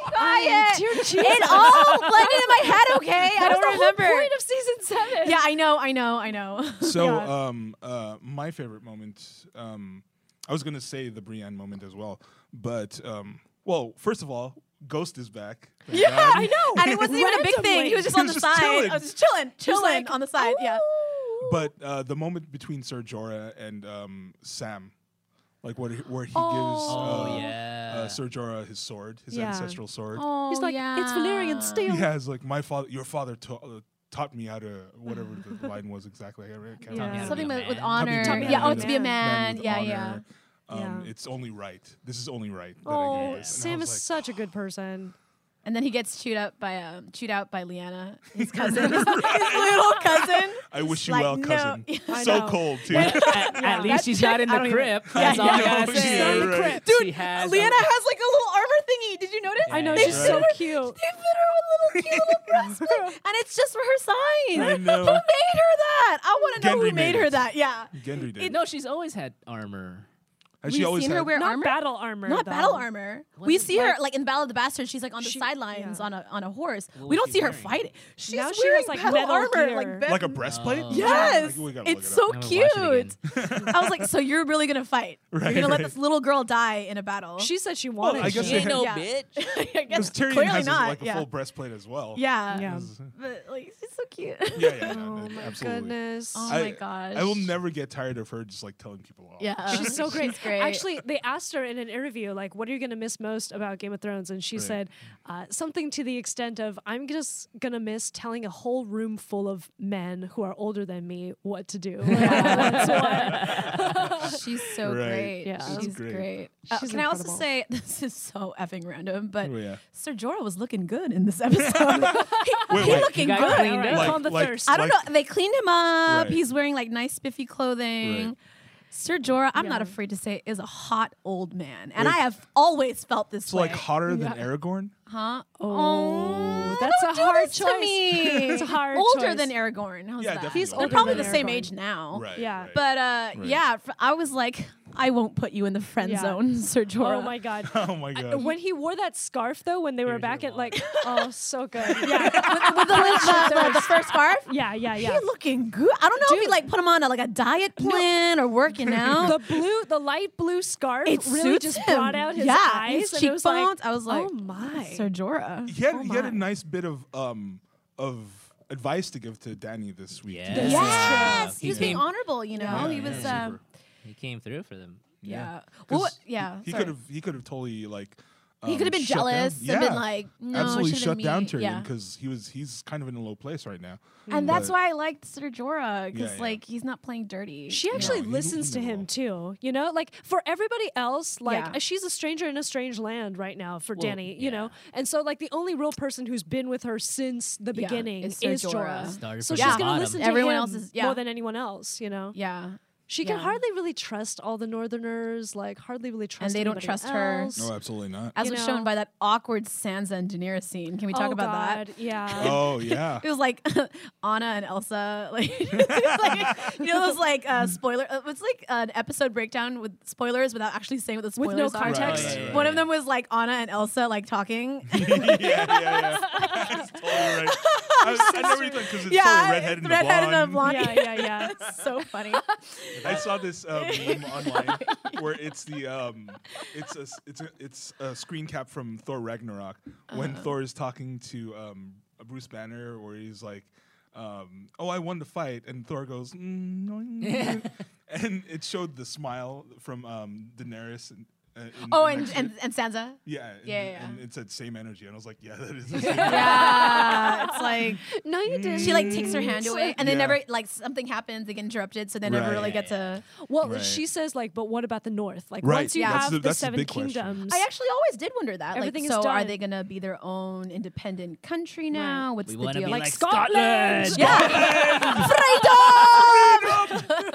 C: Quiet.
B: Dear Jesus.
C: [laughs] It all blended in my head. Okay, I
B: [laughs] That was
C: don't
B: the whole
C: remember.
B: point of season seven.
C: yeah, I know, I know, I know.
A: So,
B: Yeah.
A: um, uh, my favorite moment, um, I was gonna say the Brienne moment as well, but um, well, first of all, Ghost is back. Yeah,
B: I know.
C: And it wasn't even a big thing. He was just on the
A: He was
C: side.
A: just chilling.
C: I was just chilling,
B: was
C: chilling
B: like,
C: on the side. Yeah.
A: [laughs] But uh, the moment between Ser Jorah and um, Sam, like what, where he
D: Oh
A: gives uh,
D: yeah.
A: uh, Ser Jorah his sword, his
B: Yeah.
A: ancestral sword.
C: Oh,
B: He's like, it's Valerian steel.
A: He
C: [laughs]
A: has like my father, your father ta- uh, taught me how to whatever the line was exactly. I can't
B: Yeah.
A: remember.
C: Something
D: Yeah.
C: with, with
D: Man.
C: honor.
A: Tubby
C: yeah,
A: man.
C: oh, to be a man.
A: with
C: Yeah,
A: honor.
C: yeah.
A: Um,
B: Yeah.
A: It's only right. This is only right. that I get
B: Oh,
A: this. And I
B: Sam
A: was
B: is
A: like,
B: such a good person.
C: And then he gets chewed up by um, chewed out by Liana, his cousin, [laughs] his little cousin.
A: I wish you
C: like,
A: well,
C: no. [laughs]
A: cousin.
B: I
A: So
B: know.
A: cold too.
D: [laughs] at, at least she's not in the crib. That's all
A: yeah.
D: I gotta
A: No, she's
D: say.
A: not in the crypt.
D: she has a-
C: Liana has like a little armor thingy. Did you notice?
D: I
B: I know
D: Yeah.
C: They
B: she's
C: fit
B: so
C: her-
B: cute.
C: They fit her with a little cute little breastplate, and it's just for her size.
A: I know.
C: Who made her that? I want to know
A: Gendry
C: who made
A: made
C: her
A: it.
C: that. Yeah.
A: [laughs] Gendry did.
D: no, she's always had armor.
A: Has
C: We've
A: she always
C: seen her
A: had-
C: wear
B: Not
C: armor.
B: battle armor.
C: Not
B: though.
C: battle armor. we
D: Wasn't
C: see
D: like-
C: her like in Battle of the Bastards. She's like on the
B: She-
C: sidelines
B: yeah.
C: on a on a horse.
D: What
C: we
D: was
C: don't
D: she
C: see her
D: wearing?
C: fighting. She's
B: Now
C: wearing
B: she has, like,
C: battle
B: metal
C: armor,
B: gear.
C: like be- [laughs]
A: like a breastplate?
D: Oh.
C: Yes,
A: Like, we gotta look
C: it's
A: it
C: so
A: up.
D: I'm gonna watch it
C: cute. I was like, so you're really
A: [laughs]
C: gonna fight?
A: Right,
C: you're gonna
A: right.
C: let this little girl die in a battle?
B: She said she wanted.
A: I guess
B: it.
D: She ain't no
C: Yeah.
D: bitch.
C: [laughs] I
A: Because
C: guess
A: Tyrion
C: clearly
A: has
C: not.
A: like a
C: yeah.
A: full breastplate as well.
C: yeah,
B: Yeah.
C: but like she's so cute.
A: Yeah, yeah, yeah,
B: Oh my
A: absolutely.
B: goodness.
C: Oh
A: I-
C: my gosh.
A: I will never get tired of her just like telling people off.
C: Yeah,
B: She's so great.
C: [laughs] She's great.
B: Actually, they asked her in an interview, like, what are you going to miss most about Game of Thrones? And she
A: Right.
B: said uh, something to the extent of, I'm just going to miss telling a whole room full of men who are older than me what to
C: [laughs]
B: do. Like, [laughs] what's what.
A: [laughs]
C: she's so
A: Right.
C: great.
B: Yeah.
C: she's,
A: She's great.
C: great. Uh,
B: She's
C: can I also
B: incredible.
C: say [laughs] this is so effing random, but
A: Oh, yeah.
C: Sir Jorah was looking good in
A: [laughs]
C: this [laughs] episode.
A: Wait,
C: he
A: wait.
C: looking
D: You
C: good.
D: got cleaned
B: All
D: up.
B: It's
A: Like-
B: called the
A: like-
B: thirst.
C: I don't
A: Like-
C: know. They cleaned him up.
A: Right.
C: He's wearing like nice spiffy clothing.
A: Right.
C: Sir Jorah, I'm not afraid to say, is a hot old man, and I have always felt this
A: It's
C: way.
A: like hotter than Aragorn.
C: huh?
B: Oh, that's a
C: don't do
B: hard
C: this to
B: choice.
C: me.
B: [laughs] It's a hard
C: Older
B: choice.
C: than Aragorn. How's
A: Yeah,
C: that?
A: definitely He's
B: older
C: They're probably
B: than
C: the same
B: Aragorn.
C: age now.
A: Right.
B: Yeah.
A: right.
C: But uh,
A: Right.
C: yeah, fr- I was like, I won't put you in the friend
B: Yeah.
C: zone, [laughs] Sir Jorah.
B: Oh my god.
A: [laughs] Oh my
B: I-
A: god.
B: When he wore that scarf though, when they were
D: Here's
B: back
D: your
B: at
D: wand.
B: like, oh, so good. Yeah,
C: With the, uh, the, the, the first scarf?
B: yeah, yeah, yeah.
C: He looking good. I don't know if he
B: Dude.
C: like put him on a, like a diet plan
A: [laughs]
C: or working out.
B: The blue, the light blue scarf
C: It
B: really
C: suits
B: just
C: him.
B: brought out his
C: Yeah,
B: eyes.
C: his
B: and it was like,
C: cheekbones. I was like,
B: oh my.
C: Sir Jorah.
A: he had,
C: Oh
A: he had a
C: my.
A: nice bit of um of advice to give to Danny this week.
D: Yeah. This is
C: Yes,
D: true.
C: he was being honorable. You know,
A: Yeah,
C: he
A: yeah,
C: was.
A: yeah.
C: uh,
D: um,
A: Super.
D: He came through for them.
C: yeah. Well,
A: 'Cause
C: what- yeah.
A: He
C: sorry.
A: could have he could have totally like
C: He
A: um,
C: could have been
A: shut down.
C: jealous and
A: yeah.
C: been like, no, it
A: absolutely
C: should've
A: shut
C: been
A: down
C: me.
A: Tyrion
C: Yeah.
A: because he was he's kind of in a low place right now.
C: And that's
A: But-
C: why I liked Sir Jorah because
A: Yeah, yeah.
C: like he's not playing dirty.
B: She
C: you know?
B: actually
A: he- he
B: listens to
A: knew
B: him
A: all.
B: too, you know. Like for everybody else, like
C: Yeah.
B: uh, she's a stranger in a strange land right now for Danny, you know. And so, like the only real person who's been with her since the
C: Yeah,
B: beginning
C: is
B: is
C: Ser
B: Jorah.
C: Jorah.
D: Started
B: So she's
C: the
D: from
B: gonna
D: bottom.
B: listen to
C: Everyone
B: him
C: else is- yeah.
B: more than anyone else, you know.
C: yeah.
B: She can
C: yeah.
B: hardly really trust all the Northerners, like hardly really trust.
C: they don't
B: anybody
C: trust her.
B: else.
A: No, absolutely not.
C: As
B: You
C: was
B: know.
C: shown by that awkward Sansa and Daenerys scene. Can we talk
B: oh,
C: about that?
B: God, Yeah.
A: oh
C: [laughs]
A: yeah. [laughs]
C: It was like Anna and Elsa, like, [laughs] like, you know those like uh, spoiler. uh, It's like an episode breakdown with spoilers without actually saying what the
B: With
C: spoilers
B: no
C: are.
B: context.
A: Right, right, right,
C: One of
D: right.
C: them was like Anna and Elsa like
A: [laughs]
C: talking. [laughs]
A: yeah, yeah, yeah. That's totally right. I, I never even because it's
C: yeah,
A: totally redhead and the
C: redhead
A: blonde.
C: and the blonde.
B: yeah, yeah, yeah.
C: [laughs] so funny.
A: I saw this
C: [laughs]
A: uh, meme online where it's the um, it's a s- it's a it's a screen cap from Thor Ragnarok when
C: Uh-huh.
A: Thor is talking to um, Bruce Banner where he's like, um, "Oh, I won the fight," and Thor goes, "Mm, no, you
C: [laughs]
A: didn't." and it showed the smile from um, Daenerys and. Uh, in-
C: Oh,
A: in
C: and,
A: Exodus.
C: and, and Sansa.
A: yeah, and,
C: yeah, yeah.
A: and it said same energy, and I was like, yeah, that is.
C: [laughs]
A: The same energy."
C: Yeah, it's like
B: No, you didn't.
C: she like takes her hand away, and they
A: Yeah.
C: never like something happens. They get interrupted, so they never
A: Right.
C: really
A: Yeah,
C: get to.
B: Well,
A: Right.
B: she says like, but what about the North? Like
A: Right,
B: once you
C: yeah.
A: that's
B: have
A: the-
B: the,
A: that's the
B: Seven
A: big question.
B: Kingdoms,
C: I actually always did wonder that.
B: Everything is
C: like, so are
B: done.
C: they gonna be their own independent country now? What's
D: We
C: the
D: want to
C: deal?
D: be like,
B: Scotland!
D: Scotland.
C: yeah, freedom.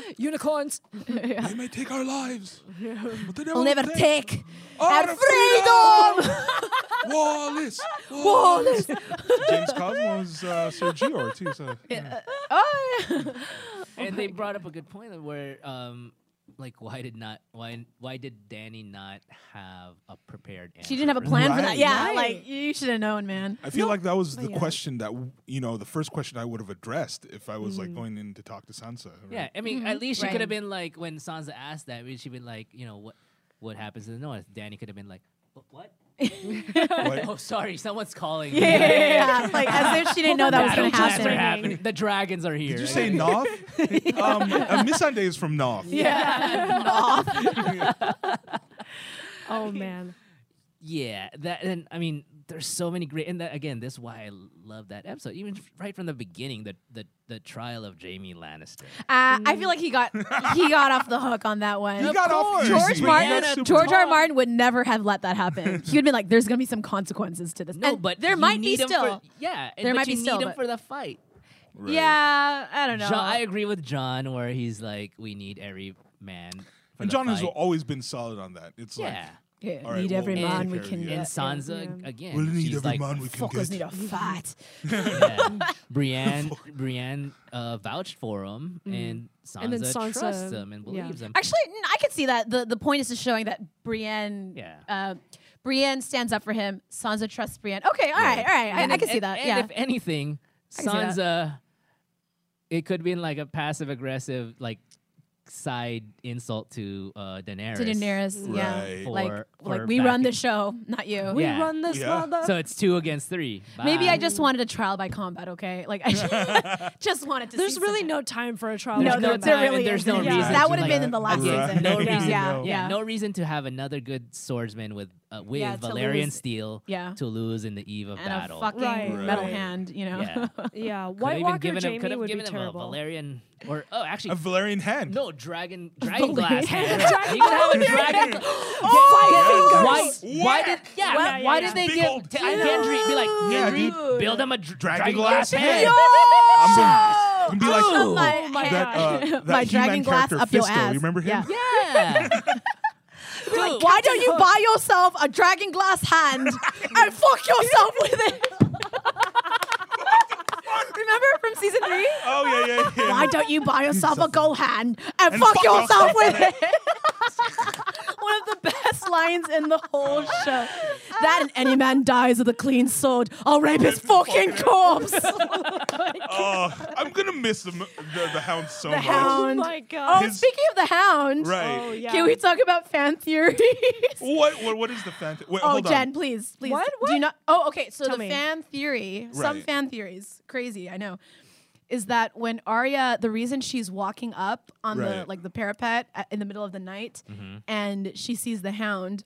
B: [laughs] unicorns.
A: They may take our
C: [laughs]
A: lives, but they never
C: We'll
A: will
C: never take
A: our
C: our
A: Oh, [laughs]
C: freedom.
A: Wallace. James Cosmo's uh, Sir Gior too. So
C: Oh, yeah.
D: and they brought up a good point of where um like why did not why why did Danny not have a prepared answer?
C: she didn't have a
D: for
C: plan for
A: Right.
C: that. Yeah,
B: Right.
C: like you should have known, man.
A: I feel like that was the
B: yeah.
A: question that w- you know the first question I would have addressed if I was like going in to talk to Sansa. right?
D: Yeah, I mean, at least she
C: Mm-hmm. Right.
D: could have been like when Sansa asked that, I mean, she'd been like, you know, what what happens in the north? Danny could have been like, "Wh- what? [laughs]
A: Like,
D: oh, sorry, someone's calling.
C: Yeah, yeah, yeah, yeah. like as if she didn't know that was gonna
D: Battle plans are
C: happen.
D: happening. The dragons are here.
A: did you say Noth? um, uh, Missandei is from Noth. [laughs]
B: Oh man.
D: Yeah, that and I mean, there's so many great, and that, again, this is why I l- love that episode. Even f- right from the beginning, the the, the trial of Jamie Lannister.
C: Uh, I feel like he got he got off the hook on that one.
A: You got off easy.
C: George
A: You got
C: Martin,
A: super
C: George R.
A: off.
C: Martin would never have let that happen. He would be like, "There's going to be some consequences to this."
D: No,
C: And
D: but
C: there
D: you
C: might be
D: need him for-
C: still.
D: yeah, and-
C: There
D: but
C: might
D: you
C: be still,
D: need him
C: but-
D: for the fight.
A: Right.
C: Yeah, I don't know.
D: John, I agree with John where he's like, we need every man. For
A: And
D: the
A: John has
D: fight.
A: always been solid on that. It's
D: yeah.
C: Yeah,
A: All right,
C: need
A: we'll
C: every
A: take
C: man
A: care
C: we
A: of
C: can
A: you.
C: get.
D: and Sansa again.
A: like we'll need
D: she's
A: every
D: like,
A: man we can
C: Fuckers
A: get.
C: need a fight.
D: yeah. [laughs]
A: [laughs]
D: Brienne, Brienne uh, vouched for him,
C: Mm-hmm.
D: and Sansa,
B: And then Sansa,
D: trusts him and
B: yeah.
D: believes him.
C: Actually, mm, I could see that. the The point is just showing that Brienne.
D: Yeah.
C: Uh, Brienne stands up for him. Sansa trusts Brienne. Okay, all right, all right. I, I can see
D: and-
C: that.
D: And
C: yeah.
D: if anything,
C: can see that.
D: Sansa, it could be like a passive aggressive like side insult to uh, Daenerys.
C: to Daenerys,
A: Right.
C: yeah, like
D: For- for
C: like we run the
D: back-
C: show, not you.
B: We
D: Yeah. Um,
B: run this
A: Yeah.
B: mother.
D: So it's two against three.
C: Maybe I
D: Bye.
C: just wanted a trial by combat, okay? Like I
D: [laughs]
C: just, just wanted to.
B: There's
C: see
B: really
C: some-
B: no time for a trial.
C: No,
B: by
C: there-
B: combat.
C: there
D: and
C: really
D: there's
C: is.
D: no
B: Yeah.
D: reason
C: That
D: to,
C: would have
D: like- uh,
C: been in the last
A: Right.
C: season.
D: No
C: yeah.
D: reason.
C: Yeah.
A: no.
D: Yeah,
C: yeah.
D: no reason to have another good swordsman with uh, with
C: Yeah, to
D: Valerian
C: lose-
D: steel
C: yeah.
D: to lose in the eve of
C: And
D: battle.
C: a fucking
B: Right.
C: metal
A: Right.
C: hand, [laughs] you know.
D: yeah.
B: Yeah,
D: Could have
B: White
D: even
B: Walker
D: given him, could
B: Jamie
D: have
B: would be
D: given him a
B: terrible. [laughs]
D: Valerian or oh actually
A: A Valerian hand.
D: no
C: [laughs]
D: dragon dragon glass hand.
B: Dragon
D: You could have a
B: glass
D: dragon.
A: Oh,
D: Why, why
A: Yeah.
D: did yeah,
B: Yeah, yeah,
D: why
B: yeah.
D: did they
A: Big
D: give
A: old
D: t- Gendry be like
A: Yeah,
D: Gendry
A: dude.
D: build him a dr-
A: Dragon
D: dragon,
A: glass hand.
D: glass hand.
A: I'm gonna, I'm gonna be like
D: Oh,
C: My,
B: my
C: hand-
A: that, uh, that
C: [laughs] my
A: He-Man
C: dragon glass
A: character
C: up your
A: Fisto.
C: ass.
A: You remember him?
C: Yeah.
D: Yeah. Dude,
C: Why don't you buy yourself a [laughs] dragon glass hand and fuck yourself with it? [laughs] Remember from season three?
A: Oh yeah, yeah, yeah.
C: Why don't you buy yourself a Gohan and, fuck, yourself with it?
F: One of the best lines in the whole show. That and any man dies with a clean sword. I'll rape his fucking
A: [laughs]
F: corpse.
A: [laughs] Oh, I'm gonna miss the the, the hound so much.
B: Oh
C: Hound.
B: my
C: Oh,
B: god.
A: His-
C: speaking of the
A: [laughs]
C: hound,
A: Right.
B: Oh, yeah.
C: can we talk about fan theories?
A: What, what what is the fan? Wait,
C: Oh,
A: hold on.
C: Jen, please, please.
B: What?
C: Do you not? Oh, okay. So
B: Tell
C: the
B: me.
C: fan theory, some
A: Right.
C: fan theories, crazy, I know, is that when Arya, the reason she's walking up on the
A: Right. Mm-hmm.
C: like the parapet at, in the middle of the night, and she sees the Hound,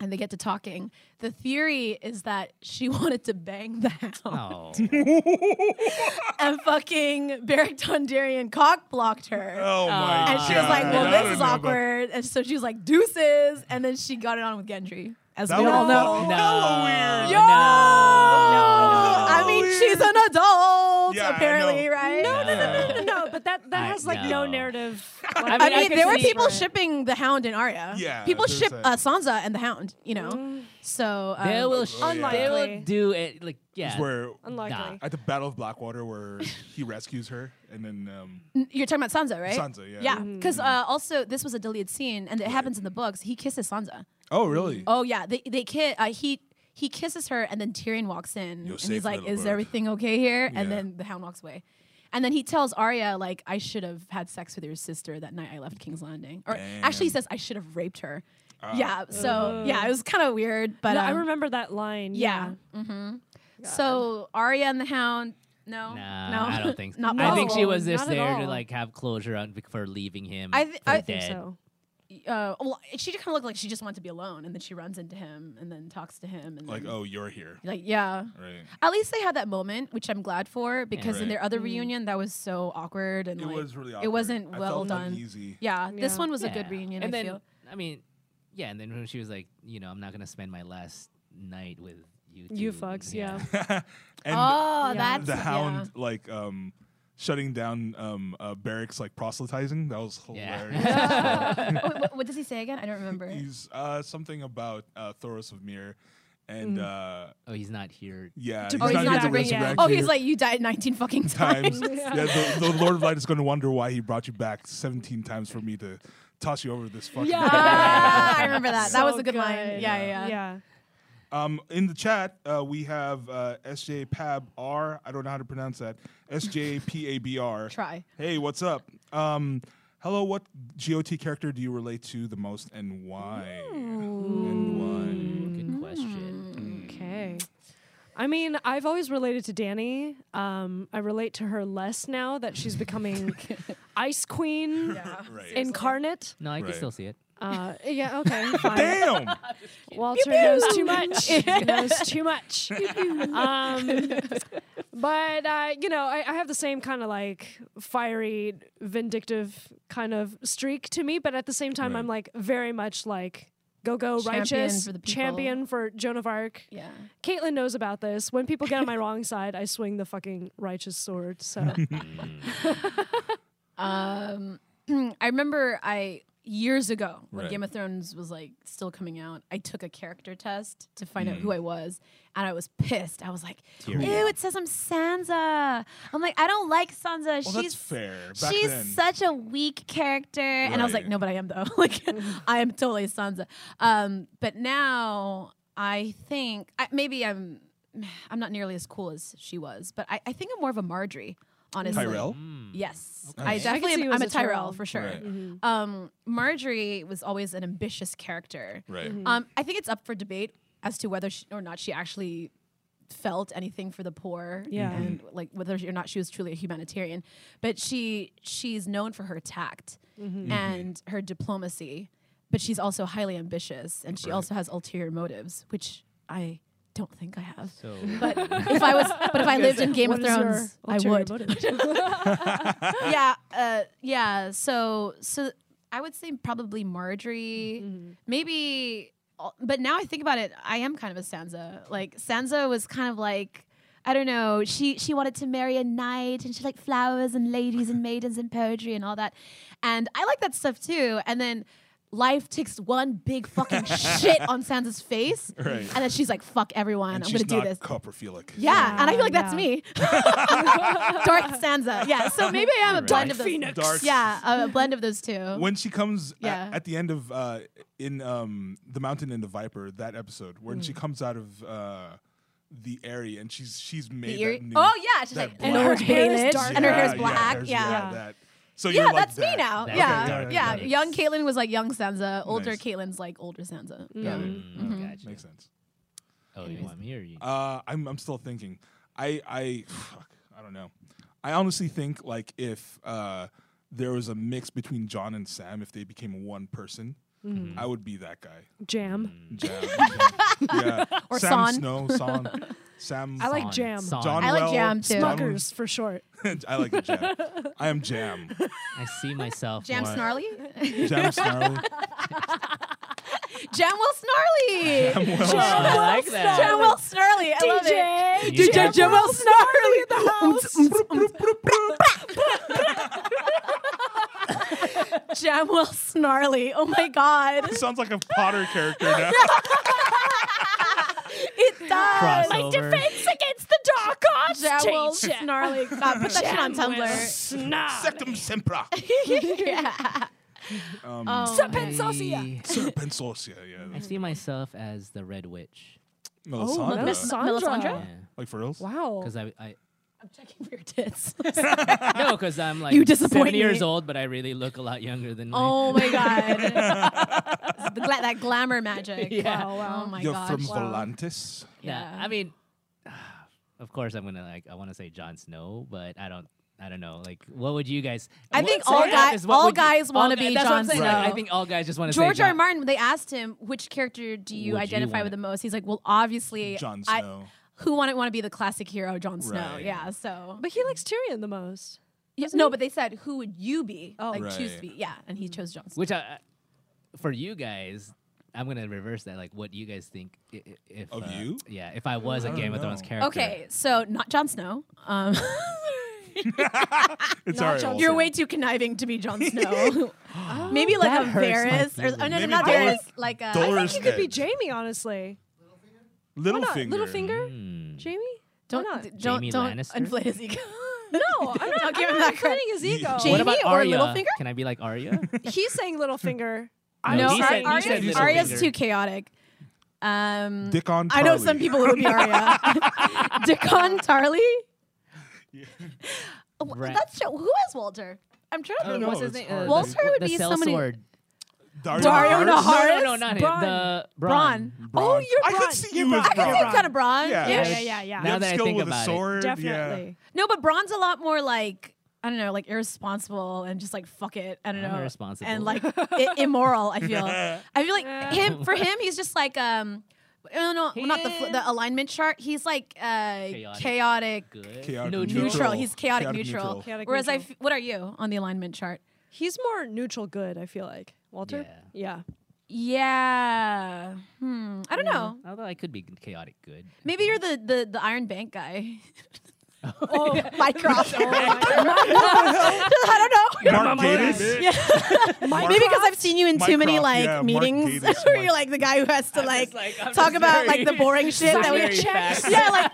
C: and they get to talking. The theory is that she [laughs] wanted to bang the Hound,
D: Oh,
C: and fucking Beric Dondarrion cock blocked her.
A: Oh my god.
C: And she was like,
A: I
C: "Well,
A: don't
C: this is
A: know about
C: awkward," and so she was like, "Deuces," and then she got it on with Gendry, as
A: That
C: we
A: was
C: all know.
A: fucking
D: No.
A: hella weird.
C: Yo!
A: no.
C: I mean,
A: Weird.
C: she's an adult,
A: Yeah, I
C: apparently,
A: know.
C: right?
B: no, no, no, no, no, [laughs]
C: [laughs]
B: no. But that that
D: I
B: has like no
D: know.
B: narrative.
C: I mean,
B: could
C: there were
B: see-
C: people shipping the Hound and Arya.
A: Yeah,
C: people
A: there's
C: ship
A: that.
C: uh, Sansa and the Hound. You
A: Mm-hmm.
C: know, so um,
D: they will. Sh- They
B: Unlikely.
D: will do it. Like
A: This
D: yeah.
A: is where
B: Unlikely.
A: at the Battle of Blackwater where he rescues her and then
C: [laughs]
A: um,
C: you're talking about Sansa, right?
A: Sansa, yeah.
C: Yeah, because uh, also this was a deleted scene, and it happens in the books. He kisses Sansa.
A: oh really?
C: Oh yeah, they they kid. Uh, he he kisses her, and then Tyrion walks in,
A: You're
C: and
A: safe,
C: he's like,
A: little
C: "Is
A: bird."
C: everything okay here?" And
A: Yeah.
C: then the Hound walks away, and then he tells Arya like, "I should have had sex with your sister that night I left King's Landing," or actually he
A: Damn. Ah.
C: says, "I should have raped her." yeah, so yeah, it was kind of weird, but
B: Uh-huh. No, I
C: um,
B: remember that line.
C: Yeah. Mm-hmm. So Arya and the Hound. No,
D: Nah,
C: no,
D: I don't think so.
C: Not
D: I think she
C: possible.
D: was just
B: Not at
D: there to
B: all.
D: like have closure on for leaving him.
C: I thi-
D: for
C: I think
D: dead.
B: Yeah. So
C: Uh, well, she kind of looked like she just wanted to be alone, and then she runs into him, and then talks to him, and
A: Like
C: then,
A: oh you're here,
C: like yeah,
A: right?
C: At least they had that moment, which I'm glad for, because in
A: Right.
C: their other reunion that was so awkward and
A: Mm. It
C: like,
A: was really awkward.
C: it wasn't
A: I
C: well
A: felt
C: done.
A: Uneasy.
C: Yeah, this
B: Yeah.
C: one was a
D: Yeah.
C: good reunion.
D: And
C: I
D: then
C: feel.
D: I mean, yeah, and then when she was like, you know, I'm not gonna spend my last night with you.
B: you
D: two."
B: fucks. Yeah.
A: [laughs] and
C: Oh,
B: Yeah.
C: that's
A: the
C: yeah.
A: Hound like um, shutting down um, uh, barracks like proselytizing. That was
D: Yeah.
A: hilarious.
C: Oh, wait, [laughs] what, what does he say again? I don't remember.
A: He's uh, something about uh, Thoros of Mir, and uh,
D: Oh, he's not here.
A: yeah,
C: oh, he's
B: not
C: not
B: here
C: Mm. to
B: to
C: bring you.
A: resurrect
C: Oh, he's
A: you.
C: like you died 19 fucking
A: [laughs]
C: times.
A: times. yeah, the, the Lord of Light is going to wonder why he brought you back 17 times for me to toss you over this fucking.
C: ah, I remember that. that was
B: So
C: a good, line.
B: good.
C: Yeah, yeah. yeah.
B: Yeah.
A: Um, in the chat, uh, we have uh, SJ Pab R. I don't know how to pronounce that. SJ P A B R.
C: Try.
A: Hey, what's up? Um, hello, what GOT character do you relate to the most and why?
C: Hmm.
A: And why?
D: Good question.
B: Okay. I mean, I've always related to Danny. Um, I relate to her less now that she's
C: [laughs]
B: becoming Ice Queen
A: Right.
B: incarnate.
D: No, I
A: Right.
D: can still see it.
B: Uh, yeah,
C: [laughs]
B: okay, fine.
A: Damn!
B: Walter knows too much. He [laughs] knows too much. um, but uh, you know, I, I have the same kind of like fiery, vindictive kind of streak to me. But at the same time,
A: Right.
B: I'm like very much like go go
C: Champion
B: righteous
C: for the people.
B: champion for Joan of Arc. Caitlin knows about this. When people
C: [laughs]
B: get on my wrong side, I swing the fucking righteous sword. So
C: Um, [clears throat] I remember I years ago when
A: Right.
C: Game of Thrones was like still coming out. I took a character test to find
A: Mm.
C: out who I was, and I was pissed. I was like,
D: Tyrion.
C: "Ew, it says I'm Sansa." I'm like, "I don't like Sansa.
A: Well, that's
C: she's
A: fair. Back
C: she's
A: then.
C: such a weak character." And I was like,
A: Right.
C: "No, but I am though. [laughs] like, I am totally Sansa." Um, but now I think I, maybe I'm [sighs] I'm not nearly as cool as she was, but I, I think I'm more of a Marjorie. Honestly,
A: Tyrell?
C: Yes,
A: Hmm. Okay. I
C: I
A: could
C: definitely
B: see
C: am,
B: you as
C: I'm a
B: a
C: Tyrell,
B: Tyrell. Mm-hmm.
C: for sure.
A: Right.
C: Um, Marjorie was always an ambitious character.
A: Right.
B: Mm-hmm.
C: Um, I think it's up for debate as to whether she, or not she actually felt anything for the poor
B: Yeah.
C: and like whether or not she was truly a humanitarian but she she's known for her tact
B: Mm-hmm.
A: Mm-hmm.
C: and her diplomacy but she's also highly ambitious and she also has ulterior motives which i don't think i
B: [laughs]
C: have
D: So [laughs]
C: but mm-hmm. if i was but if i lived in game of
B: What is your
C: thrones i
B: ulterior
C: would
B: motive? [laughs]
C: [laughs] yeah, uh, yeah. So, so I would say probably Marjorie, maybe. uh, But now I think about it, I am kind of a Sansa. Like Sansa was kind of like. I don't know. She she wanted to marry a knight, and she liked flowers and ladies and maidens and poetry and all that. And I like that stuff too. And then life takes one big fucking shit on Sansa's face,
A: Right.
C: and then she's like, "Fuck everyone,
A: And
C: I'm
A: she's
C: gonna do
A: not
C: this."
A: Copperfielic.
C: yeah, and I feel like
B: Yeah.
C: that's me, Dark Sansa. Yeah, so maybe I am a blend
D: Dark
C: of those.
B: Phoenix.
A: Dark-
C: Yeah, a blend of those two.
A: When she comes a-
C: Yeah.
A: at, the end of uh, in um, the mountain and the viper that episode when
C: Mm.
A: she comes out of uh, the area and she's she's made
C: The ear-
A: that new,
C: oh yeah, she's
A: that
C: like,
A: black-
C: and her
B: orange
C: hair is
B: bandage.
C: dark, and her hair is
A: Yeah,
C: black.
A: hair's-
C: yeah.
B: Yeah.
A: that. So
C: yeah,
A: you're like
C: that's
A: that.
C: me now.
D: That's
C: yeah,
A: okay, got it,
C: yeah.
D: got it.
C: Young Caitlyn was like young Sansa. Older
A: Nice.
C: Caitlyn's like older Sansa.
A: Got
C: Yeah.
A: it.
D: Mm, gotcha.
A: Makes sense.
D: Oh, you want me or you?
A: Uh, I'm I'm still thinking. I I fuck, I don't know. I honestly think like if uh, there was a mix between John and Sam, if they became one person,
C: Mm-hmm.
A: I would be that guy.
B: Jam.
C: [laughs]
A: Jam. yeah.
C: Mm. Or
A: Sam
C: Son.
A: Snow, Son. Sam.
B: I like
D: Son,
B: jam.
D: son.
A: John
C: I like
A: Well,
C: Jam, too.
A: John-
B: Smuckers for short.
A: [laughs] I like the
C: [laughs]
A: jam. I am jam.
D: I see myself.
C: Jam
D: more-
C: Snarly? [laughs]
A: Jam snarly.
C: Jam Will Snarly!
A: I'm well
D: I
A: snarly.
D: like that.
C: Jam Will Snarly! I love it.
B: DJ.
D: DJ
B: Jam
D: Jam
B: will snarly in the house.
C: Jam Will Snarly. [laughs] Oh my
A: [laughs]
C: god.
A: Sounds like a Potter character now. [laughs]
C: It does.
D: Crossover.
C: against the dark arts. Jam Will
B: teacher.
C: [laughs] Snarly. God, put that shit on Tumblr.
B: Snarly.
A: Sectum sempra.
C: [laughs] yeah.
A: Um,
C: Oh,
D: I-
A: Serpent Sorcia, yeah.
D: I see myself as the Red Witch.
C: Oh,
A: Melisandre.
C: Melisandre?
D: Yeah.
A: Like for
C: Oh
A: reals?
B: Wow.
D: Because I, I
C: I'm checking for your tits.
D: no, because I'm like
C: You disappoint
D: 70 years
C: me.
D: old, but I really look a lot younger than. my-
C: [laughs] Oh my god. [laughs] the gla- that glamour magic.
D: Yeah.
C: Wow, wow. Oh my
A: You're
C: gosh.
A: from
C: wow.
A: Volantis.
D: Yeah,
C: Yeah.
D: I mean, [sighs] of course, I'm gonna like. I want to say Jon Snow, but I don't. I don't know. Like, what would you guys?
C: I
D: what-
C: think
D: sorry,
C: all
D: I-
C: guy-
D: is what
C: all
D: would you-
C: guys
D: all
C: wanna
D: guy-
C: be
D: that's what I'm
C: Jon
D: saying, like, I
C: Snow.
D: think all guys just want to say
C: George R.
D: Jon-
C: R. Martin, they asked him, which character do you
D: Would you
C: identify
D: wanna-
C: with the most? He's like, well, obviously,
A: Jon
C: I-
A: Snow.
C: who wouldn't want to be the classic hero, Jon Snow?
A: Right.
C: Yeah, so.
B: But he likes Tyrion the most.
C: Yeah, no, but they said, who would you be?
B: Oh.
C: like, choose
A: Right.
C: to be. Yeah, and he chose Jon Snow.
D: Which I, I- for you guys, I'm gonna reverse that. Like, what do you guys think? i- i- If
A: Of
D: uh,
A: you?
D: Yeah, if I was a
A: I
D: Game
A: don't
D: of Thrones
A: know.
D: character.
C: Okay, so not Jon Snow. Um, [laughs]
A: It's alright.
B: Jon
C: you're way too conniving to be [laughs] Jon Snow. Maybe like
D: That
C: a
D: hurts
C: Varys.
D: my
C: Or, oh, no, no,
A: Maybe
C: not
A: Dolores-
C: Varys. Like uh, a.
B: I think
A: Dolores
B: he could be
A: Ed.
B: Jamie, honestly. Why not?
A: Littlefinger.
B: Littlefinger?
D: Mm.
B: Jamie?
C: Don't,
B: Why not?
C: d- don't,
D: Jaime
C: don't
D: Lannister?
C: inflate his ego. [laughs] no,
B: No, I'm not,
C: [laughs] Don't give
B: I'm
C: him
B: not
C: that credit.
B: inflating his ego.
A: What
D: What
C: Jamie
D: about
C: or
D: Arya?
C: Littlefinger?
D: Can I be like Arya?
B: He's saying Littlefinger.
C: [laughs]
D: No,
C: No,
D: he
C: Ar-
D: said- he
C: Arya's,
D: said Littlefinger.
C: Arya's too chaotic. Um,
A: Dickon
C: I know some
A: Tarly.
C: people who would
A: [laughs]
C: be Arya. Dickon Tarly. Oh,
D: Right.
C: That's true. who is Walter? I'm trying
A: [laughs]
C: to
A: I don't
C: think.
A: know,
C: What's his
A: it's
C: name?
A: hard.
D: the-
C: Walter would
D: the
C: be
D: cell
C: somebody-
D: sword.
A: Dario
C: Dario
A: Naharis?
C: Naharis?
D: No, no, no, not
B: Bronn.
D: him. The Bronn.
C: Braun.
A: Bronn.
C: Oh, you're
A: I
C: Bronn.
A: could see you as
C: I could think
A: Bronn.
C: kind of Braun.
A: Yeah.
B: Yeah,
A: I
B: yeah,
A: would-
B: yeah, yeah.
A: You have
D: Now that I
A: skill
D: think
A: with a
D: about it.
A: sword. yeah.
B: Definitely.
C: No, but Braun's a lot more like I don't know, like irresponsible and just like fuck it. I don't
D: I'm
C: know,
D: irresponsible.
C: and like I- immoral. I feel. I feel like him. For him, he's just like um. No, no, well, not the fl- the alignment chart. He's like uh,
D: Chaotic.
C: chaotic,
D: Good.
A: Chaotic
D: No,
C: neutral.
A: Neutral.
C: He's chaotic,
A: Chaotic
C: neutral.
A: neutral.
B: Chaotic
C: Whereas I,
B: neutral.
C: f- what are you on the alignment chart?
B: He's more neutral good, I feel like. Walter? Yeah.
C: Yeah, hmm. I don't know.
D: Although I could be chaotic good.
C: Maybe you're the the, the Iron Bank guy.
B: [laughs] Oh,
C: [laughs] Mycroft.
B: [laughs]
C: I [laughs] don't know.
A: Mark Gatiss.
C: Yeah. Maybe because I've seen you in too many
A: Mycroft,
C: like
A: yeah, Mark
C: meetings
A: Gatiss,
C: [laughs] where
A: Mark-
C: you're like the guy who has to like
D: like, I'm
C: talk
D: just
C: about like
D: [laughs]
C: the
D: very-
A: [laughs]
C: boring shit that we
D: very facts.
C: [laughs] Yeah, like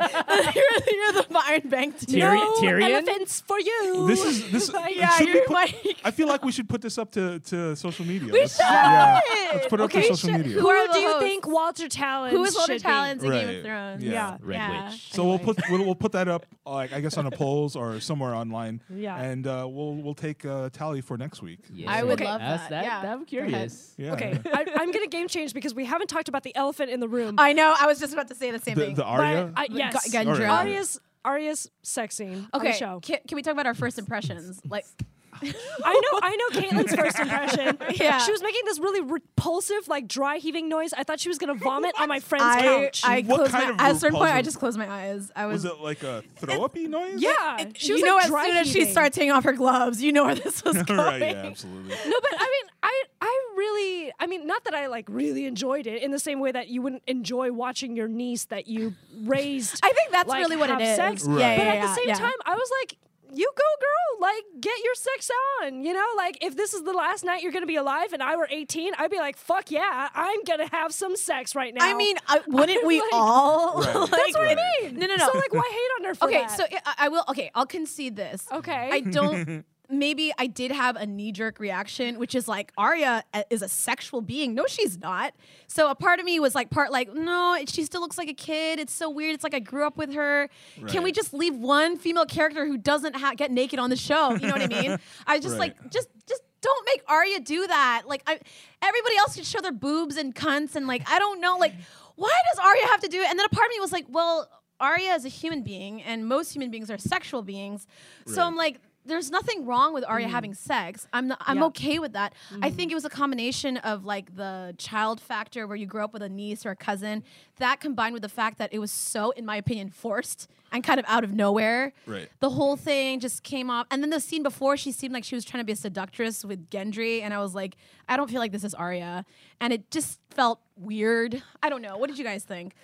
C: [laughs] you're, you're the Iron Bank dude.
D: Tyrion- Tyrion?
C: elephants for you.
A: This is
C: [laughs]
A: this.
C: yeah,
A: should we
C: you're
A: put-
C: like.
A: I feel like we should put this up to, to social media. Let's, yeah. Let's put it up
C: Okay,
A: to social
C: sure.
A: media.
C: Who are
B: Who
C: the
B: do you
C: hosts?
B: think Walter Talons
C: Who is Walter
B: should be?
C: Talons in Game
A: Right.
C: of Thrones?
A: Yeah.
D: Red
C: Yeah.
D: Witch.
A: So we'll put we'll, we'll put that up like I
C: [laughs]
A: guess on a polls or somewhere online.
B: Yeah.
A: And uh, we'll we'll take uh, tally for next week.
D: Yeah.
C: I would love
D: That's
C: that,
D: that.
C: yeah.
D: I'm curious.
A: Yeah.
B: Okay, I, I'm going to game change because we haven't talked about the elephant in the room.
C: I know. I was just about to say the same
A: The,
C: thing.
A: the Aria.
B: But I, yes.
C: Gu- Gundra.
A: Alright.
B: Arya's, Arya's sex scene on the
C: okay,
B: show.
C: Can, can we talk about our first impressions? Like,
B: I know, I know.
C: [laughs]
B: Caitlyn's first impression.
C: Yeah.
B: she was making this really repulsive, like dry heaving noise. I thought she was
C: [laughs]
B: gonna vomit on my friend's
C: I,
B: couch.
C: I
A: What
C: closed
A: kind of
C: my, at a certain point, I
A: repulsive-
C: just closed my eyes. I was,
A: was it like a throw up
C: [laughs]
A: noise?
B: yeah,
C: It-
B: she was
C: you know,
B: like
C: as
B: dry
C: soon as she
B: heaving.
C: starts taking off her gloves, you know where this was
A: [laughs] [laughs]
C: going.
A: right. Yeah. Absolutely.
B: No, but I mean, I I really, I mean, not that I like really enjoyed it in the same way that you wouldn't enjoy watching your niece that you raised.
C: I think that's
B: like,
C: really what it
B: have
C: is.
B: sex.
C: Yeah, yeah,
B: But at
C: yeah,
B: the same
C: yeah.
B: time, I was like, you go, girl. Like, get your sex on. You know, like if this is the last night you're gonna be alive, and I were 18, I'd be like, fuck yeah, I'm gonna have some sex right now.
C: I mean, I, wouldn't
B: I'm
C: we
B: like-
C: all? [laughs]
A: Right.
B: [laughs]
C: like-
B: that's what I mean.
C: No, no, no.
B: So like, why hate on her for
C: okay,
B: that?
C: so I, I will. Okay, I'll concede this.
B: okay,
A: [laughs]
C: I don't. Maybe I did have a knee jerk reaction, which is like Arya uh, is a sexual being. No, she's not. So a part of me was like, part like, no, it- she still looks like a kid. It's so weird. It's like I grew up with her. Can we
A: Right.
C: just leave one female character who doesn't ha- get naked on the show? You know what I
A: [laughs]
C: mean? I was just
A: Right.
C: like, just, just don't make Arya do that. Like, I, everybody else can show their boobs and cunts and like, I don't know, like, why does Arya have to do it? And then a part of me was like, well, Arya is a human being, and most human beings are sexual beings. So
A: Right.
C: I'm like, there's nothing wrong with Arya having sex. I'm not, I'm
B: Yeah.
C: okay with that. I think it was a combination of like the child factor where you grow up with a niece or a cousin, that combined with the fact that it was so, in my opinion, forced and kind of out of nowhere.
A: Right.
C: The whole thing just came off. And then the scene before, she seemed like she was trying to be a seductress with Gendry, and I was like, I don't feel like this is Arya, and it just felt weird. I don't know. What did you guys think?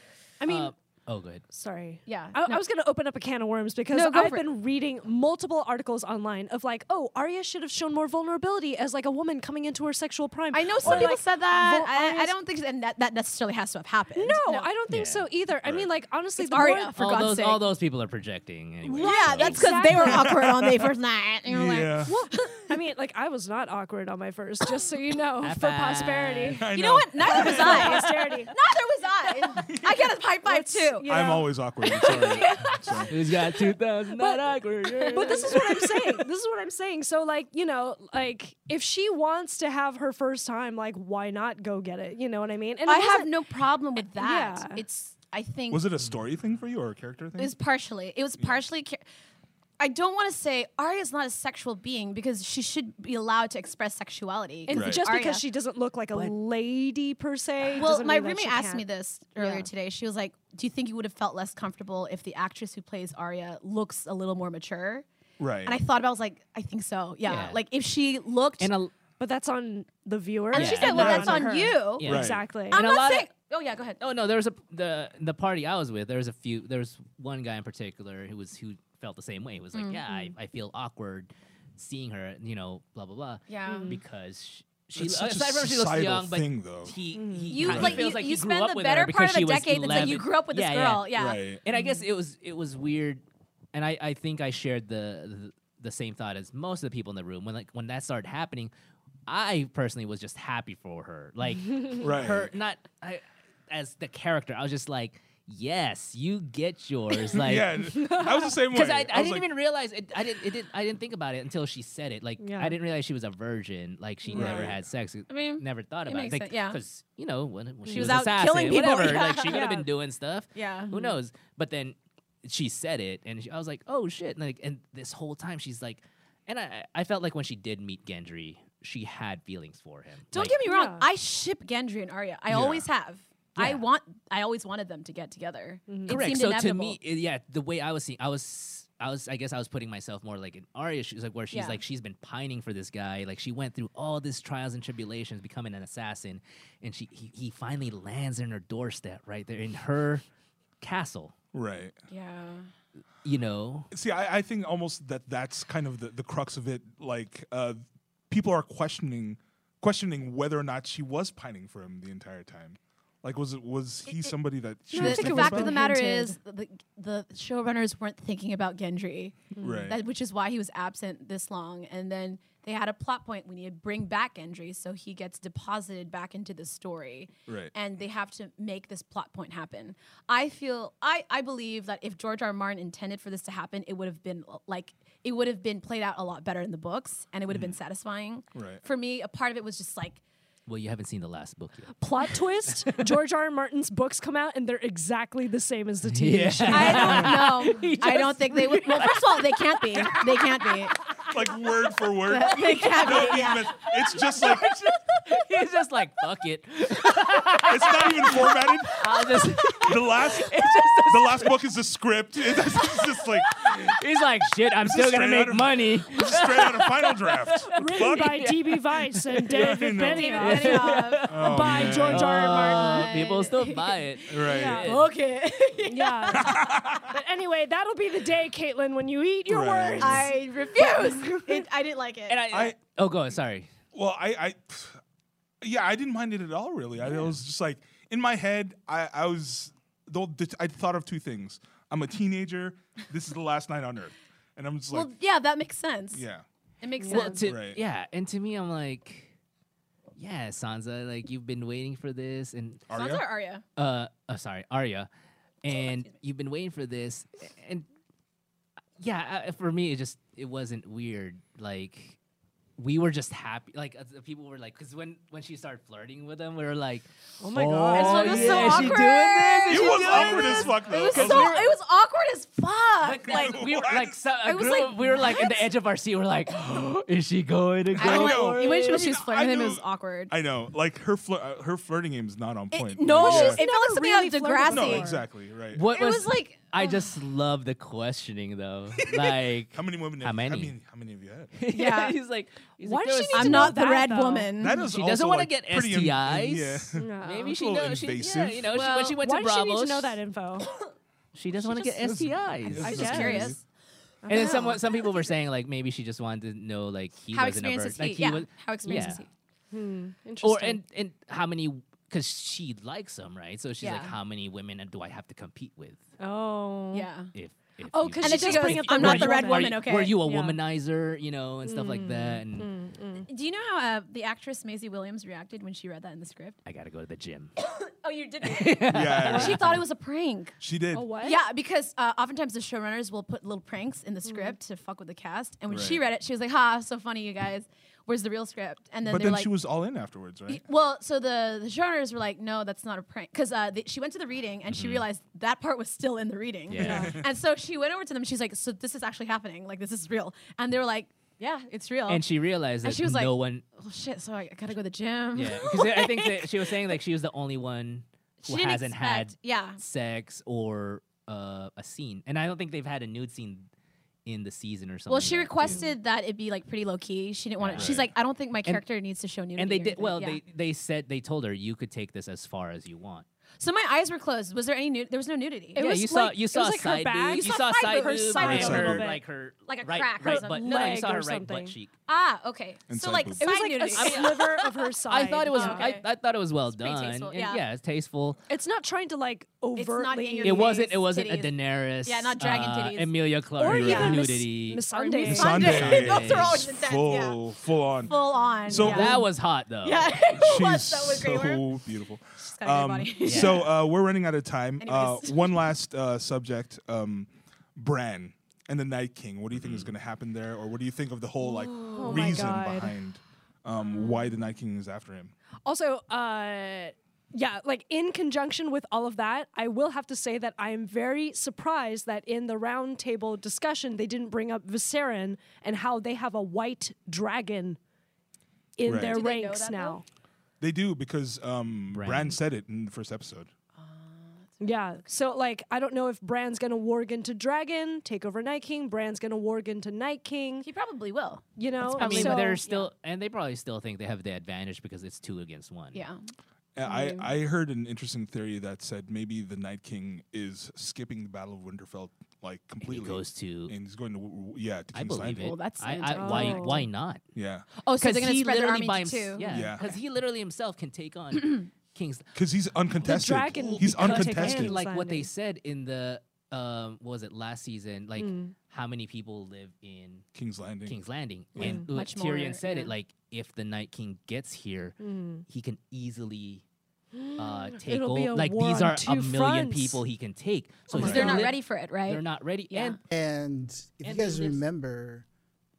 B: I mean,
D: Uh, oh, good.
B: Sorry.
C: Yeah,
B: I, I
C: no.
B: was going to open up a can of worms because
C: No, go
B: I've
C: for it.
B: been reading multiple articles online of like, oh, Arya should have shown more vulnerability as like a woman coming into her sexual prime.
C: I know
B: Or,
C: some people
B: like,
C: said that.
B: vul-
C: I, I
B: Arya's-
C: don't think and that, that necessarily has to have happened.
B: No, I don't think
D: Yeah.
B: so either. I mean, like honestly,
C: It's
B: the more-
C: Arya, for
D: all
C: God's
D: those,
C: sake.
D: all those people are projecting. Anyway.
C: yeah, that's because they were awkward on the first night. And you're like,
A: Yeah.
B: Well, [laughs] I mean, like I was not awkward on my first, just so you know,
D: High
B: for
D: five.
B: prosperity.
A: [laughs]
B: [laughs]
A: I
C: you know what? Neither was I.
B: Posterity.
C: Neither was I.
B: [laughs]
C: I get a high five
B: Let's-
C: too.
B: you
A: I'm
B: know.
A: always awkward. I'm
C: [laughs]
A: sorry. So-
D: Who's got 2,000? Not awkward.
B: but this is what I'm saying. This is what I'm saying. So like, you know, like if she wants to have her first time, like why not go get it? You know what I mean? And it
C: I have
B: wasn't-
C: no problem with that.
B: Yeah.
C: It's, I think,
A: Was it a story thing for you or a character thing?
C: it was partially. It was partially. Ca- I don't want to say Arya's not a sexual being because she should be allowed to express sexuality.
B: And
A: Right.
B: just
C: Arya.
B: because she doesn't look like a lady per se.
C: Well,
B: doesn't
C: my
B: mean that
C: roommate
B: she
C: asked
B: can't.
C: me this earlier
B: Yeah.
C: today. She was like, "Do you think you would have felt less comfortable if the actress who plays Arya looks a little more mature?"
A: right.
C: And I thought about, it, I was like, "I think so. Yeah.
D: Yeah.
C: Like if she looked."
D: And a,
B: But that's on the viewer.
C: and she
D: Yeah.
C: said, "Well,
D: not
C: that's on
B: her.
C: you."
D: yeah.
A: Right.
B: Exactly.
C: I'm
D: And a
C: not
D: lot of-
C: saying. oh yeah, go ahead.
D: Oh no, there was a the the party I was with. There was a few. There was one guy in particular who was who felt the same way. He was like, yeah, I,
C: Mm-hmm.
D: I feel awkward seeing her. You know, blah blah blah.
C: Yeah. Mm.
D: because. She, she,
A: It's such a
D: aside from she looks
A: societal
D: young, but
A: thing, though.
D: he, he
C: Mm. You
D: kinda
C: like you,
D: feels like
C: you
D: he grew
C: spend
D: up
C: the
D: with her
C: better part
D: because
C: of a
D: she was
C: decade. It's like you
D: 11.
C: grew up with this
D: Yeah, yeah.
C: girl. Yeah. Mm.
A: Right.
D: And I guess it was it was weird, and I, I think I shared the, the the same thought as most of the people in the room when like when that started happening, I personally was just happy for her,
C: [laughs]
D: like
A: Right.
D: her not I, as the character. I was just like, yes, you
A: [laughs]
D: get yours, like.
A: yeah,
C: [laughs]
A: I was the same way.
D: Because I, I,
A: was
D: didn't
A: like,
D: even realize it. I didn't. It didn't. I didn't think about it until she said it. Like
B: Yeah.
D: I didn't realize she was a virgin. Like she never
A: Right.
D: had sex. I
C: mean,
D: never thought about
C: makes
D: it. Like,
C: sense, yeah.
D: Because you know when, when she,
C: was
D: was,
C: out
D: assassin,
C: killing people, [laughs]
D: Whatever.
C: yeah.
D: Like she could have
B: Yeah.
D: been doing stuff.
C: Yeah. Mm-hmm.
D: Who knows? But then she said it, and she, I was like, oh shit! And like, and this whole time she's like, and I, I felt like when she did meet Gendry, she had feelings for him.
C: Don't
D: Like,
C: get me wrong.
B: Yeah.
C: I ship Gendry and Arya. I always have. I
D: Yeah.
C: want. I always wanted them to get together. It
D: Correct.
C: seemed
D: so
C: inevitable.
D: to me, it- yeah, the way I was seeing, I was, I was, I guess I was putting myself more like in Arya shoes, like where she's
C: Yeah.
D: like she's been pining for this guy, like she went through all this trials and tribulations, becoming an assassin, and she he, he finally lands in her doorstep, right there in her castle,
A: right.
C: yeah.
D: you know.
A: See, I, I think almost that that's kind of the, the crux of it. Like, uh, people are questioning questioning whether or not she was pining for him the entire time. Like, was it was he somebody that she
B: I
C: The,
A: was
B: think
C: the
A: thinking
B: it was
C: fact
A: about?
C: of the matter
B: hinted.
C: is, the, the showrunners weren't thinking about Gendry,
A: Right.
C: that, which is why he was absent this long. And then they had a plot point. We need to bring back Gendry, so he gets deposited back into the story.
A: Right.
C: And they have to make this plot point happen. I feel, I, I believe that if George R. R. Martin intended for this to happen, it would have been l- like it would have been played out a lot better in the books, and it would have been satisfying.
A: Mm. Right.
C: For me, a part of it was just
A: [laughs]
C: like.
D: Well, you haven't seen the last book yet. [laughs]
B: Plot
C: [laughs]
B: twist: George R. R. Martin's books come out and they're exactly the same as the TV
D: Yeah.
B: show.
A: [laughs]
C: I don't know.
B: He
C: I don't think they would. Well, first of all, they can't be. They can't be.
A: like word
C: [laughs]
A: for word.
C: They
A: [laughs]
C: can't
A: No,
C: be. Yeah.
A: even- It's just like
D: He's just like, fuck it.
A: it's not even formatted.
D: I'll just. [laughs]
C: [laughs]
A: The last the last book is the script. It's just like
D: He's like, shit, I'm still gonna
A: straight out
D: make
A: of- [laughs]
D: money.
A: Straight out of Final
C: [laughs]
A: Draft.
B: Written by D.B. Weiss and David
A: know. [laughs]
B: Benioff by George R. R. Martin.
D: Uh, people still buy it.
A: Right.
D: Yeah.
C: Oh. Okay. [laughs]
B: Yeah. but anyway, that'll be the day, Caitlin, when you eat your
A: Right.
B: words.
C: I refuse. It, I didn't like it.
D: And I,
A: I-
D: oh, go on, sorry.
A: Well, I, I, yeah, I didn't mind it at all. Really, I, I was just like in my head. I, I was though. th- I thought of two things. I'm a teenager. this is the last night on Earth, and I'm just like,
C: well, yeah, that makes sense.
A: yeah,
C: It makes
D: Well,
C: sense.
D: to,
A: Right.
D: yeah, and to me, I'm like, yeah, Sansa, like you've been waiting for this, and
C: Sansa
A: Arya.
C: or Arya?
D: uh, oh, sorry, Arya, and you've been waiting for this, and yeah, uh, for me, it just it wasn't weird. Like we were just happy. Like uh, the people were like, because when when she started flirting with them, we were like, oh my god,
C: It's like, it was so
D: yeah, is she doing
C: awkward.
D: this?
A: It
D: Is she
A: was
D: doing
A: awkward
D: this?"
A: as fuck though.
C: It was so.
A: 'cause
C: It
A: we were-
C: was awkward as fuck.
D: Like, like we were
A: What?
D: like so,
C: was
D: a group
C: like,
D: of- we were like at the edge of our seat. We're like, [gasps] is she going to go?
C: I don't
A: know.
C: like. Even when she
A: I
C: was
A: mean,
C: flirting
A: I
C: with him, it
A: knew-
C: was awkward.
A: I know, like her flir- uh, her flirting game is not on point.
C: no,
A: Yeah.
C: it felt like something
B: really
C: out of
B: flirted
C: Degrassi.
B: with
A: no,
B: her.
A: exactly right.
D: What
C: It was like
D: I just love the questioning though. Like
A: How many women?
D: How
A: Have,
D: many?
A: I mean, how many of you had?
D: [laughs]
C: Yeah.
D: he's like, he's
B: Why
D: like,
B: does
D: "There
B: she need
D: was-
B: to
C: I'm
B: know
C: not the
B: that,
C: red
B: though?
C: woman.
A: That is
D: [laughs] Mm-hmm. She
A: also,
D: doesn't want
A: like,
D: to get
A: pretty in-
D: STIs.
A: yeah.
B: No.
D: Maybe she
A: a little
D: knows. She, yeah,
A: invasive.
D: you know, she- when
C: Well,
D: she went
B: Why
D: to
B: does she
D: Bravo,
B: need to know that info?
D: she doesn't want to get STIs.
A: I
C: I'm
A: This
C: just
A: is
C: curious.
A: crazy.
D: And then someone, some people were saying like maybe she just wanted to know like he
C: How
D: wasn't a
C: experienced
D: virgin.
C: is he?
D: Like
C: yeah.
D: was-
C: How experienced is
D: yeah.
C: he?
B: Interesting.
D: Or and and how many? Because she likes him, right? So she's like,
C: Yeah.
D: how many women do I have to compete with?
B: oh.
C: Yeah.
D: If, if
C: Oh,
D: you-
C: 'cause
D: if-
C: she
D: if-
C: goes,
D: if-
B: "I'm
D: were
B: not the
D: you-
B: red
D: are
C: woman,
D: you-
C: okay."
D: Were you a
B: Yeah.
D: womanizer, you know, and stuff like that? And
C: Do you know how uh, the actress Maisie Williams reacted when she read that in the script?
D: I gotta go to the gym.
C: Oh, you didn't.
D: [laughs]
A: Yeah,
C: she thought it was a prank.
A: she did.
B: Oh, what?
C: Yeah, because uh, oftentimes the showrunners will put little pranks in the script to fuck with the cast. And when she
A: Right.
C: read it, she was like, "Ha, so funny, you guys. Where's the real script?" And then
A: But
C: they're
A: then
C: like,
A: she was all in afterwards,
C: [laughs]
A: right?
C: "Well, so the the showrunners were like, no, that's not a prank," because uh, they- she went to the reading and she realized that part was still in the reading.
D: Mm-hmm. Yeah. [laughs]
C: and so she went over to them. She's like, "So this is actually happening? Like this is real?" And they were like, "Yeah, it's real."
D: And she realized that
C: And she was like-
D: no one
C: oh shit! So I gotta go to the gym. [laughs]
D: Yeah, because I think that she was saying like she was the only one
C: She
D: who
C: didn't
D: hasn't
C: expect-
D: had
C: yeah.
D: sex or uh, a scene, and I don't think they've had a nude scene in the season or something.
C: Well, she
D: like that, too.
C: requested that it be like pretty low key. She didn't want it. She's like, I don't think my character needs to show nudity.
D: and they
C: or
D: did
C: anything."
D: well.
C: Yeah.
D: They they said they told her you could take this as far as you want.
C: So my eyes were closed. Was there any nudity? There was no nudity.
B: It
D: yeah,
B: was
D: you saw
B: like-
D: you
B: it
D: saw
B: was like her
D: side
B: back.
D: boob,
B: You
D: you
B: saw
D: saw
B: side
D: side
B: boob, her
D: boob,
B: side
D: and
A: boob a
D: her
A: little bit.
D: like her
C: Like a
D: right,
C: crack or
D: right butt.
C: something.
D: No, you
B: Leg
D: saw her
B: or
D: right
B: something.
D: butt cheek.
C: ah, okay. So
A: Inside
C: like
A: boob.
C: side
B: It was like
C: nudity.
B: a [laughs] sliver of her side.
D: I thought it was
C: okay.
D: I, I thought it was well
C: pretty
D: done.
C: tasteful,
D: and
C: yeah.
D: it's tasteful.
B: It's not trying to like
C: It's not
B: overtly.
C: in your
D: It wasn't. It
C: Titties,
D: wasn't a
C: titties.
D: Daenerys.
C: Yeah, not dragon
D: uh,
C: titties.
D: Emilia Clarke
B: or even
D: nudity.
B: Miss
C: Or
B: Sunday.
C: Miss Sunday.
A: Sunday.
C: [laughs] Those are always intense.
A: full,
C: Yeah.
A: full on.
C: [laughs] Full on.
A: So-
C: yeah.
D: that was hot though.
C: [laughs] yeah,
D: [laughs]
C: it [laughs]
A: She's
C: was so was great work.
A: so beautiful. Um,
C: She's got a good body. Yeah. [laughs]
A: So uh, we're running out of time. Uh,
C: Anyways. [laughs]
A: one last uh, subject: um, Bran and the Night King. What do you think is
D: Mm-hmm.
A: going to happen there, or what do you think of the whole like
C: Oh
B: my
A: reason
B: God.
A: behind
C: Mm.
A: um, why the Night King is after him?
B: Also, uh, yeah, like in conjunction with all of that, I will have to say that I am very surprised that in the roundtable discussion they didn't bring up Viserin and how they have a white dragon in
A: Right.
B: their
A: Do
C: they know
B: ranks
C: that,
B: now.
A: They do because um, Bran.
D: Bran.
A: said it in the first episode.
B: Yeah, so like I don't know if Bran's gonna warg into dragon, take over Night King. Bran's gonna warg into Night King.
C: He probably will.
B: You know, Mm,
D: I mean,
B: so-
D: they're still, and they probably still think they have the advantage because it's two against one.
C: Yeah.
A: And Uh, I, I heard an interesting theory that said maybe the Night King is skipping the Battle of Winterfell like
D: he
A: completely.
D: goes to.
A: and he's going to w- w- yeah to
D: I
A: King's
D: believe it.
A: Landing.
C: Well, Oh, that's
D: I, I,
C: fantastic.
D: why?
B: Oh.
D: Why not?
A: Yeah,
C: Oh, so they're
D: Because
C: gonna
D: he
C: spread their army
D: literally by
C: to
D: himself.
C: two.
D: Yeah,
A: Yeah.
D: because he literally himself can
C: [clears throat]
D: take on King's.
A: because he's uncontested.
B: dragon
A: he's
B: can take
A: uncontested.
D: And
B: King's
D: like what they
B: Landing.
D: said in the, um, what was it last season? Like
C: Mm.
B: mm,
D: how many people live in
A: King's Landing.
D: King's Landing? And uh,
C: Much
D: Tyrion
C: more,
D: said
C: yeah.
D: it like if the Night King gets here,
B: mm,
D: he can easily. Uh,
C: [gasps]
D: take
B: It'll be
D: over.
B: a
D: Like
B: war
D: these
B: on
D: are a
B: two
D: million
B: fronts.
D: people he can take. So
C: Because
D: he's
C: they're not
D: lit-
C: ready for it, right?
D: They're not ready.
C: Yeah.
D: And
I: And if
D: And
I: you guys
D: they live-
I: remember,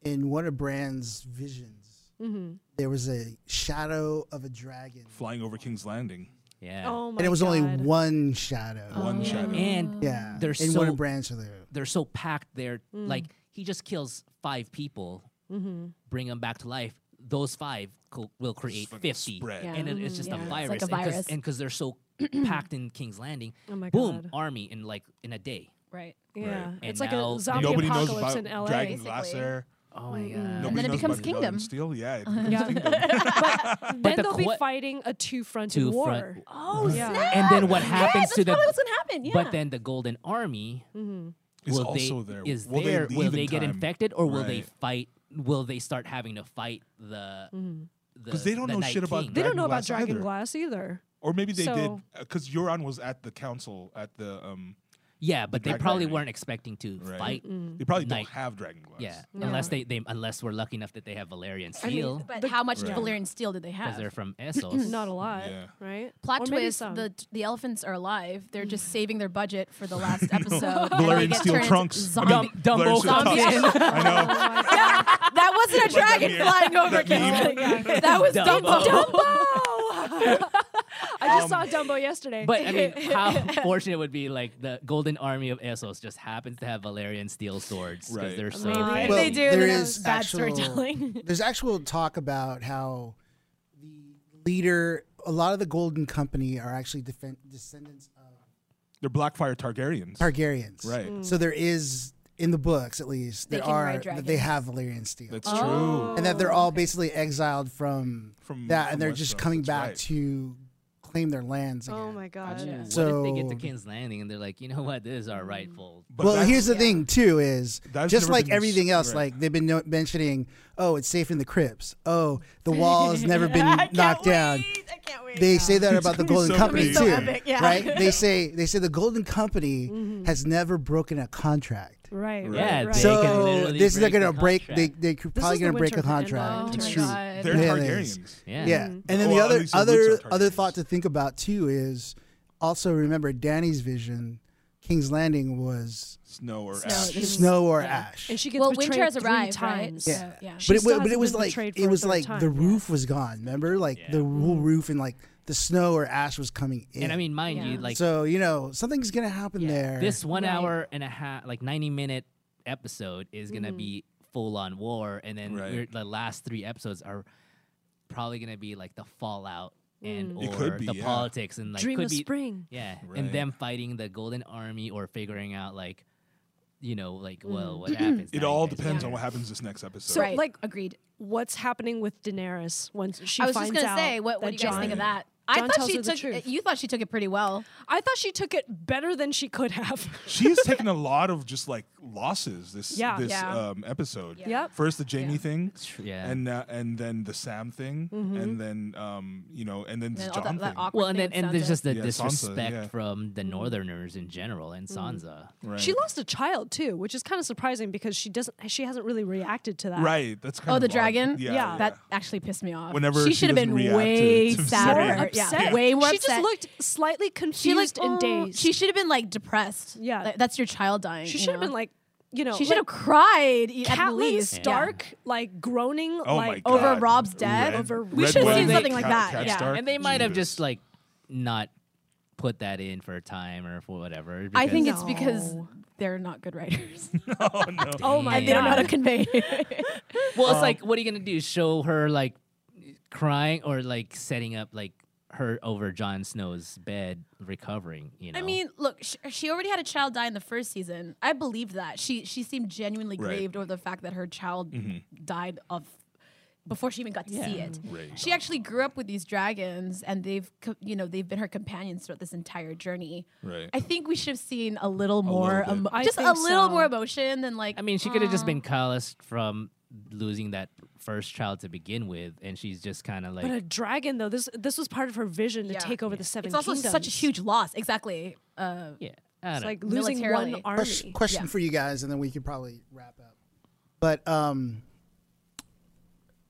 I: in one of Brand's visions,
B: mm.
I: there was a shadow of a dragon,
A: flying over King's Landing.
D: yeah.
B: Oh my
I: and it was only
B: God.
I: one shadow.
A: One shadow.
C: Mm-hmm.
D: And
I: Yeah,
D: They're
I: in one
D: so-
I: of Brand's shadow.
D: they're so packed there.
C: Mm.
D: Like he just kills five people,
B: Mm-hmm.
D: bring them back to life. Those five co- will create
A: fucking
D: fifty,
A: spread.
D: and it- it's just
C: Yeah.
D: a
C: It's like a
D: virus. And 'cause-
C: [clears throat] virus.
D: and because they're so packed in King's Landing,
B: Oh my
D: boom,
B: God.
D: army in like in a day.
C: right?
B: Yeah,
D: Right.
B: it's
D: And
B: like a
D: now-
B: zombie
D: Nobody
A: knows
B: apocalypse
A: about
B: in LA.
A: Dragon's
C: basically.
A: Lair.
D: Oh my god.
A: Nobody
C: mm. then it
A: knows
C: becomes
A: about Blood and
C: Kingdom.
A: Steel, yeah. it
B: [laughs] Yeah.
C: [laughs]
A: becomes Kingdom.
B: [laughs] but then
D: the
B: they'll be
D: que-
B: fighting a two-fronted
D: Two
B: war.
D: front-
C: Oh
B: Yeah.
C: snap!
D: And then what happens
C: that's
D: to the
C: probably what's gonna happen. Yeah.
D: But then the Golden Army
C: Mm-hmm.
A: It's
D: will they-
A: also there.
D: Is
A: Will they
D: there? will
A: leave
D: they
A: in
D: get
A: time?
D: infected, or will they
A: Right.
D: fight? Will they start having to fight the?
C: Mm.
D: Because
A: they don't know shit about
B: They don't know about
A: Dragonglass either.
B: Dragon Glass either.
A: Or maybe they did
B: So-
A: because Euron was at the council at the. um
D: Yeah, but they
A: Dragon
D: probably
A: Army.
D: weren't expecting to
A: Right.
D: fight.
A: They probably don't
D: Like-
A: have dragon glass.
D: Yeah,
B: Yeah.
D: unless they, they unless we're lucky enough that they have Valerian
C: I mean,
D: steel [laughs]
C: but how much
A: Right.
C: Valyrian steel did they
D: because
C: have? [laughs]
D: they're from Essos.
B: Not a lot,
A: Yeah.
B: right?
C: Plot
B: Or maybe
C: twist:
B: some. [laughs]
C: the the elephants are alive. They're [laughs] just saving their budget for the last [laughs] episode. and they
A: Valerian
C: get
A: steel
C: turned into
A: trunks.
C: Zombie.
D: Dumb- Dumbo
A: Valerian steel
D: comes
A: trunks.
D: in.
A: [laughs] I know.
B: [laughs]
C: [laughs] That wasn't a dragon
A: meme.
C: flying over,
A: That meme.
C: Kim. That was
D: Dumbo.
C: Dumbo.
B: I just
A: Um,
B: saw Dumbo yesterday.
D: But
B: [laughs]
C: [laughs]
D: I mean, how fortunate would be like the Golden Army of Essos just happens to have Valerian steel swords because
A: Right.
D: they're so.
B: Maybe.
D: fancy.
B: If
I: Well,
B: they
C: do,
I: there
C: then it
I: is
C: was bad
I: actual-
C: storytelling.
I: [laughs] there's actual talk about how the leader, a lot of the Golden Company are actually defen descendants of
A: They're Blackfire Targaryens.
I: Targaryens.
A: Right. Mm.
I: So there is, in the books at least,
C: They
I: there
C: can
I: are
C: ride
I: that they
C: dragons.
I: have Valyrian steel,
A: That's
C: Oh.
A: true.
I: and that they're all basically exiled from,
A: From- Mm,
I: that,
A: from
I: and they're just
A: Westeros,
I: coming
A: that's
I: back
A: right.
I: to claim their lands. Again.
B: oh my god.
D: what if they get
I: So-
D: to King's Landing and they're like, you know what, this is our rightful.
A: But
I: well,
A: that's-
I: here's the thing too: is
A: That's
I: just
A: never
I: like
A: been
I: everything else,
A: right.
I: like they've been no- mentioning, oh, it's safe in the crypts. Oh,
B: [laughs]
I: the wall has never been knocked down.
C: I can't wait.
I: They say that about the
A: gonna be
I: Golden
A: so
I: Company
A: epic. It's
I: too,
A: gonna be so epic,
C: yeah.
I: right?
B: [laughs]
I: They say they say the Golden Company has never broken a contract.
B: Right. right,
D: Yeah,
B: Mm-hmm. Right.
D: they
I: so
D: can literally
I: this they're
D: break the
I: gonna break. They
D: contract.
I: they could probably
B: is the
I: gonna
B: winter
I: break a
B: of the
I: contract.
C: Oh
A: It's
C: my
A: true.
C: God.
A: They're
I: Yeah, it is.
A: Targaryens.
C: Mm.
D: Yeah.
I: Yeah,
B: Mm-hmm.
I: and then
A: Well,
I: the
A: at
I: other
A: least the
I: other
A: roots are
I: other
A: Targaryens.
I: thought to think about too is also remember Danny's vision. King's Landing was
A: Snow or
C: Snow.
B: Oh,
A: ash.
C: This-
I: snow or
C: yeah.
I: ash.
B: And she gets
C: Well,
B: betrayed
C: winter has
B: three
C: arrived, right?
B: times.
C: So, yeah.
B: She
I: but it,
B: still
I: wa- but it
B: hasn't
I: was
B: been
I: like
B: betrayed for
I: it
B: a
I: was
B: third
I: like the
B: time.
I: roof was gone. Remember, like the whole roof and like the snow or ash was coming in.
D: And I mean, mind you,
C: Yeah.
D: like
I: so you know something's gonna happen there.
D: this one
C: Right.
D: hour and a half, like ninety minute episode is gonna be full on war, and then
A: Right.
D: we're, the last three episodes are probably gonna be like the fallout and
A: It
D: or
A: could be,
D: the
A: yeah.
D: politics and like
B: Dream
D: could
B: of
D: be,
B: spring.
D: yeah,
A: Right.
D: and them fighting the Golden Army or figuring out like, you know, like well, what happens?
A: [clears throat] It
D: now, you
A: all
D: guys
A: depends
D: know.
A: on what happens this next episode.
B: So,
C: right.
B: like-
C: agreed.
B: What's happening with Daenerys once she
C: I was just
B: finds
C: gonna
B: out
C: say, what,
B: that
C: what do you guys
B: Jon-
C: think of that?
B: John
C: I thought
B: tells
C: she
B: her the
C: took.
B: truth.
C: You thought she took it pretty well.
B: I thought she took it better than she could have.
A: She's taken a lot of just like losses this
B: Yeah.
A: this
C: Yeah.
A: Um, episode.
B: Yep.
A: First the Jamie thing,
D: yeah.
A: and uh, and then the Sam thing, and then um you know and then the
C: Mm-hmm. And all that-
A: John
C: that
A: thing.
C: awkward
D: Well, and
C: thing
D: then
C: with
D: and there's
C: Sansa.
D: just the
A: Yeah, Sansa,
D: disrespect
A: yeah.
D: from the Northerners in general and Sansa.
A: right.
B: She lost a child too, which is kind of surprising because she doesn't. She hasn't really reacted to that.
A: Right. That's kind
C: Oh,
A: of
C: the
A: odd.
C: dragon.
A: Yeah.
B: Yeah.
C: that actually pissed me off.
A: Whenever
C: she
A: she
C: should have
A: doesn't
C: been
A: react to-
C: way
A: to
C: sadder.
A: Viserys.
C: Yeah,
B: Upset.
C: way more
B: She
C: upset.
B: just looked slightly confused
C: She looked
B: and
C: "Oh."
B: dazed.
C: She should have been like depressed.
B: Yeah.
C: Like, that's your child dying.
B: She
C: you
B: should have
C: know?
B: been like, you know,
C: She should have cried e-
B: like
C: at
B: Catelyn
C: least.
B: Stark, like groaning,
A: Oh my
B: like
A: god.
C: over Rob's death?
B: Over-
C: We should've
A: Wedding.
C: seen something like
A: Cat-
C: that,
A: Cat
C: yeah.
A: Stark,
D: And they might have
A: Jesus.
D: just like not put that in for a time or for whatever.
C: I think
D: because-
C: it's because
B: No.
C: they're not good writers.
A: [laughs] oh no.
B: oh my
C: and they don't know how to
B: god.
C: convey.
D: well, it's
I: Um,
D: like what are you gonna do? Show her like crying or like setting up like her over Jon Snow's bed recovering. You know.
C: I mean, look, sh- she already had a child die in the first season. I believed that. She she seemed genuinely
A: Right.
C: grieved over the fact that her child died of before she even got to see it.
A: Right.
C: She actually grew up with these dragons and they've co- you know, they've been her companions throughout this entire journey.
A: Right.
C: I think we should have seen a little more
A: bit.
C: emo-
B: I
C: just a
B: think
C: little
B: so.
C: more emotion than like
D: I mean, she could have just been calloused from losing that first child to begin with, and she's just kind of like.
B: But a dragon, though this this was part of her vision to
C: Yeah.
B: take over the seven.
C: it's also
B: kingdoms.
C: such a huge loss. Exactly. Uh,
D: yeah, I
B: It's
D: don't
B: like losing one
C: Militarily.
B: army.
I: Question, question for you guys, and then we could probably wrap up. But um,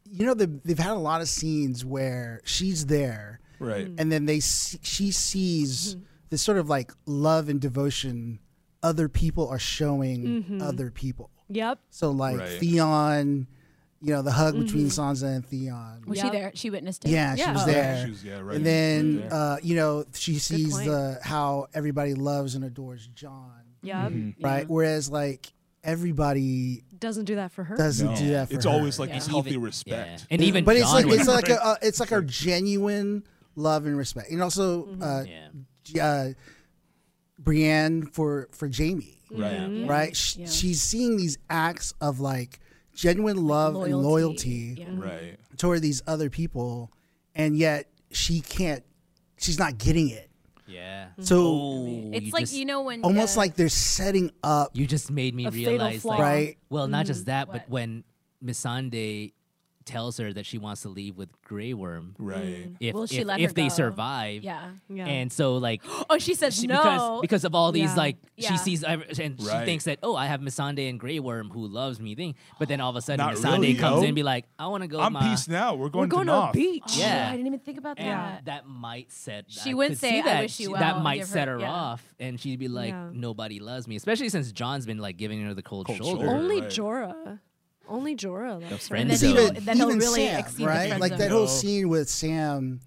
I: you know, they've, they've had a lot of scenes where she's there,
A: Right.
I: and then they see, she sees this sort of like love and devotion other people are showing other people.
B: Yep.
I: So like
A: Right.
I: Theon, you know, the hug between Sansa and Theon.
C: was
B: Yeah.
C: she there? She witnessed it.
I: Yeah, she
B: Yeah.
I: was
B: Oh,
A: Yeah,
I: there.
A: she was- yeah, right
I: And then,
A: there.
I: uh, you know, she sees
B: point.
I: the how everybody loves and adores John,
B: Yep.
A: Mm-hmm.
I: right? Whereas, like, everybody
B: Doesn't do that for her.
I: doesn't do that for
A: it's
I: her.
A: always like this
D: And
A: healthy
D: even-
A: respect.
D: yeah. and even
I: but it's
D: Jon
I: like
D: was-
I: it's like a uh, it's like our genuine love and respect, and also uh,
D: yeah.
I: G- uh, Brienne for for Jamie,
A: Right.
C: Mm-hmm.
I: right? Sh She's seeing these acts of like genuine love and loyalty
C: Yeah.
A: Right.
I: toward these other people, and yet she can't. She's not getting it.
D: Yeah.
C: Mm-hmm.
I: So
D: Oh.
C: It's like
D: just,
C: you know when
I: almost
C: uh,
I: like they're setting up,
D: You just made me
B: A fatal
D: realize,
B: flaw.
D: like,
I: right?
D: well, not just that, but
C: What?
D: when Missandei tells her that she wants to leave with Grey Worm,
A: Right.
D: if
C: Will she
D: if,
C: let
D: if
C: her
D: they
C: go?
D: survive,
C: yeah.
B: Yeah.
D: and so
C: [gasps]
D: like
C: Oh, she says
D: she,
C: no
D: because because of all these
B: Yeah.
D: like
C: Yeah.
D: she sees ev- and
A: Right.
D: she thinks that oh I have Missandei and Grey Worm who loves me thing, but then all of a sudden
A: Not
D: Missandei
A: really,
D: comes
A: yo.
D: in and be like I want to go.
A: I'm
D: ma.
A: peace now. We're
B: We're
A: going,
B: going to,
A: Knopf.
B: a beach.
C: Oh,
D: Yeah.
C: I didn't even think about
D: And
C: that.
D: that might set.
C: She
D: I
C: would
D: could
C: say,
D: see
C: "I
D: that.
C: wish you
D: she-
C: well,"
D: That might
C: give her-
D: set her
C: yeah.
D: off, and she'd be like,
B: Yeah.
D: "Nobody loves me," especially since John's been like giving her the cold,
A: Cold
D: shoulder.
C: Oh,
A: shoulder.
B: Only
A: Right.
B: Jorah. Only Jorah loves her.
D: friend
C: then
I: Because
C: he'll-
I: even,
C: then he'll
I: even
C: really
I: Sam,
C: exceed the
I: right?
C: friend
I: Like
C: zone.
I: that whole
A: No.
I: scene with Sam,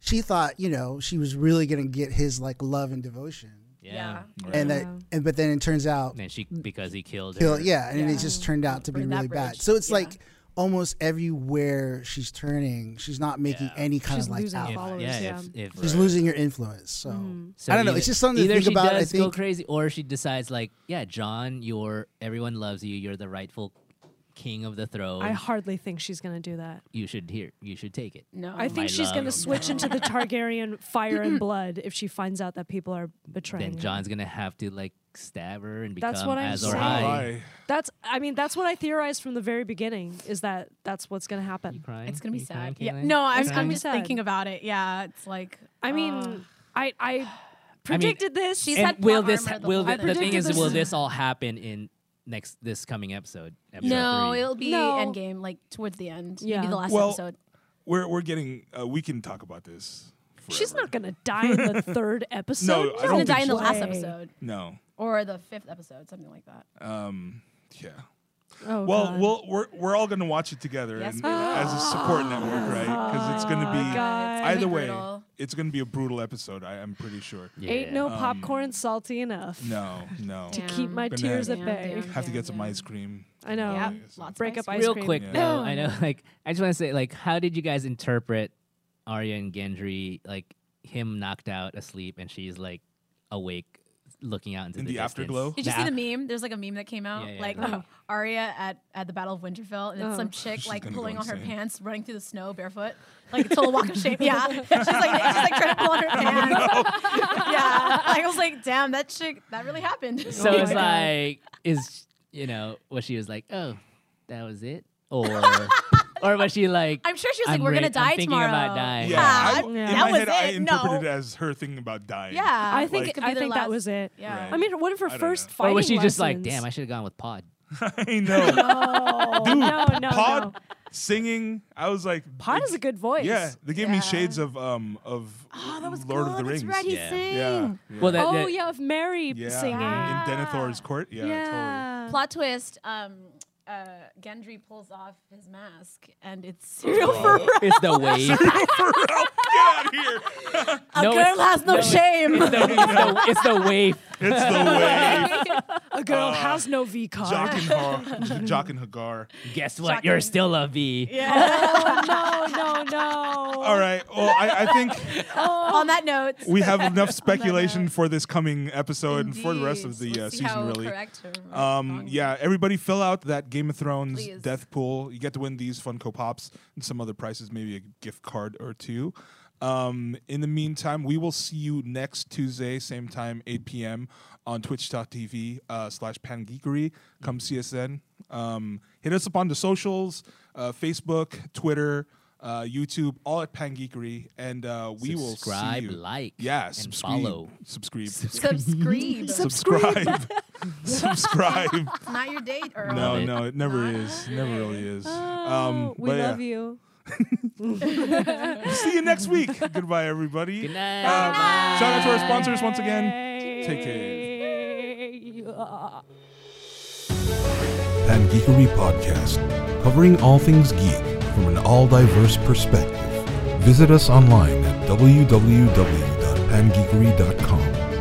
I: she thought you know she was really gonna get his like love and devotion,
D: Yeah.
I: and that,
B: Yeah.
I: and but then it turns out,
D: And she because he killed
I: kill,
D: her.
I: yeah, and it just turned out to be
C: Burned that
I: really bad.
C: bridge.
I: So it's
C: Yeah.
I: like almost everywhere she's turning, she's not making
D: Yeah.
I: any kind
B: She's
I: of like
B: losing
I: out.
D: If-
B: Followers,
D: yeah,
B: yeah.
D: If, if
I: She's losing her influence. So
C: Mm-hmm.
I: I don't know.
D: either-
I: It's just something to
D: either
I: think
D: she
I: about. I
D: Does go
I: think
D: crazy, or she decides like, yeah, John, you're everyone loves you. You're the rightful king of the throne.
B: I hardly think she's going to do that.
D: you should hear. You should take it.
C: no,
B: I think
D: My
B: she's going to
D: love.
B: switch into the Targaryen fire and blood if she finds out that people are betraying
D: Then
B: her.
D: John's gonna have to like stab her and become
B: That's what I'm
D: Azor
B: saying.
D: High.
A: Why?
B: That's I mean that's what I theorized from the very beginning is that that's what's going to happen.
D: Crying?
C: it's gonna be
D: You crying,
C: sad. Yeah.
D: Caitlin?
C: No, I'm,
B: It's gonna
C: I'm
B: be
C: just
B: sad.
C: thinking about it. Yeah, it's like
B: I mean
C: uh,
B: I I predicted this.
C: She's
D: and
C: had
D: will
C: plot
D: this
C: armor the
D: will
C: whole
D: the,
C: time.
D: the thing
B: Predicted
D: is
B: this.
D: will this all happen in next this coming episode? episode
C: no,
D: three?
C: it'll be
B: No.
C: end game, like towards the end.
B: Yeah.
C: Maybe the last
A: Well,
C: episode.
A: We're we're getting. Uh, we can talk about this. Forever.
B: She's not going to die in the third episode.
A: No, I
C: She's
A: don't
C: gonna
A: think
C: die in the
A: so.
C: last
B: way.
C: episode
A: No.
C: or the fifth episode, something like that.
A: Um. Yeah.
B: Oh,
A: Well,
B: God.
A: we'll we're we're all gonna watch it together
C: Yes,
A: and,
C: we will.
A: as a support network, right? Because it's gonna be
B: God.
A: either way.
C: brutal.
A: It's gonna be a brutal episode. I, I'm pretty sure.
B: ain't
D: Yeah.
B: no popcorn salty enough.
A: No, no.
B: To keep my
A: Gonna
B: tears at
C: damn,
B: bay.
C: damn.
A: Have to get some ice cream.
B: I know.
C: Yeah,
A: Yes.
C: lots
B: Break
C: of
B: up
C: ice
B: ice
D: Real
B: cream.
D: quick
A: Yeah.
D: though, I know. Like, I just want to say, like, how did you guys interpret Arya and Gendry, like him knocked out asleep and she's like awake, looking out into
A: In
D: the,
A: the
D: distance?
A: afterglow?
C: Did you see
D: af-
C: the meme? There's like a meme that came out,
D: Yeah, yeah,
C: like
D: the-
C: uh, Arya at, at the Battle of Winterfell, and it's
B: Oh.
C: some chick
A: She's
C: like
A: gonna go
C: pulling on her
A: insane.
C: pants, running through the
A: [laughs]
C: snow barefoot, like total walk of shame. Yeah, she's like she's like trying to pull
A: [laughs]
C: on her pants. yeah, like, I was like, damn, that chick, that really happened. [laughs]
D: So
B: Oh my
D: it's
A: uh,
B: God.
D: like, is you know, was she was like, oh, that was it, or or was she like,
C: I'm sure she was like,
D: I'm
C: we're
D: re-
C: gonna
D: I'm
C: die
D: thinking
C: tomorrow.
D: about dying.
A: Yeah,
C: Yeah,
A: I-
C: I-
A: in
B: yeah.
C: that
A: my
C: was
A: head, I
C: it. No.
A: interpreted it as her thinking about dying.
C: yeah,
B: I
A: Like-
B: think
C: Could be
B: I
C: their
B: think that
C: last-
B: was it.
C: Yeah.
A: Right.
B: I mean, what if her
A: I don't
B: first
D: or
B: fighting
D: was she just like,
B: lessons-
D: damn, I should have gone with Pod?
A: [laughs] I know.
B: [laughs] Oh,
A: Dude,
B: no, no,
A: Pod
B: no.
A: singing. I was like,
B: Pod is a good Oh, voice.
A: Yeah, they gave me
C: Yeah.
A: shades of um of Lord of the Rings.
C: Ready
D: Yeah.
C: sing.
A: Yeah. yeah.
D: Well, that,
B: Oh
D: that-
B: yeah, of Mary
A: yeah.
B: singing.
A: in Denethor's court. Yeah, totally.
B: Yeah.
C: Plot twist. Um, uh, Gendry pulls off his mask, and it's
A: [laughs]
C: cereal
A: Oh.
C: for
D: it's the wave.
A: Get out of here!
C: a
D: No, it's-
C: girl has no, shame.
A: [laughs]
D: it's, the, it's the wave.
A: It's
B: [laughs]
A: the way.
B: A girl
A: Uh,
B: has no V card.
A: Jock [laughs] and Har, Jock and Hagar.
D: Guess what? You're still a V.
B: No, no, no.
A: All right. Well, I, I think
C: [laughs] On that note,
A: we have
B: [laughs]
A: enough speculation for this coming episode and for the rest of
C: Indeed.
A: the uh,
C: Let's see
A: season,
C: how
A: really.
C: correct uh, or
A: Um,
C: wrong.
A: yeah, everybody fill out that Game of Thrones
C: Please.
A: death pool. You get to win these Funko Pops and some other prizes, maybe a gift card or two. Um, in the meantime, we will see you next Tuesday, same time, 8 p.m. on twitch.tv uh, slash pangeekery. Come see us then. Um, hit us up on the socials, uh, Facebook, Twitter, uh, YouTube, all at pangeekery. And uh, we will see
D: Subscribe,
A: you.
D: like,
A: yeah,
D: and
A: subscribe,
D: follow. [laughs]
A: Subscribe. [laughs]
C: Subscribe.
A: subscribe. subscribe. [laughs]
C: Not your date, Earl.
A: No,
D: it.
A: no, it never is. Never really is. Um,
B: we
A: but yeah.
B: love you.
A: See you next week. Goodbye, everybody.
D: Good night.
A: Um, shout out to our sponsors once again.
B: Take
A: Take care.
K: Pangeekery Podcast, covering all things geek from an all diverse perspective. Visit us online at www.pangeekery.com.